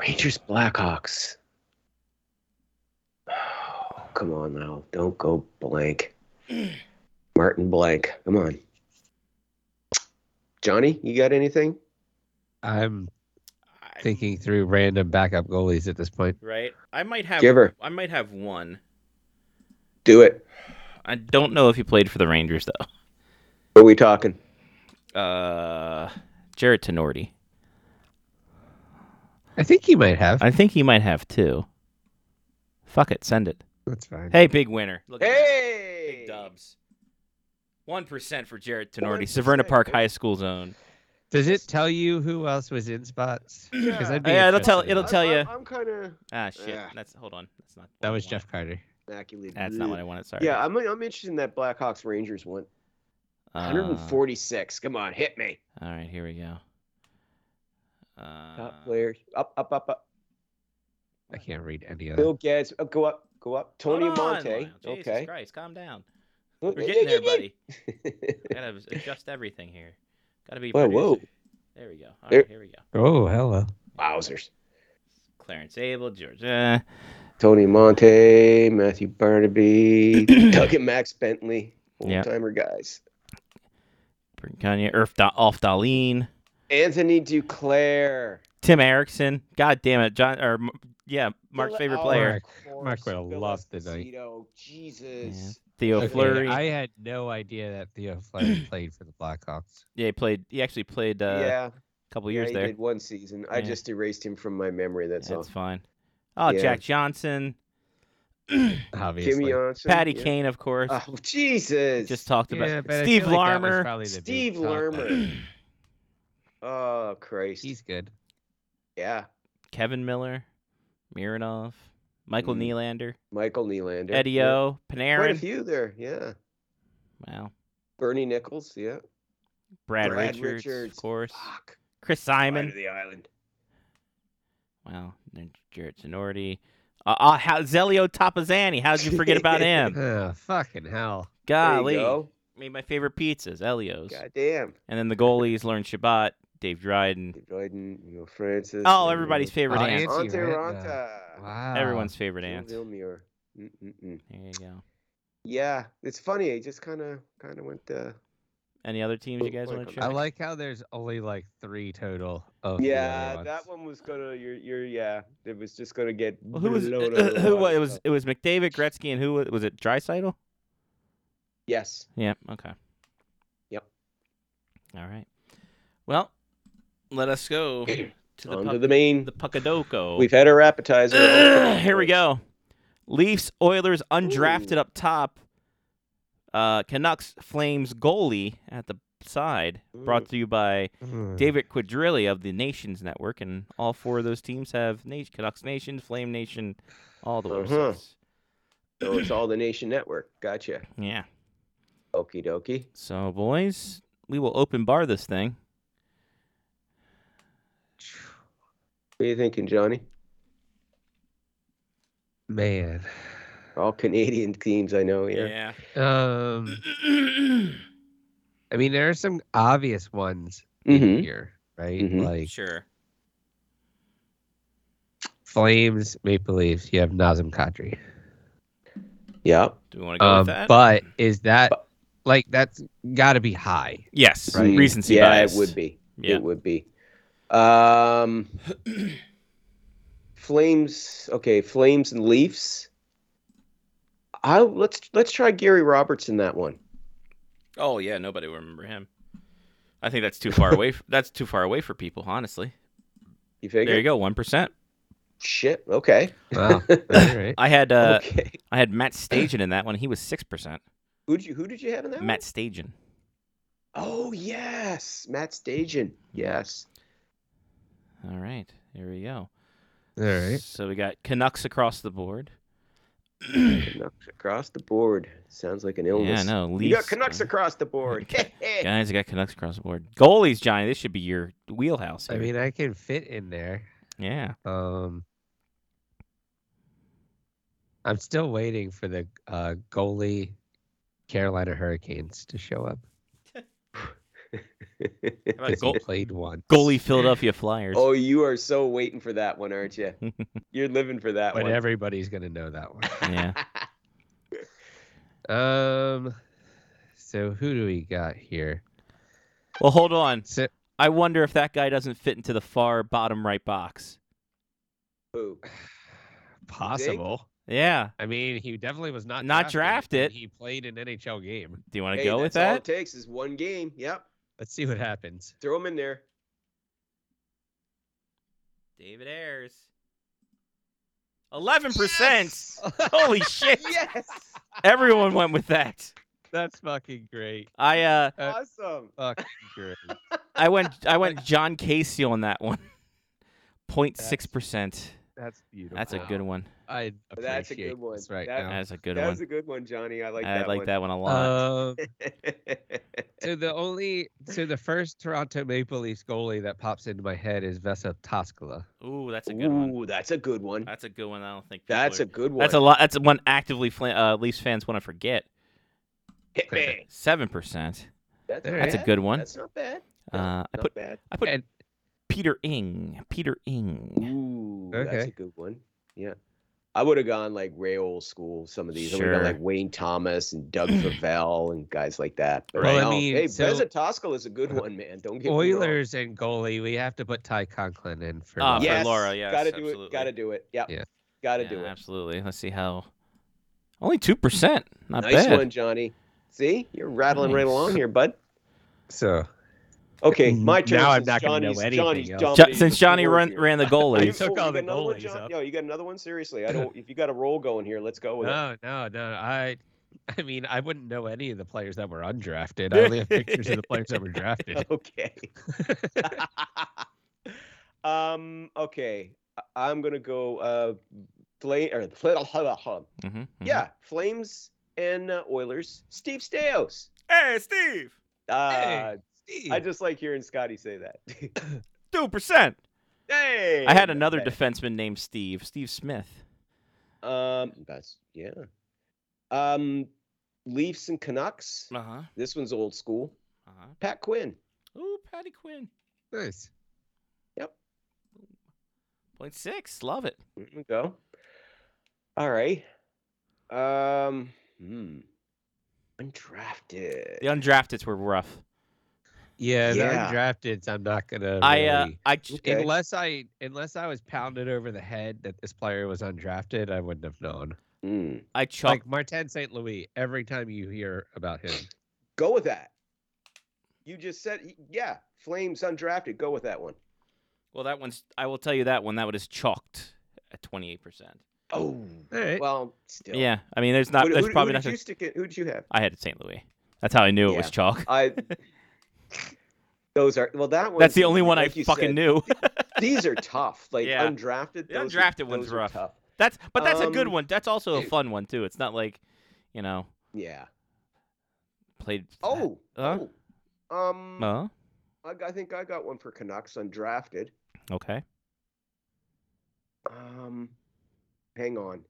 Speaker 6: Rangers Blackhawks. Oh, come on now. Don't go blank. Martin blank. Come on. Johnny, you got anything?
Speaker 7: I'm thinking through random backup goalies at this point.
Speaker 1: Right. I might have.
Speaker 6: Give her.
Speaker 1: I might have one.
Speaker 6: Do it.
Speaker 1: I don't know if he played for the Rangers though.
Speaker 6: What are we talking?
Speaker 1: Uh, Jarrett Tenorti.
Speaker 7: I think he might have.
Speaker 1: I think he might have two. Fuck it, send it.
Speaker 7: That's fine.
Speaker 1: Hey, big winner. Look at that.
Speaker 6: Hey!
Speaker 1: big dubs. One percent for Jarrett Tenorti,
Speaker 6: 1%.
Speaker 1: Severna Park High School zone.
Speaker 7: Does it tell you who else was in spots? Because
Speaker 6: Yeah.
Speaker 7: I'd be
Speaker 1: Yeah, it'll tell-
Speaker 7: interested in
Speaker 1: it'll
Speaker 7: that.
Speaker 1: tell
Speaker 6: I'm-
Speaker 1: ya.
Speaker 6: I'm, I'm kind of.
Speaker 1: Ah shit.
Speaker 6: Yeah.
Speaker 1: That's hold on. That's not.
Speaker 7: That was
Speaker 1: hold on.
Speaker 7: Jeff Carter.
Speaker 6: immaculate.
Speaker 1: That's not what I wanted. Sorry.
Speaker 6: Yeah, I'm, I'm interested in that Blackhawks Rangers one.
Speaker 1: Uh,
Speaker 6: 146. Come on, hit me.
Speaker 1: All right, here we go. Uh,
Speaker 6: Top players. Up, up, up, up.
Speaker 7: I can't read any of that.
Speaker 6: Bill Gads. Oh, go up, go up. Tony
Speaker 1: hold on,
Speaker 6: Monte.
Speaker 1: Lionel. Jesus
Speaker 6: Okay.
Speaker 1: Christ, calm down.
Speaker 6: We're
Speaker 1: We're getting there, buddy. I gotta adjust everything here. Gotta be.
Speaker 6: Whoa, whoa.
Speaker 1: producer. There we go. All
Speaker 6: There-
Speaker 1: right, here we go.
Speaker 7: Oh, hello.
Speaker 6: Wowzers.
Speaker 1: Clarence Abel, George. Uh,
Speaker 6: Tony Monte, Matthew Barnaby, Doug and Max Bentley.
Speaker 1: Yeah.
Speaker 6: Old timer guys.
Speaker 1: Britannia, Erf da- Alf Dahlin,
Speaker 6: Anthony Duclair.
Speaker 1: Tim Erickson. God damn it, John. Or m- yeah, Mark's
Speaker 6: Phil-
Speaker 1: favorite
Speaker 6: oh,
Speaker 1: player,
Speaker 7: Mark.
Speaker 6: of course,
Speaker 7: Mark would've
Speaker 6: Phil
Speaker 7: lost tonight.
Speaker 6: Esposito. Jesus.
Speaker 1: Theo
Speaker 6: Okay,
Speaker 1: Fleury.
Speaker 7: I had no idea that Theo Fleury played for the Blackhawks.
Speaker 1: Yeah, he played. He actually played uh,
Speaker 6: Yeah.
Speaker 1: a couple
Speaker 6: yeah,
Speaker 1: years
Speaker 6: he
Speaker 1: there.
Speaker 6: did one season. I
Speaker 1: Yeah.
Speaker 6: just erased him from my memory. That's,
Speaker 1: That's
Speaker 6: all.
Speaker 1: fine. Oh,
Speaker 6: Yeah.
Speaker 1: Jack Johnson,
Speaker 7: Obviously.
Speaker 6: Jimmy Johnson.
Speaker 1: Patty
Speaker 6: yeah.
Speaker 1: Kane, of course.
Speaker 6: Oh, Jesus.
Speaker 1: Just talked
Speaker 7: Yeah,
Speaker 1: about
Speaker 7: but I
Speaker 1: Steve
Speaker 7: feel like that was
Speaker 1: Larmer.
Speaker 7: probably the big
Speaker 6: Steve
Speaker 7: talk, though.
Speaker 6: Larmer. Oh, Christ.
Speaker 7: He's good.
Speaker 6: yeah.
Speaker 1: Kevin Miller, Miranov, Michael
Speaker 6: Mm.
Speaker 1: Nylander,
Speaker 6: Michael Nylander.
Speaker 1: Eddie
Speaker 6: yeah.
Speaker 1: O,
Speaker 6: Quite a
Speaker 1: Panarin.
Speaker 6: few there. Yeah.
Speaker 1: Wow.
Speaker 6: Bernie Nichols. Yeah.
Speaker 1: Brad,
Speaker 6: Brad
Speaker 1: Richards, Ah,
Speaker 6: Richards.
Speaker 1: of course.
Speaker 6: Fuck.
Speaker 1: Chris
Speaker 6: Fly
Speaker 1: Simon.
Speaker 6: to the island.
Speaker 1: Wow. Then Jared Sonority. Uh, uh, how, Zelio Tapazani. How'd you forget about him?
Speaker 7: Ugh, fucking hell.
Speaker 1: Golly.
Speaker 6: There you go.
Speaker 1: Made my favorite pizzas, Elio's.
Speaker 6: God damn.
Speaker 1: And then the goalies, Lauren Shabbat, Dave Dryden.
Speaker 6: Dryden, you know, Francis.
Speaker 1: Oh, everybody's favorite
Speaker 7: Oh,
Speaker 1: aunt.
Speaker 7: Nancy
Speaker 6: Ante
Speaker 7: Ranta.
Speaker 6: Ranta.
Speaker 7: Wow.
Speaker 1: Everyone's favorite
Speaker 6: Joe
Speaker 1: aunt. There
Speaker 6: Vilmier. Mm-mm-mm.
Speaker 1: you go.
Speaker 6: Yeah, it's funny. It just kind of kind of went. Uh,
Speaker 1: Any other teams you guys
Speaker 6: Like
Speaker 1: want to
Speaker 6: a-
Speaker 1: check?
Speaker 7: I like how there's only like three total of the other
Speaker 6: yeah,
Speaker 7: ones.
Speaker 6: that one was gonna. You're, you're, yeah, it was just gonna get.
Speaker 1: Well, who was uh,
Speaker 6: blown out of the
Speaker 1: who wa-
Speaker 6: water.
Speaker 1: it was it was McDavid, Gretzky, and who wa- was it? Drysital?
Speaker 6: Yes.
Speaker 1: Yeah. Okay.
Speaker 6: Yep.
Speaker 1: All right. Well, let us go to the
Speaker 6: On
Speaker 1: puck,
Speaker 6: to the main.
Speaker 1: the Puckadoco.
Speaker 6: We've had our appetizer.
Speaker 1: Ugh, here we go. Leafs, Oilers, undrafted
Speaker 6: Ooh.
Speaker 1: up top. Uh, Canucks, Flames, goalie at the side. Brought to you by
Speaker 7: Mm.
Speaker 1: David Quadrilli of the Nations Network, and all four of those teams have na- Canucks Nation, Flame Nation, all the way.
Speaker 6: Uh-huh. So it's all the Nation Network. Gotcha.
Speaker 1: Yeah.
Speaker 6: Okie dokie.
Speaker 1: So, boys, we will open bar this thing.
Speaker 6: What are you thinking, Johnny?
Speaker 7: Man.
Speaker 6: All Canadian teams, I know. Yeah.
Speaker 7: Um, I mean, there are some obvious ones in
Speaker 6: Mm-hmm.
Speaker 7: here, right?
Speaker 6: Mhm.
Speaker 7: Like
Speaker 1: sure.
Speaker 7: Flames, Maple Leafs. You have Nazem Kadri.
Speaker 6: Yeah.
Speaker 1: Do we want to go
Speaker 7: Um,
Speaker 1: with that?
Speaker 7: but is that like that's got to be high?
Speaker 1: yes.
Speaker 6: Mm,
Speaker 1: Recency
Speaker 6: yeah,
Speaker 1: bias.
Speaker 6: it would be.
Speaker 1: Yeah.
Speaker 6: It would be. Um, Flames. Okay, Flames and Leafs. I let's let's try Gary Roberts in that one.
Speaker 1: Oh yeah, nobody will remember him. I think that's too far away. f that's too far away for people, honestly.
Speaker 6: You figure?
Speaker 1: There you go, one percent.
Speaker 6: Shit. Okay.
Speaker 7: Wow. All right.
Speaker 1: I had uh,
Speaker 6: okay.
Speaker 1: I had Matt Stajan in that one. He was six percent.
Speaker 6: Who did you Who did you have in that
Speaker 1: Matt Stajan.
Speaker 6: one? Oh yes, Matt Stajan. Yes.
Speaker 1: All right, here we go.
Speaker 7: All right.
Speaker 1: So we got Canucks across the board.
Speaker 6: Canucks across the board. Sounds like an
Speaker 1: Yeah, I
Speaker 6: illness.
Speaker 1: know.
Speaker 6: you got
Speaker 1: Leafs- uh,
Speaker 6: Canucks across the board.
Speaker 1: Guys, I got Canucks across the board. Goalies, Johnny. This should be your wheelhouse.
Speaker 7: I
Speaker 1: here.
Speaker 7: mean, I can fit in there.
Speaker 1: yeah.
Speaker 7: Um, I'm still waiting for the uh, goalie Carolina Hurricanes to show up.
Speaker 1: about goal-
Speaker 7: Played one
Speaker 1: Goalie, Philadelphia Flyers.
Speaker 6: oh, you are so waiting for that one, aren't you? You're living for that
Speaker 7: but
Speaker 6: one.
Speaker 7: everybody's gonna know that one.
Speaker 1: Yeah.
Speaker 7: Um, so who do we got here?
Speaker 1: Well, hold on.
Speaker 7: So,
Speaker 1: I wonder if that guy doesn't fit into the far bottom right box.
Speaker 6: Boo.
Speaker 7: possible.
Speaker 1: Yeah.
Speaker 7: I mean, he definitely was not
Speaker 1: Not
Speaker 7: drafted,
Speaker 1: drafted.
Speaker 7: and He played an NHL game.
Speaker 1: Do you want to
Speaker 6: Hey,
Speaker 1: go with
Speaker 6: that's All
Speaker 1: that?
Speaker 6: it takes is one game. Yep.
Speaker 7: Let's see what happens.
Speaker 6: Throw him in there.
Speaker 1: David Ayers. Eleven percent. Holy shit!
Speaker 6: Yes.
Speaker 1: Everyone went with that.
Speaker 7: That's fucking great.
Speaker 1: I uh,
Speaker 6: awesome.
Speaker 7: Fucking great.
Speaker 1: I went, I went John Casey on that one. 06 percent.
Speaker 7: That's beautiful.
Speaker 1: That's a good one.
Speaker 7: I appreciate
Speaker 6: That's a good one.
Speaker 7: this right
Speaker 6: That-
Speaker 7: now.
Speaker 1: That's a good
Speaker 6: that
Speaker 1: one.
Speaker 6: was a good one, Johnny. I like
Speaker 1: I
Speaker 6: that
Speaker 1: like
Speaker 6: one.
Speaker 1: that one a lot.
Speaker 7: Uh,
Speaker 6: that.
Speaker 7: so the only, so the first Toronto Maple Leafs goalie that pops into my head is Vesa Toskala.
Speaker 1: Ooh, that's a good one.
Speaker 6: Ooh, that's a good one.
Speaker 1: That's a good one. I don't think people
Speaker 6: That's
Speaker 1: are-
Speaker 6: a good one.
Speaker 1: That's a lot. That's one actively fl- uh, Leafs fans want to forget.
Speaker 6: Hit me.
Speaker 1: Seven percent.
Speaker 6: That's,
Speaker 7: There you
Speaker 6: not
Speaker 1: That's a
Speaker 6: bad.
Speaker 1: good one.
Speaker 6: That's not bad.
Speaker 1: Uh, I
Speaker 6: not
Speaker 1: put
Speaker 6: bad.
Speaker 1: I put
Speaker 7: And-
Speaker 1: Peter Ing. Peter Ing.
Speaker 6: Ooh, that's
Speaker 7: Okay.
Speaker 6: a good one. Yeah. I would have gone like Ray old school, some of these. I would have
Speaker 1: Sure.
Speaker 6: gone like Wayne Thomas and Doug Favell and guys like that. But
Speaker 1: Well, I
Speaker 6: no.
Speaker 7: mean,
Speaker 6: hey,
Speaker 7: so-
Speaker 6: Beza Toskel is a good one, man. Don't get
Speaker 7: Oilers and goalie, we have to put Ty Conklin in for.
Speaker 1: Ah,
Speaker 6: Me wrong.
Speaker 1: for
Speaker 7: Laura.
Speaker 6: Yes,
Speaker 1: Laura, yes,
Speaker 6: gotta do
Speaker 1: absolutely.
Speaker 6: it. Gotta do it. Yep.
Speaker 7: Yeah.
Speaker 6: Gotta
Speaker 1: Yeah,
Speaker 6: do it.
Speaker 1: Absolutely. Let's see how. Only two percent. Not
Speaker 6: nice
Speaker 1: bad.
Speaker 6: one, Johnny. See, you're rattling right
Speaker 1: Nice.
Speaker 6: along here, bud.
Speaker 7: So
Speaker 6: Okay,
Speaker 7: Mm,
Speaker 6: my turn.
Speaker 7: now I'm
Speaker 6: since
Speaker 7: not gonna know
Speaker 6: Johnny's,
Speaker 7: anything
Speaker 6: Johnny's
Speaker 7: else.
Speaker 1: Jo-
Speaker 6: dominating
Speaker 1: since
Speaker 6: the
Speaker 1: Johnny
Speaker 6: floor
Speaker 1: run,
Speaker 6: here.
Speaker 1: ran the
Speaker 6: Are
Speaker 1: goalies.
Speaker 6: you-
Speaker 7: took
Speaker 6: oh,
Speaker 7: all the
Speaker 6: you got another one,
Speaker 7: goalies
Speaker 6: John?
Speaker 7: up.
Speaker 6: Yo, you got another one? Seriously, I don't. If you got a roll going here, let's go with it.
Speaker 7: no, no, no. I, I mean, I wouldn't know any of the players that were undrafted. I only have pictures of the players that were drafted.
Speaker 6: okay. um. Okay. I- I'm gonna go. Uh, flame or
Speaker 1: Mhm, mhm.
Speaker 6: yeah, Flames and uh, Oilers. Steve Stamkos.
Speaker 1: Hey, Steve.
Speaker 6: Uh, I
Speaker 7: Steve.
Speaker 6: just like hearing Scotty say that.
Speaker 1: Two percent.
Speaker 6: hey.
Speaker 1: I had another
Speaker 6: okay.
Speaker 1: defenseman named Steve. Steve Smith.
Speaker 6: um. That's yeah. Um. Leafs and Canucks.
Speaker 1: Uh huh.
Speaker 6: This one's old school.
Speaker 1: Uh huh.
Speaker 6: Pat Quinn.
Speaker 1: Ooh, Patty Quinn.
Speaker 7: Nice.
Speaker 1: Point six. Love it.
Speaker 6: There we go. All right. Um. Hmm. Undrafted.
Speaker 1: The undrafteds were rough.
Speaker 7: Yeah,
Speaker 6: Yeah.
Speaker 7: the undrafteds. I'm not gonna.
Speaker 1: I uh,
Speaker 7: really-
Speaker 1: I ch-
Speaker 6: Okay.
Speaker 7: Unless I unless I was pounded over the head that this player was undrafted, I wouldn't have known.
Speaker 6: Hmm.
Speaker 1: I chalk
Speaker 7: Like Martin St. Louis, every time you hear about him,
Speaker 6: Go with that. You just said y- yeah. Flames undrafted. Go with that one.
Speaker 1: Well, that one's. I will tell you that one. That one is chalked at twenty eight percent.
Speaker 6: Oh.
Speaker 7: all right,
Speaker 6: Well, still.
Speaker 1: Yeah, I mean, there's not.
Speaker 6: Who- who,
Speaker 1: there's
Speaker 6: who
Speaker 1: probably
Speaker 6: did
Speaker 1: not.
Speaker 6: you stick in? Who did you have?
Speaker 1: I had St. Louis. That's how I knew it was
Speaker 6: Yeah.
Speaker 1: chalk.
Speaker 6: I. Those are well. That one.
Speaker 1: That's the only one I
Speaker 6: like you
Speaker 1: fucking
Speaker 6: said,
Speaker 1: knew.
Speaker 6: These are tough. Like
Speaker 1: Yeah.
Speaker 6: undrafted.
Speaker 1: The
Speaker 6: those are-
Speaker 1: undrafted one's
Speaker 6: those are
Speaker 1: rough.
Speaker 6: tough.
Speaker 1: that's but that's a good
Speaker 6: Um,
Speaker 1: one. That's also a fun one too. It's not like, you know,
Speaker 6: Yeah.
Speaker 1: played.
Speaker 6: Oh.
Speaker 1: Huh?
Speaker 6: oh. Um.
Speaker 1: Uh,
Speaker 6: I, g- I think I got one for Canucks undrafted.
Speaker 1: okay.
Speaker 6: Um, hang on,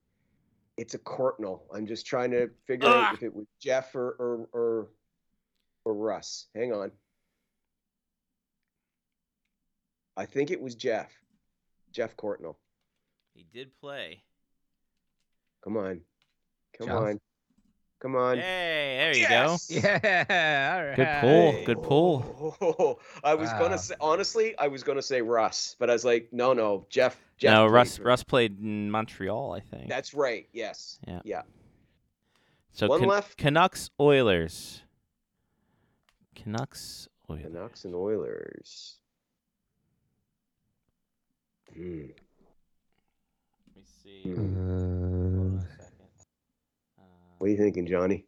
Speaker 6: it's a Cortnell. I'm just trying to figure
Speaker 1: Ah.
Speaker 6: out if it was Jeff or or or, or Russ. Hang on. I think it was Jeff. Jeff Cortnell.
Speaker 1: He did play.
Speaker 6: Come on. Come
Speaker 7: Jeff?
Speaker 6: on. Come on.
Speaker 1: Hey, there you
Speaker 7: yeah, all right.
Speaker 1: Good pull. Good pull.
Speaker 6: Oh, I was
Speaker 7: Wow.
Speaker 6: gonna say honestly, I was gonna say Russ, but I was like, no, no, Jeff.
Speaker 1: go.
Speaker 6: Jeff
Speaker 1: No,
Speaker 6: played
Speaker 1: Russ.
Speaker 6: for-
Speaker 1: Russ played in Montreal, I think.
Speaker 6: That's right. Yes.
Speaker 1: Yeah.
Speaker 6: Yeah.
Speaker 1: so
Speaker 6: one
Speaker 1: Can-
Speaker 6: left.
Speaker 1: Canucks Oilers. Canucks Oilers.
Speaker 6: Canucks and Oilers. Hmm.
Speaker 1: Let me see.
Speaker 7: Uh,
Speaker 1: Uh,
Speaker 6: What are you thinking, Johnny?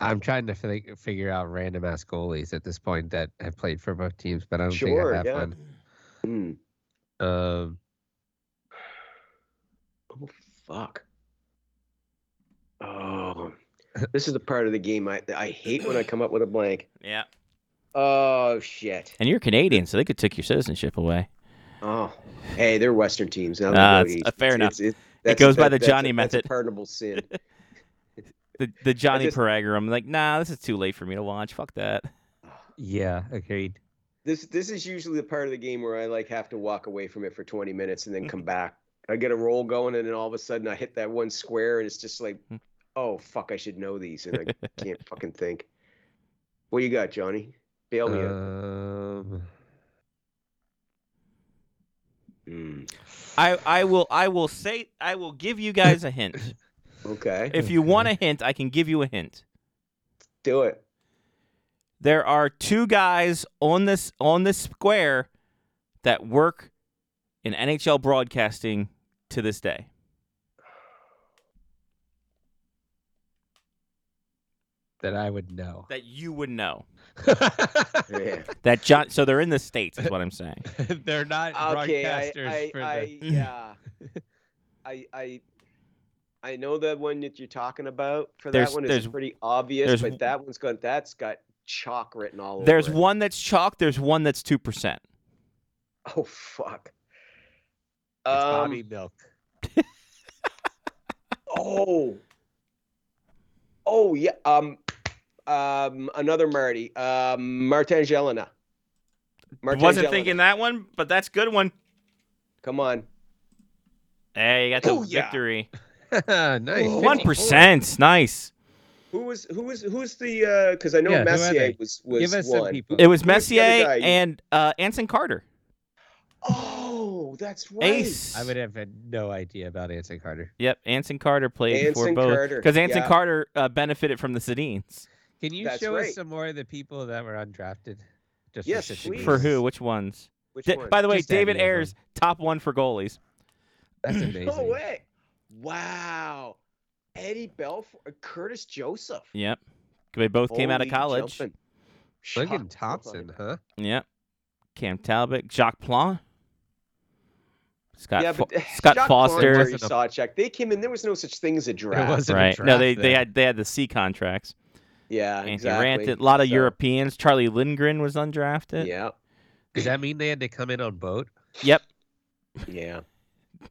Speaker 7: I'm trying to fi- figure out random ass goalies at this point that have played for both teams, but I don't think
Speaker 6: Sure,
Speaker 7: I have
Speaker 6: yeah.
Speaker 7: one.
Speaker 6: Hmm.
Speaker 7: Um,
Speaker 6: Oh fuck. Oh, this is the part of the game I I hate when I come up with a blank.
Speaker 1: Yeah.
Speaker 6: Oh shit.
Speaker 1: And you're Canadian, so they could take your citizenship away.
Speaker 6: Oh, hey, they're Western teams. now
Speaker 1: Ah,
Speaker 6: they
Speaker 1: it's-
Speaker 6: go
Speaker 1: uh,
Speaker 6: east.
Speaker 1: fair enough.
Speaker 6: It's, that's-
Speaker 1: goes by the
Speaker 6: that's a-
Speaker 1: Johnny
Speaker 6: that's a
Speaker 1: method.
Speaker 6: pardonable sin.
Speaker 1: The the Johnny
Speaker 6: just-
Speaker 1: Peregra. I'm like, nah, this is too late for me to watch. Fuck that.
Speaker 7: yeah, agreed.
Speaker 6: This this is usually the part of the game where I like have to walk away from it for 20 minutes and then come back. I get a roll going and then all of a sudden I hit that one square and it's just like,
Speaker 1: Hmm.
Speaker 6: oh fuck, I should know these and I can't fucking think. What you got, Johnny? Bail me
Speaker 7: Uh,
Speaker 6: out.
Speaker 7: Um,
Speaker 6: Mm,
Speaker 1: I, I will I will say I will give you guys a hint.
Speaker 6: okay,
Speaker 1: If you want a hint, I can give you a hint.
Speaker 6: do it.
Speaker 1: There are two guys on this on this square that work in NHL broadcasting to this day.
Speaker 7: that I would know.
Speaker 1: That you would know.
Speaker 6: Yeah.
Speaker 1: That John so they're in the States is what I'm saying.
Speaker 7: They're not
Speaker 6: okay,
Speaker 7: broadcasters
Speaker 6: I,
Speaker 7: for
Speaker 6: I, I yeah. I I I know that one that you're talking about for
Speaker 1: There's-
Speaker 6: that one
Speaker 1: there's-
Speaker 6: is pretty obvious,
Speaker 1: there's-
Speaker 6: but that one's got that's got chalk written all over.
Speaker 1: There's
Speaker 6: it.
Speaker 1: one that's chalk. There's one that's two percent.
Speaker 6: Oh fuck.
Speaker 7: It's
Speaker 6: Um,
Speaker 7: Bobby Milk.
Speaker 6: oh. Oh yeah. Um. Um. Another Marty. Um. Martin Jelena. Martin
Speaker 1: Wasn't
Speaker 6: Jelena.
Speaker 1: thinking that one, but that's a good one.
Speaker 6: Come on.
Speaker 1: Hey, you got the
Speaker 6: Oh, yeah.
Speaker 1: victory.
Speaker 7: nice.
Speaker 1: One percent. Nice.
Speaker 6: Who was who was who's the? Because I know
Speaker 7: Yeah, who are
Speaker 6: Messier
Speaker 7: they?
Speaker 6: was was
Speaker 7: Give us
Speaker 6: one.
Speaker 7: some people.
Speaker 1: It was
Speaker 6: Who's the
Speaker 1: Messier
Speaker 6: other guy?
Speaker 1: and uh, Anson Carter.
Speaker 6: Oh, that's right.
Speaker 1: Ace.
Speaker 7: I would have had no idea about Anson Carter.
Speaker 1: Yep, Anson Carter played for
Speaker 6: Anson
Speaker 1: both
Speaker 6: Carter,
Speaker 1: because Anson
Speaker 6: yeah.
Speaker 1: Carter uh, benefited from the Sedines.
Speaker 7: Can you
Speaker 6: That's
Speaker 7: show
Speaker 6: right.
Speaker 7: us some more of the people that were undrafted? Just
Speaker 6: Yes,
Speaker 7: for,
Speaker 6: please.
Speaker 1: For who? Which ones?
Speaker 6: Which
Speaker 1: Da-
Speaker 6: one?
Speaker 1: by the way,
Speaker 7: Just
Speaker 1: David
Speaker 7: any of
Speaker 1: Ayers, top one for goalies.
Speaker 7: That's amazing.
Speaker 6: no way. Wow. Eddie Belfort, Curtis Joseph.
Speaker 1: Yep, they both came out of
Speaker 6: Holy
Speaker 1: college.
Speaker 6: jumping.
Speaker 7: Logan
Speaker 6: Shocked.
Speaker 7: Thompson, huh?
Speaker 1: Yep, Cam Talbot, Jacques Plan, Scott
Speaker 6: yeah,
Speaker 1: Fo-
Speaker 6: but uh,
Speaker 1: Scott
Speaker 6: Clark
Speaker 1: Foster.
Speaker 6: already saw a check. They came in. There was no such thing as a draft.
Speaker 7: wasn't. a
Speaker 1: Right? No,
Speaker 7: draft
Speaker 1: they they
Speaker 7: then.
Speaker 1: had they had the C contracts.
Speaker 6: Yeah,
Speaker 1: Anthony
Speaker 6: exactly.
Speaker 1: Rantanen, a lot of eh.
Speaker 6: So,
Speaker 1: Europeans. Charlie Lindgren was undrafted.
Speaker 6: Yeah,
Speaker 7: Does that mean they had to come in on boat?
Speaker 1: Yep.
Speaker 6: yeah,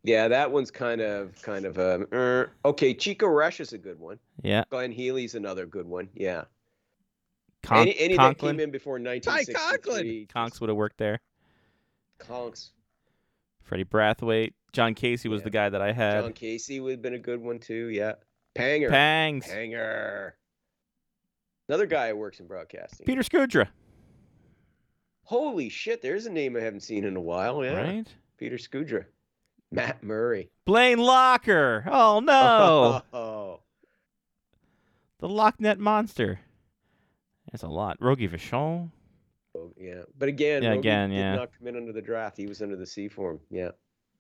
Speaker 6: yeah. That one's kind of kind of um. er. okay, Chico Rush is a good one.
Speaker 1: Yeah.
Speaker 6: Glenn Healy's another good one. Yeah.
Speaker 1: Con-
Speaker 6: any any that came
Speaker 1: Conklin.
Speaker 6: in before 1963.
Speaker 1: Conks would have worked there.
Speaker 6: Conks.
Speaker 1: Freddie Brathwaite. John Casey was
Speaker 6: Yeah.
Speaker 1: the guy that I had.
Speaker 6: John Casey would have been a good one too. Yeah. Panger.
Speaker 1: Pangs.
Speaker 6: Panger. Another guy who works in broadcasting.
Speaker 1: Peter Scudra.
Speaker 6: Holy shit! There's a name I haven't seen in a while. Yeah.
Speaker 1: Right?
Speaker 6: Peter Scudra. Matt Murray.
Speaker 1: Blaine Locker. Oh no.
Speaker 6: Oh.
Speaker 1: the Locknet monster. That's a lot. Rogi Vachon.
Speaker 6: Oh, yeah. But again,
Speaker 1: Yeah,
Speaker 6: Rogie
Speaker 1: again,
Speaker 6: did
Speaker 1: yeah.
Speaker 6: not come in under the draft. He was under the C form. Yeah.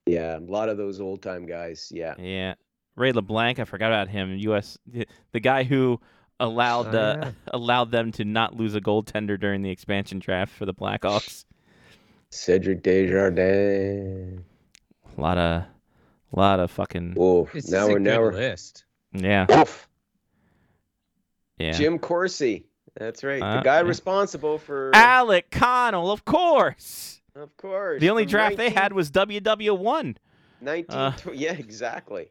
Speaker 6: Yeah. A lot of those old time guys. Yeah.
Speaker 1: Yeah. Ray LeBlanc, I forgot about him. US the, the guy who allowed
Speaker 7: Oh,
Speaker 1: the
Speaker 7: yeah.
Speaker 1: allowed them to not lose a goaltender during the expansion draft for the Blackhawks.
Speaker 6: Cedric Desjardins.
Speaker 1: A lot of lot of fucking
Speaker 6: Oh,
Speaker 7: This is
Speaker 6: now
Speaker 7: a
Speaker 6: we're
Speaker 7: good
Speaker 6: now we're
Speaker 7: list.
Speaker 1: yeah.
Speaker 6: Oof.
Speaker 1: Yeah.
Speaker 6: Jim Corsi. That's right.
Speaker 1: Uh,
Speaker 6: the guy
Speaker 1: yeah.
Speaker 6: responsible for
Speaker 1: Alec Connell, of course.
Speaker 6: of course.
Speaker 1: The only
Speaker 6: from
Speaker 1: draft they had was WW1.
Speaker 6: 19
Speaker 1: uh,
Speaker 6: 19 yeah, exactly.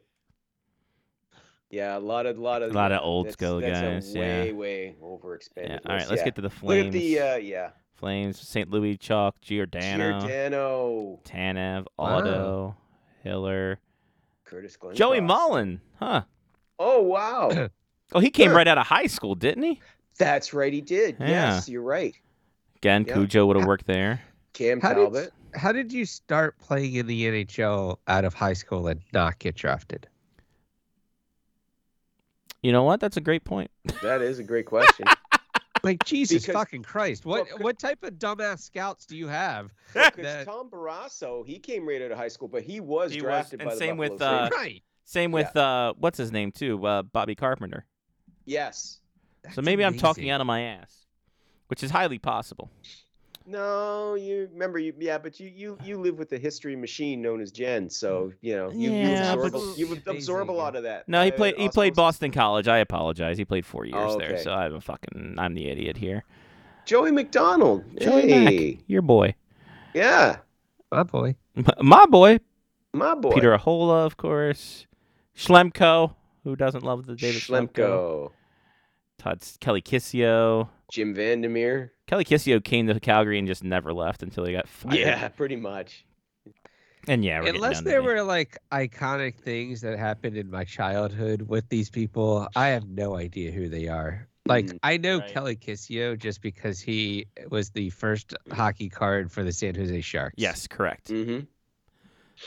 Speaker 6: Yeah, a lot of lot of
Speaker 1: A lot of old
Speaker 6: that's-
Speaker 1: school
Speaker 6: that's
Speaker 1: guys.
Speaker 6: A way,
Speaker 1: Yeah.
Speaker 6: way overexpanded.
Speaker 1: yeah. All right,
Speaker 6: list,
Speaker 1: let's
Speaker 6: yeah.
Speaker 1: get to the
Speaker 6: Look
Speaker 1: Flames.
Speaker 6: at the uh, yeah.
Speaker 1: Flames, St. Louis, Chalk, Giordano,
Speaker 6: Giordano,
Speaker 1: Tanev,
Speaker 7: Wow.
Speaker 1: Otto, Hiller,
Speaker 6: Curtis Glenn.
Speaker 1: Joey Mullen, huh?
Speaker 6: Oh wow.
Speaker 1: Oh, he came
Speaker 6: Sure.
Speaker 1: right out of high school, didn't he?
Speaker 6: That's right, he did.
Speaker 1: Yeah.
Speaker 6: Yes, you're right.
Speaker 1: Again,
Speaker 6: Yeah.
Speaker 1: Cujo would have worked there.
Speaker 6: Cam
Speaker 7: How did-
Speaker 6: Talbot.
Speaker 7: How did you start playing in the NHL out of high school and not get drafted?
Speaker 1: You know what? That's a great point.
Speaker 6: That is a great question.
Speaker 7: Like Jesus
Speaker 6: Because-
Speaker 7: fucking Christ! What
Speaker 6: Well, 'cause-
Speaker 7: what type of dumbass scouts do you have?
Speaker 6: Because
Speaker 7: That-
Speaker 6: Tom Barrasso, he came right out of high school, but he was
Speaker 1: He was,
Speaker 6: drafted
Speaker 1: and
Speaker 6: by the
Speaker 1: same with,
Speaker 6: Buffalo
Speaker 1: uh,
Speaker 6: Sabres.
Speaker 7: right.
Speaker 1: Same with uh, what's his name too, uh, Bobby Carpenter.
Speaker 6: Yes.
Speaker 1: so maybe I'm talking out of my ass, which is highly possible.
Speaker 6: No, you remember you yeah, but you you you live with the history machine known as Jen, so you know you,
Speaker 1: Yeah,
Speaker 6: you absorb
Speaker 1: but-
Speaker 6: a- you would absorb a lot of that.
Speaker 1: Mm.
Speaker 6: uh,
Speaker 1: No, he
Speaker 6: by
Speaker 1: played. He played
Speaker 6: osmosis.
Speaker 1: Boston College. I apologize. He played four years
Speaker 6: Oh,
Speaker 1: there,
Speaker 6: okay.
Speaker 1: so I'm a fucking. I'm the idiot here.
Speaker 6: Joey McDonald.
Speaker 1: Joey
Speaker 6: hey.
Speaker 1: Mack, your boy,
Speaker 6: Yeah.
Speaker 7: My boy.
Speaker 1: my boy,
Speaker 6: My boy.
Speaker 1: Peter Ahola, of course. Schlemko, who doesn't love the David Schlemko.
Speaker 6: Schlemko.
Speaker 1: Todd S- Kelly Kissio.
Speaker 6: Jim Vandermeer.
Speaker 1: Kelly Kissio came to Calgary and just never left until he got fired.
Speaker 6: Yeah, pretty much.
Speaker 1: And yeah, we're getting
Speaker 7: Unless
Speaker 1: down to
Speaker 7: there
Speaker 1: the-
Speaker 7: were like iconic things that happened in my childhood with these people, I have no idea who they are. Like
Speaker 6: Mm,
Speaker 7: I know
Speaker 1: right.
Speaker 7: Kelly Kissio just because he was the first hockey card for the San Jose Sharks.
Speaker 1: Yes, correct.
Speaker 6: Mm-hmm.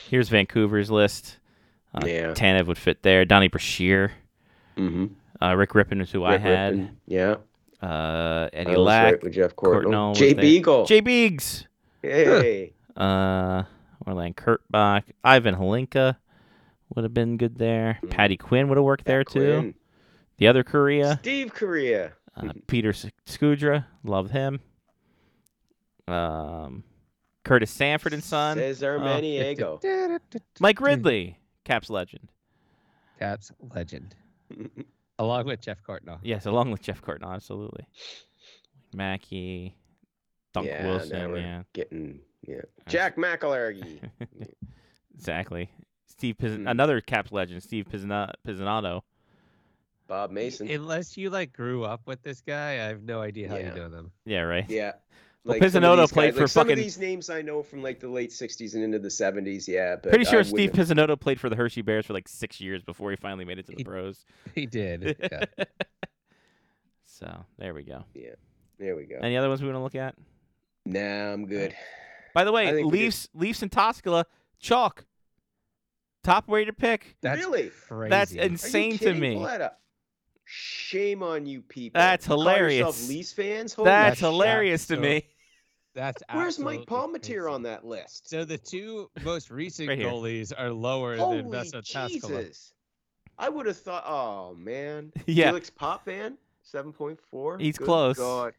Speaker 1: Here's Vancouver's list. Uh,
Speaker 6: Yeah.
Speaker 1: Tanev would fit there. Donnie Brashear.
Speaker 6: Mm-hmm.
Speaker 1: Uh, Rick Rippon is who I had.
Speaker 6: Yeah.
Speaker 1: Uh, Eddie
Speaker 6: I was right
Speaker 1: Lack.
Speaker 6: with Jeff
Speaker 1: Cortnell
Speaker 6: Cortnell.
Speaker 1: was
Speaker 6: Jay
Speaker 1: there.
Speaker 6: Beagle.
Speaker 1: Jay Beegs.
Speaker 6: Hey.
Speaker 1: Uh, Orlan Kurtbach. Ivan Holinka would have been good there.
Speaker 6: Mm.
Speaker 1: Patty Quinn would have worked there too.
Speaker 6: Quinn.
Speaker 1: The other Korea.
Speaker 6: Steve Korea.
Speaker 1: Uh, Peter S- Scudra, love him. Um, Curtis Sanford and son.
Speaker 6: Cesar
Speaker 1: Oh.
Speaker 6: Maniego.
Speaker 1: Mike Ridley, Caps legend.
Speaker 7: Caps legend, along with Jeff Cortnaw.
Speaker 1: Yes, along with Jeff Carton, absolutely. Mackey, Dunk
Speaker 6: yeah, now
Speaker 1: Wilson,
Speaker 6: we're
Speaker 1: yeah,
Speaker 6: getting yeah.
Speaker 1: I-
Speaker 6: Jack McElhergy. mm.
Speaker 1: exactly. Steve Piz-
Speaker 6: Hmm.
Speaker 1: another Caps legend, Steve Pizna- Pizzonato.
Speaker 6: Bob Mason.
Speaker 7: Unless you like grew up with this guy, I have no idea how
Speaker 6: Yeah.
Speaker 7: you know them.
Speaker 1: Yeah, right.
Speaker 6: Yeah.
Speaker 1: Well,
Speaker 6: some of
Speaker 1: Pizzinotto
Speaker 6: these
Speaker 1: played
Speaker 6: guys-
Speaker 1: for
Speaker 6: like, some
Speaker 1: fucking-
Speaker 6: of these names I know from like the late '60s and into the '70s. Yeah, but
Speaker 1: Pretty
Speaker 6: I
Speaker 1: sure
Speaker 6: wouldn't
Speaker 1: Steve
Speaker 6: have-
Speaker 1: Pizzonato played for the Hershey Bears for like six years before he finally made it to the
Speaker 7: He-
Speaker 1: pros.
Speaker 7: He did. Yeah.
Speaker 1: so there we go.
Speaker 6: There we go.
Speaker 1: Any other ones we want to look at?
Speaker 6: Nah, I'm good.
Speaker 1: By the
Speaker 6: I
Speaker 1: way,
Speaker 6: think we did-
Speaker 1: Leafs, Leafs and Toscala, chalk, top rated pick.
Speaker 7: That's
Speaker 6: Really?
Speaker 7: crazy.
Speaker 1: That's
Speaker 6: Are you
Speaker 1: insane to
Speaker 6: kidding?
Speaker 1: me.
Speaker 6: Pull that up. Shame on you people.
Speaker 1: That's
Speaker 6: You call yourself
Speaker 1: hilarious.
Speaker 6: Leafs fans. Holy
Speaker 1: That's
Speaker 7: That's
Speaker 6: shit.
Speaker 1: hilarious to
Speaker 7: so-
Speaker 1: me.
Speaker 7: That's
Speaker 6: Where's Mike
Speaker 7: absolutely
Speaker 6: Palmatier
Speaker 7: crazy.
Speaker 6: on that list?
Speaker 7: So the two most recent
Speaker 1: Right here.
Speaker 7: goalies are lower
Speaker 6: Holy
Speaker 7: than Vesa Taskala.
Speaker 6: Jesus! I would have thought. Oh man.
Speaker 1: yeah,
Speaker 6: Felix Potvin, seven point four.
Speaker 1: He's close.
Speaker 6: God.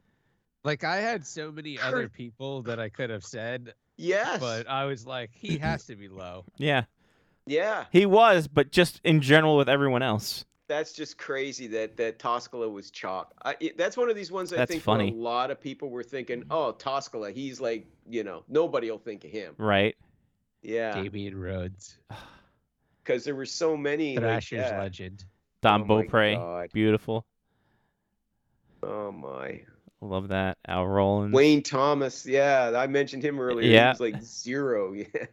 Speaker 7: Like I had so many other
Speaker 6: Kurt-
Speaker 7: people that I could have said,
Speaker 6: Yes.
Speaker 7: but I was like, he has to be low.
Speaker 1: yeah.
Speaker 6: yeah.
Speaker 1: He was, but just in general with everyone else.
Speaker 6: That's just crazy that that Toscala was chalk. I, it- that's one of these ones I
Speaker 1: That's
Speaker 6: think
Speaker 1: funny.
Speaker 6: Where a lot of people were thinking, "Oh, Toscala, he's like, you know, nobody will think of him."
Speaker 1: Right.
Speaker 6: Yeah,
Speaker 7: Damien Rhodes,
Speaker 6: because there were so many. like
Speaker 7: Thrasher's
Speaker 6: that.
Speaker 7: legend.
Speaker 1: Dom
Speaker 6: Oh my
Speaker 1: Beaupre.
Speaker 6: God.
Speaker 1: Beautiful.
Speaker 6: Oh my.
Speaker 1: Love that. Al Rollins.
Speaker 6: Wayne Thomas. Yeah, I mentioned him earlier.
Speaker 1: Yeah.
Speaker 6: He was like zero. Yeah.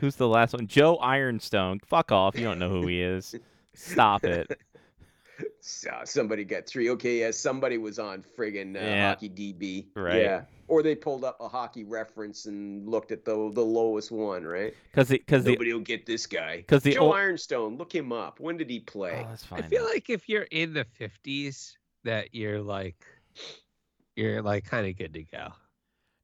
Speaker 1: Who's the last one? Joe Ironstone. Fuck off. You don't know who he is. Stop it.
Speaker 6: So somebody got three. Okay, yeah, somebody was on friggin' uh,
Speaker 1: Yeah.
Speaker 6: hockey DB.
Speaker 1: Right.
Speaker 6: Yeah. Or they pulled up a hockey reference and looked at the the lowest one, right?
Speaker 1: Because because the
Speaker 6: Nobody will get this guy.
Speaker 1: because the,
Speaker 6: Joe
Speaker 1: old.
Speaker 6: Ironstone, look him up. When did he
Speaker 1: oh,
Speaker 6: play?
Speaker 1: that's
Speaker 7: I
Speaker 1: fine.
Speaker 7: feel like if you're in the 50s, that you're like, you're like kind of good to go.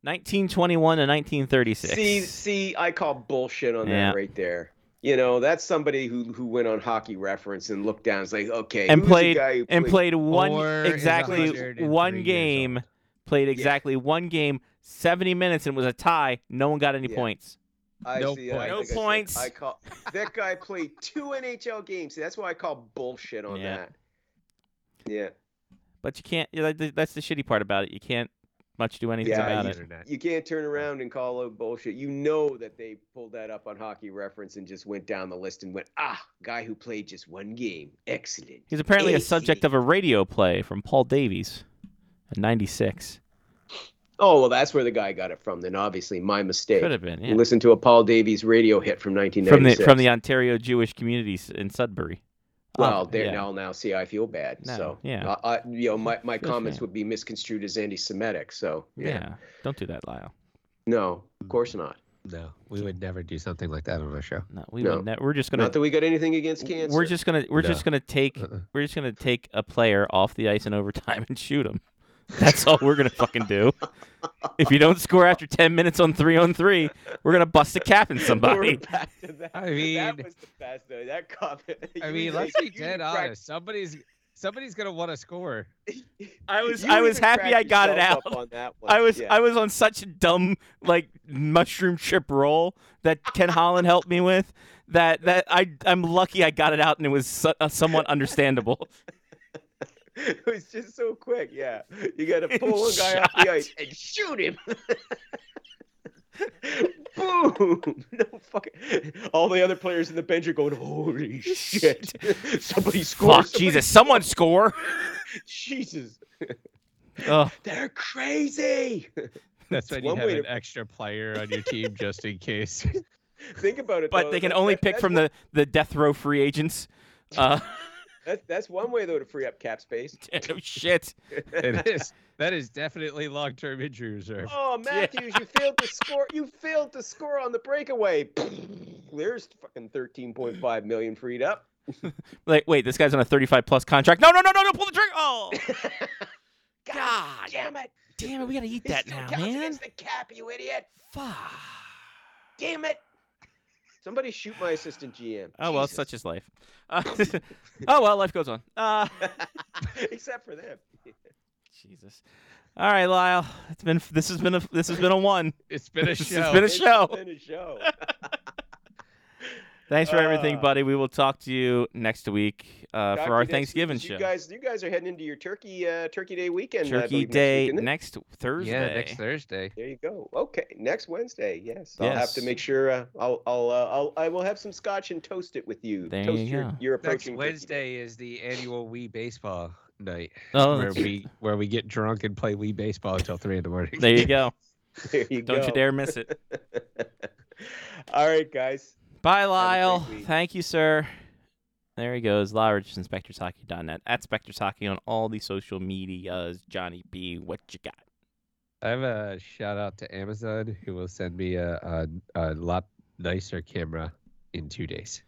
Speaker 1: 1921 to 1936.
Speaker 6: see, see, I call bullshit on
Speaker 1: Yeah.
Speaker 6: that right there. You know, that's somebody who who went on hockey reference and looked down. It's like, okay,
Speaker 1: And
Speaker 6: who's the
Speaker 1: played-
Speaker 6: guy who
Speaker 1: and played
Speaker 7: Or
Speaker 1: one
Speaker 7: is
Speaker 1: exactly
Speaker 7: 103
Speaker 1: one
Speaker 7: years
Speaker 1: game.
Speaker 7: old.
Speaker 1: Played exactly one game, 70 minutes, and it was a tie. No one got any
Speaker 6: Yeah.
Speaker 1: points.
Speaker 6: I
Speaker 7: No
Speaker 6: see,
Speaker 7: points.
Speaker 6: I
Speaker 1: No
Speaker 6: think I said-
Speaker 1: points.
Speaker 6: I call that guy played two NHL games. See, that's why I call bullshit on
Speaker 1: Yeah.
Speaker 6: that. Yeah,
Speaker 1: But you can't. yeah, that- That's the shitty part about it. You can't much do anything
Speaker 6: Yeah,
Speaker 1: about
Speaker 6: you-
Speaker 1: it.
Speaker 7: internet.
Speaker 6: you can't turn around and call out bullshit. You know that they pulled that up on Hockey Reference and just went down the list and went, ah, guy who played just one game, excellent.
Speaker 1: He's apparently a
Speaker 6: Hey.
Speaker 1: subject of a radio play from Paul Davies in 96.
Speaker 6: Oh well, that's where the guy got it from. Then obviously, my mistake.
Speaker 1: Could have been,
Speaker 6: You
Speaker 1: yeah.
Speaker 6: Listen to a Paul Davies radio hit from
Speaker 1: From the uh,
Speaker 6: 1996.
Speaker 1: from the Ontario Jewish communities in Sudbury.
Speaker 6: Well,
Speaker 1: Ob-
Speaker 6: there
Speaker 1: yeah.
Speaker 6: now, now, see, I feel bad.
Speaker 1: No,
Speaker 6: so,
Speaker 1: yeah.
Speaker 6: I, I, you know, my, my
Speaker 1: Feel
Speaker 6: comments
Speaker 1: shame.
Speaker 6: would be misconstrued as anti-Semitic. So,
Speaker 1: yeah. Don't do that, Lyle.
Speaker 6: No, of course not.
Speaker 7: No, we would never do something like that on our show.
Speaker 1: No, we
Speaker 6: No.
Speaker 1: would ne- we're just gonna
Speaker 6: Not that we got anything against cancer.
Speaker 1: we're just gonna we're
Speaker 7: No.
Speaker 1: just gonna take
Speaker 7: Uh-uh.
Speaker 1: we're just gonna take a player off the ice in overtime and shoot him. That's all we're gonna fucking do. If you don't score after ten minutes on three on three, we're gonna bust a cap in
Speaker 6: We're
Speaker 1: somebody.
Speaker 6: back to that.
Speaker 7: I mean-
Speaker 6: that was the best though. That comment.
Speaker 7: I
Speaker 6: You
Speaker 7: mean,
Speaker 6: even-
Speaker 7: let's be
Speaker 6: you
Speaker 7: dead
Speaker 6: even cracked-
Speaker 7: honest. Somebody's somebody's gonna want to score.
Speaker 1: I was
Speaker 6: you
Speaker 1: I was
Speaker 6: even
Speaker 1: happy
Speaker 6: cracked
Speaker 1: I got it out.
Speaker 6: yourself up on that one.
Speaker 1: I was
Speaker 6: Yeah.
Speaker 1: I was on such a dumb like mushroom chip roll that Ken Holland helped me with that that I I'm lucky I got it out and it was so, uh, somewhat understandable.
Speaker 6: it was just so quick. Yeah, you got to
Speaker 1: And
Speaker 6: pull a guy
Speaker 1: shot.
Speaker 6: off the ice and shoot him. Boom! No fucking. All the other players in the bench are going, "Holy shit! Somebody scored!
Speaker 1: Fuck Jesus, someone score!
Speaker 6: Jesus!
Speaker 1: Oh,
Speaker 6: They're crazy!"
Speaker 7: That's when you
Speaker 6: one
Speaker 7: have
Speaker 6: way
Speaker 7: an
Speaker 6: to-
Speaker 7: extra player on your team just in case.
Speaker 6: Think about it.
Speaker 1: but
Speaker 6: though,
Speaker 1: they can
Speaker 6: Uh, that-
Speaker 1: only
Speaker 6: that-
Speaker 1: pick
Speaker 6: that's
Speaker 1: from
Speaker 6: one-
Speaker 1: the the death row free agents. Uh,
Speaker 6: That, that's one way though to free up cap space.
Speaker 1: oh, shit.
Speaker 7: it is. That is definitely long-term injury reserve.
Speaker 6: Oh, Matthews, you failed to score. You failed to score on the breakaway. There's fucking 13.5 million freed up.
Speaker 1: Like, wait, this guy's on a 35 plus contract. No, no, no, no, no, pull the trigger. Oh,
Speaker 6: God,
Speaker 1: God.
Speaker 6: damn it!
Speaker 1: damn it, we gotta eat
Speaker 6: It
Speaker 1: that
Speaker 6: still
Speaker 1: now,
Speaker 6: counts
Speaker 1: man.
Speaker 6: against the cap, you idiot!
Speaker 1: Fuck.
Speaker 6: Damn it! Somebody shoot my assistant GM.
Speaker 1: Oh well,
Speaker 6: Jesus.
Speaker 1: such is life. Uh, oh well, life goes on. Uh,
Speaker 6: Except for them.
Speaker 1: Jesus. All right, Lyle. It's been this has been a this has been a one.
Speaker 7: It's been a
Speaker 1: It's
Speaker 7: show.
Speaker 1: been a
Speaker 6: It's
Speaker 1: show.
Speaker 6: Been a show.
Speaker 1: Thanks for everything,
Speaker 6: Uh,
Speaker 1: buddy. We will talk to you next week uh,
Speaker 6: Talk
Speaker 1: for
Speaker 6: to
Speaker 1: our
Speaker 6: you next week,
Speaker 1: Thanksgiving
Speaker 6: 'cause
Speaker 1: show.
Speaker 6: You guys, you guys are heading into your Turkey uh, Turkey Day weekend. I
Speaker 1: Turkey
Speaker 6: believe, next
Speaker 1: Day
Speaker 6: week, isn't it?
Speaker 1: next Thursday.
Speaker 7: Yeah, next Thursday.
Speaker 6: There you go. Okay, next Wednesday. Yes, I'll have to
Speaker 1: Yes.
Speaker 6: make sure. Uh, I'll, I'll, uh, I'll, I will have some scotch and toast it with you.
Speaker 1: There
Speaker 6: toast
Speaker 1: you
Speaker 6: your,
Speaker 1: go.
Speaker 6: your
Speaker 7: Next
Speaker 6: approaching turkey.
Speaker 7: Wednesday is the annual Wii baseball night,
Speaker 1: Oh,
Speaker 7: where
Speaker 1: that's-
Speaker 7: we where we get drunk and play Wii baseball until three in the morning.
Speaker 1: there you go.
Speaker 6: There you
Speaker 1: Don't
Speaker 6: go.
Speaker 1: you dare miss it.
Speaker 6: All right, guys.
Speaker 1: Bye, Lyle.
Speaker 6: week.
Speaker 1: Thank you, sir. There he goes. Lyle Richardson, SpectresHockey.net. At Spectres Hockey on all the social medias. Johnny B, what you got?
Speaker 7: I have a shout out to Amazon who will send me a a, a lot nicer camera in two days.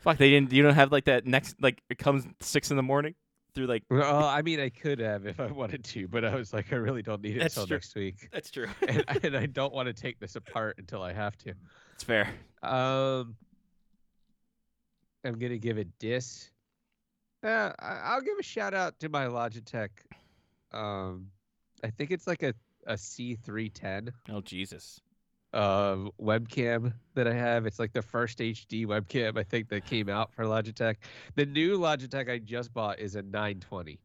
Speaker 1: Fuck, they didn't. You don't have like that next. Like it comes six in the morning through like.
Speaker 7: Well, I mean, I could have if I wanted to, but I was like, I really don't need it
Speaker 1: That's
Speaker 7: until
Speaker 1: true.
Speaker 7: next week,
Speaker 1: That's true.
Speaker 7: and, and I don't want to take this apart until I have to.
Speaker 1: it's fair.
Speaker 7: Um, I'm gonna give a diss. Uh, I- I'll give a shout out to my Logitech. Um, I think it's like a a C310
Speaker 1: Oh Jesus.
Speaker 7: um, webcam that I have. It's like the first HD webcam I think that came out for Logitech. The new Logitech I just bought is a 920.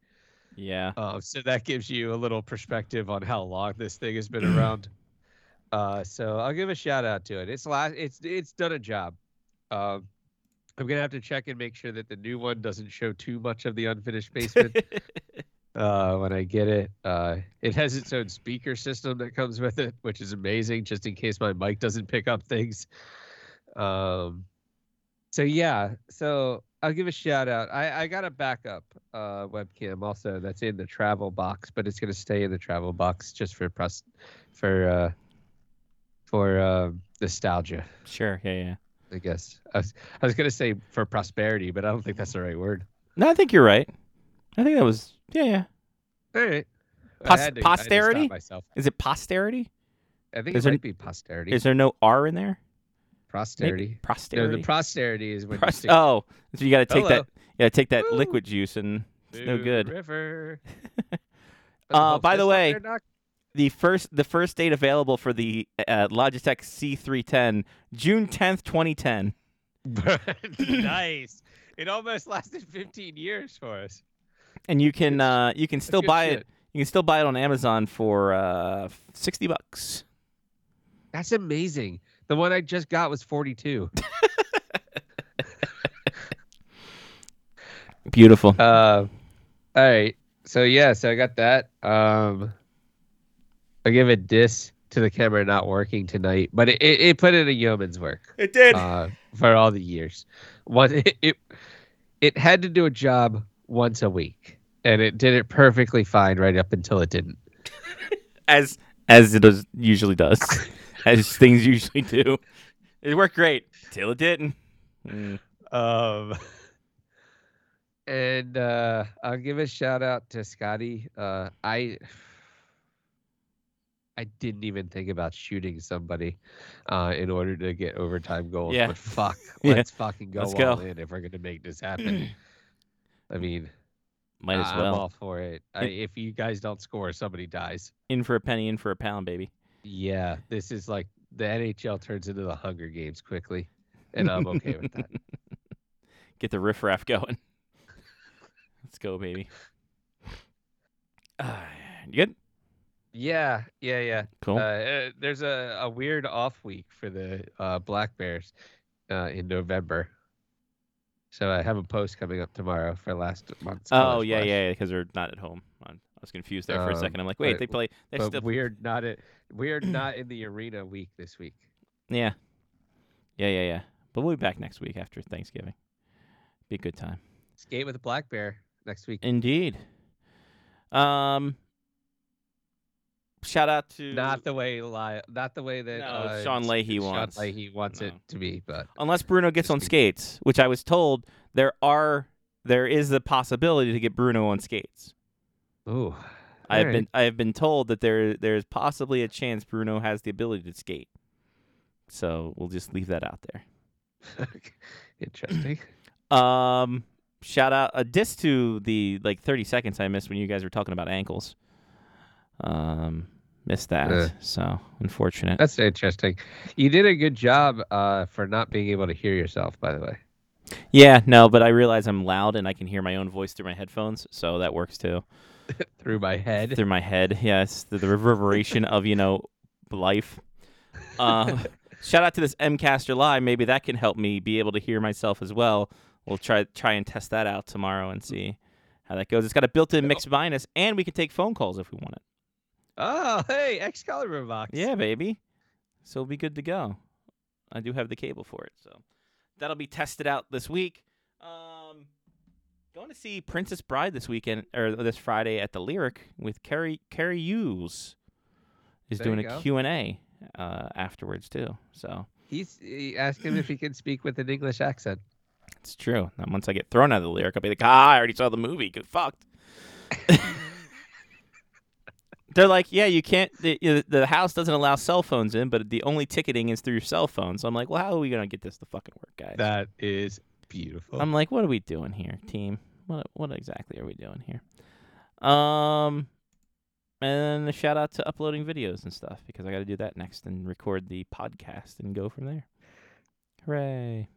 Speaker 1: Yeah.
Speaker 7: Um, so that gives you a little perspective on how long this thing has been around. Uh, so I'll give a shout out to it. It's last. It's it's done a job. Um, I'm gonna have to check and make sure that the new one doesn't show too much of the unfinished basement uh, when I get it. Uh, it has its own speaker system that comes with it, which is amazing, just in case my mic doesn't pick up things. Um, so yeah, so I'll give a shout out. I, I got a backup uh, webcam also that's in the travel box, but it's gonna stay in the travel box just for press, for uh, for um nostalgia,
Speaker 1: sure. Yeah. Yeah.
Speaker 7: I guess. I was, I was gonna say for prosperity, but I don't think that's the right word.
Speaker 1: No, I think you're right. I think that was. Yeah. Yeah.
Speaker 7: All right. I
Speaker 1: Pos-
Speaker 7: had to- I had to stop
Speaker 1: posterity?
Speaker 7: myself.
Speaker 1: Is it posterity?
Speaker 7: I think
Speaker 1: Is
Speaker 7: it
Speaker 1: there-
Speaker 7: might be posterity.
Speaker 1: Is there no R in there? Maybe-
Speaker 7: Posterity. No,
Speaker 1: Posterity.
Speaker 7: the posterity is when
Speaker 1: Pros-
Speaker 7: you stick
Speaker 1: oh, so you got to take
Speaker 7: Hello.
Speaker 1: that. Yeah, take that
Speaker 7: Woo.
Speaker 1: liquid juice and it's no
Speaker 7: to
Speaker 1: good.
Speaker 7: the River.
Speaker 1: Uh, by the way-
Speaker 7: There, Doc?
Speaker 1: the first the first date available for the uh, Logitech C310, June 10th, 2010.
Speaker 7: nice. It almost lasted 15 years for us.
Speaker 1: And you can
Speaker 7: Good s-
Speaker 1: uh, you can still
Speaker 7: good
Speaker 1: buy it.
Speaker 7: shit.
Speaker 1: You can still buy it on Amazon for uh, 60 bucks.
Speaker 7: That's amazing. The one I just got was 42.
Speaker 1: Beautiful.
Speaker 7: Uh, all right. So yeah, so I got that. Um, I give a diss to the camera not working tonight, but it, it, it put in a yeoman's work. It did uh, for all the years. What it, it it had to do a job once a week, and it did it perfectly fine right up until it didn't.
Speaker 1: As as it does, usually does. as things usually do. It worked great till it didn't. Mm.
Speaker 7: Um, and uh, I'll give a shout out to Scotty. Uh, I I didn't even think about shooting somebody uh, in order to get overtime goals.
Speaker 1: Yeah.
Speaker 7: But fuck,
Speaker 1: Yeah.
Speaker 7: let's fucking go
Speaker 1: Let's
Speaker 7: all
Speaker 1: go.
Speaker 7: in if we're gonna make this happen. I mean,
Speaker 1: Might as
Speaker 7: I- I'm all
Speaker 1: well.
Speaker 7: for it. I, if you guys don't score, somebody dies.
Speaker 1: In for a penny, in for a pound, baby.
Speaker 7: Yeah, this is like the NHL turns into the Hunger Games quickly, and I'm okay with that.
Speaker 1: Get the riffraff going. Let's go, baby. Uh, you good?
Speaker 7: Yeah, yeah, yeah.
Speaker 1: Cool.
Speaker 7: Uh, uh, there's a, a weird off week for the uh, Black Bears uh, in November. So I have a post coming up tomorrow for last month's.
Speaker 1: Oh
Speaker 7: Color
Speaker 1: yeah,
Speaker 7: Splash.
Speaker 1: yeah, because they're not at home. I I was confused there for a second.
Speaker 7: Um,
Speaker 1: I'm like, wait,
Speaker 7: but-
Speaker 1: they play. They're
Speaker 7: But
Speaker 1: still
Speaker 7: weird, not it. Weird, not in the arena week this week.
Speaker 1: Yeah, yeah, yeah, yeah. But we'll be back next week after Thanksgiving. Be a good time.
Speaker 7: Skate with a Black Bear next week.
Speaker 1: Indeed. Um. Shout out to
Speaker 7: Not the way Lyle, not the way that
Speaker 1: No,
Speaker 7: uh,
Speaker 1: Sean
Speaker 7: S-
Speaker 1: Leahy
Speaker 7: Sean
Speaker 1: wants.
Speaker 7: Leahy wants it
Speaker 1: No.
Speaker 7: to be, but
Speaker 1: unless Bruno gets
Speaker 7: Just
Speaker 1: on
Speaker 7: be-
Speaker 1: skates, which I was told there are there is the possibility to get Bruno on skates.
Speaker 7: ooh,
Speaker 1: I have
Speaker 7: alright.
Speaker 1: been I have been told that there there is possibly a chance Bruno has the ability to skate. So we'll just leave that out there.
Speaker 7: interesting.
Speaker 1: Um, shout out a diss to the like 30 seconds I missed when you guys were talking about ankles. Um, Missed that.
Speaker 7: Yeah.
Speaker 1: So unfortunate.
Speaker 7: That's interesting. You did a good job uh, for not being able to hear yourself, by the way.
Speaker 1: Yeah, no, but I realize I'm loud and I can hear my own voice through my headphones, so that works too.
Speaker 7: Through my head.
Speaker 1: Through my head, yes, the, the reverberation of you know life. Uh, shout out to this MCaster Live. Maybe that can help me be able to hear myself as well. We'll try try and test that out tomorrow and see how that goes. It's got a built-in mix minus, and we can take phone calls if we want it.
Speaker 7: Oh, hey, Excalibur box.
Speaker 1: Yeah, baby. So we'll be good to go. I do have the cable for it, so that'll be tested out this week. Um, going to see Princess Bride this weekend or this Friday at the Lyric with Carrie Carrie Hughes. Is
Speaker 7: There you
Speaker 1: doing a
Speaker 7: go.
Speaker 1: Q and A uh, afterwards too. So
Speaker 7: He's he asked him if he can speak with an English accent.
Speaker 1: it's true. And once I get thrown out of the Lyric, I'll be like, ah, I already saw the movie. Get fucked. They're like, yeah, you can't. The, you know, the house doesn't allow cell phones in, but the only ticketing is through your cell phone. So I'm like, well, how are we gonna get this to fucking work, guys?
Speaker 7: That oh. is beautiful.
Speaker 1: I'm like, what are we doing here, team? What what exactly are we doing here? Um, and a shout out to uploading videos and stuff because I got to do that next and record the podcast and go from there. Hooray!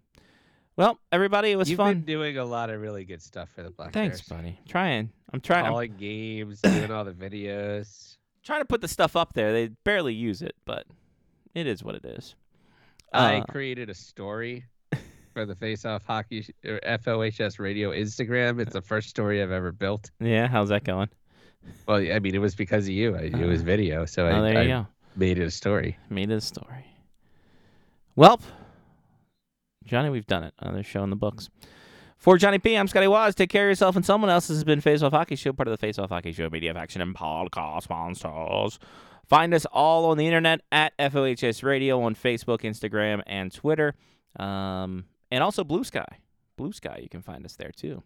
Speaker 1: Well, everybody, it was
Speaker 7: You've
Speaker 1: fun.
Speaker 7: been doing a lot of really good stuff for the Black
Speaker 1: Thanks,
Speaker 7: Bears.
Speaker 1: buddy. Trying, I'm trying. I'm
Speaker 7: Calling games, doing all the videos.
Speaker 1: trying to put the stuff up there. They barely use it, but it is what it is.
Speaker 7: I
Speaker 1: Uh,
Speaker 7: created a story for the Face Off Hockey sh- or FOHS Radio Instagram. It's the first story I've ever built.
Speaker 1: yeah, how's that going?
Speaker 7: Well, I mean, it was because of you. I, it
Speaker 1: Uh,
Speaker 7: was video, so
Speaker 1: oh,
Speaker 7: I,
Speaker 1: there you
Speaker 7: I
Speaker 1: go.
Speaker 7: made it a story.
Speaker 1: Made it a story. Welp, Johnny, we've done it. Another show in the books. For Johnny P, I'm Scotty Waz. Take care of yourself and someone else. This has been Face Off Hockey Show, part of the Face Off Hockey Show media of action and podcast sponsors. Find us all on the internet at FOHS Radio on Facebook, Instagram, and Twitter. Um, and also Blue Sky. Blue Sky, you can find us there too.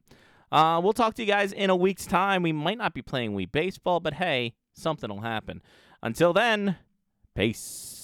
Speaker 1: Uh, we'll talk to you guys in a week's time. We might not be playing Wii Baseball, but hey, something will happen. Until then, peace.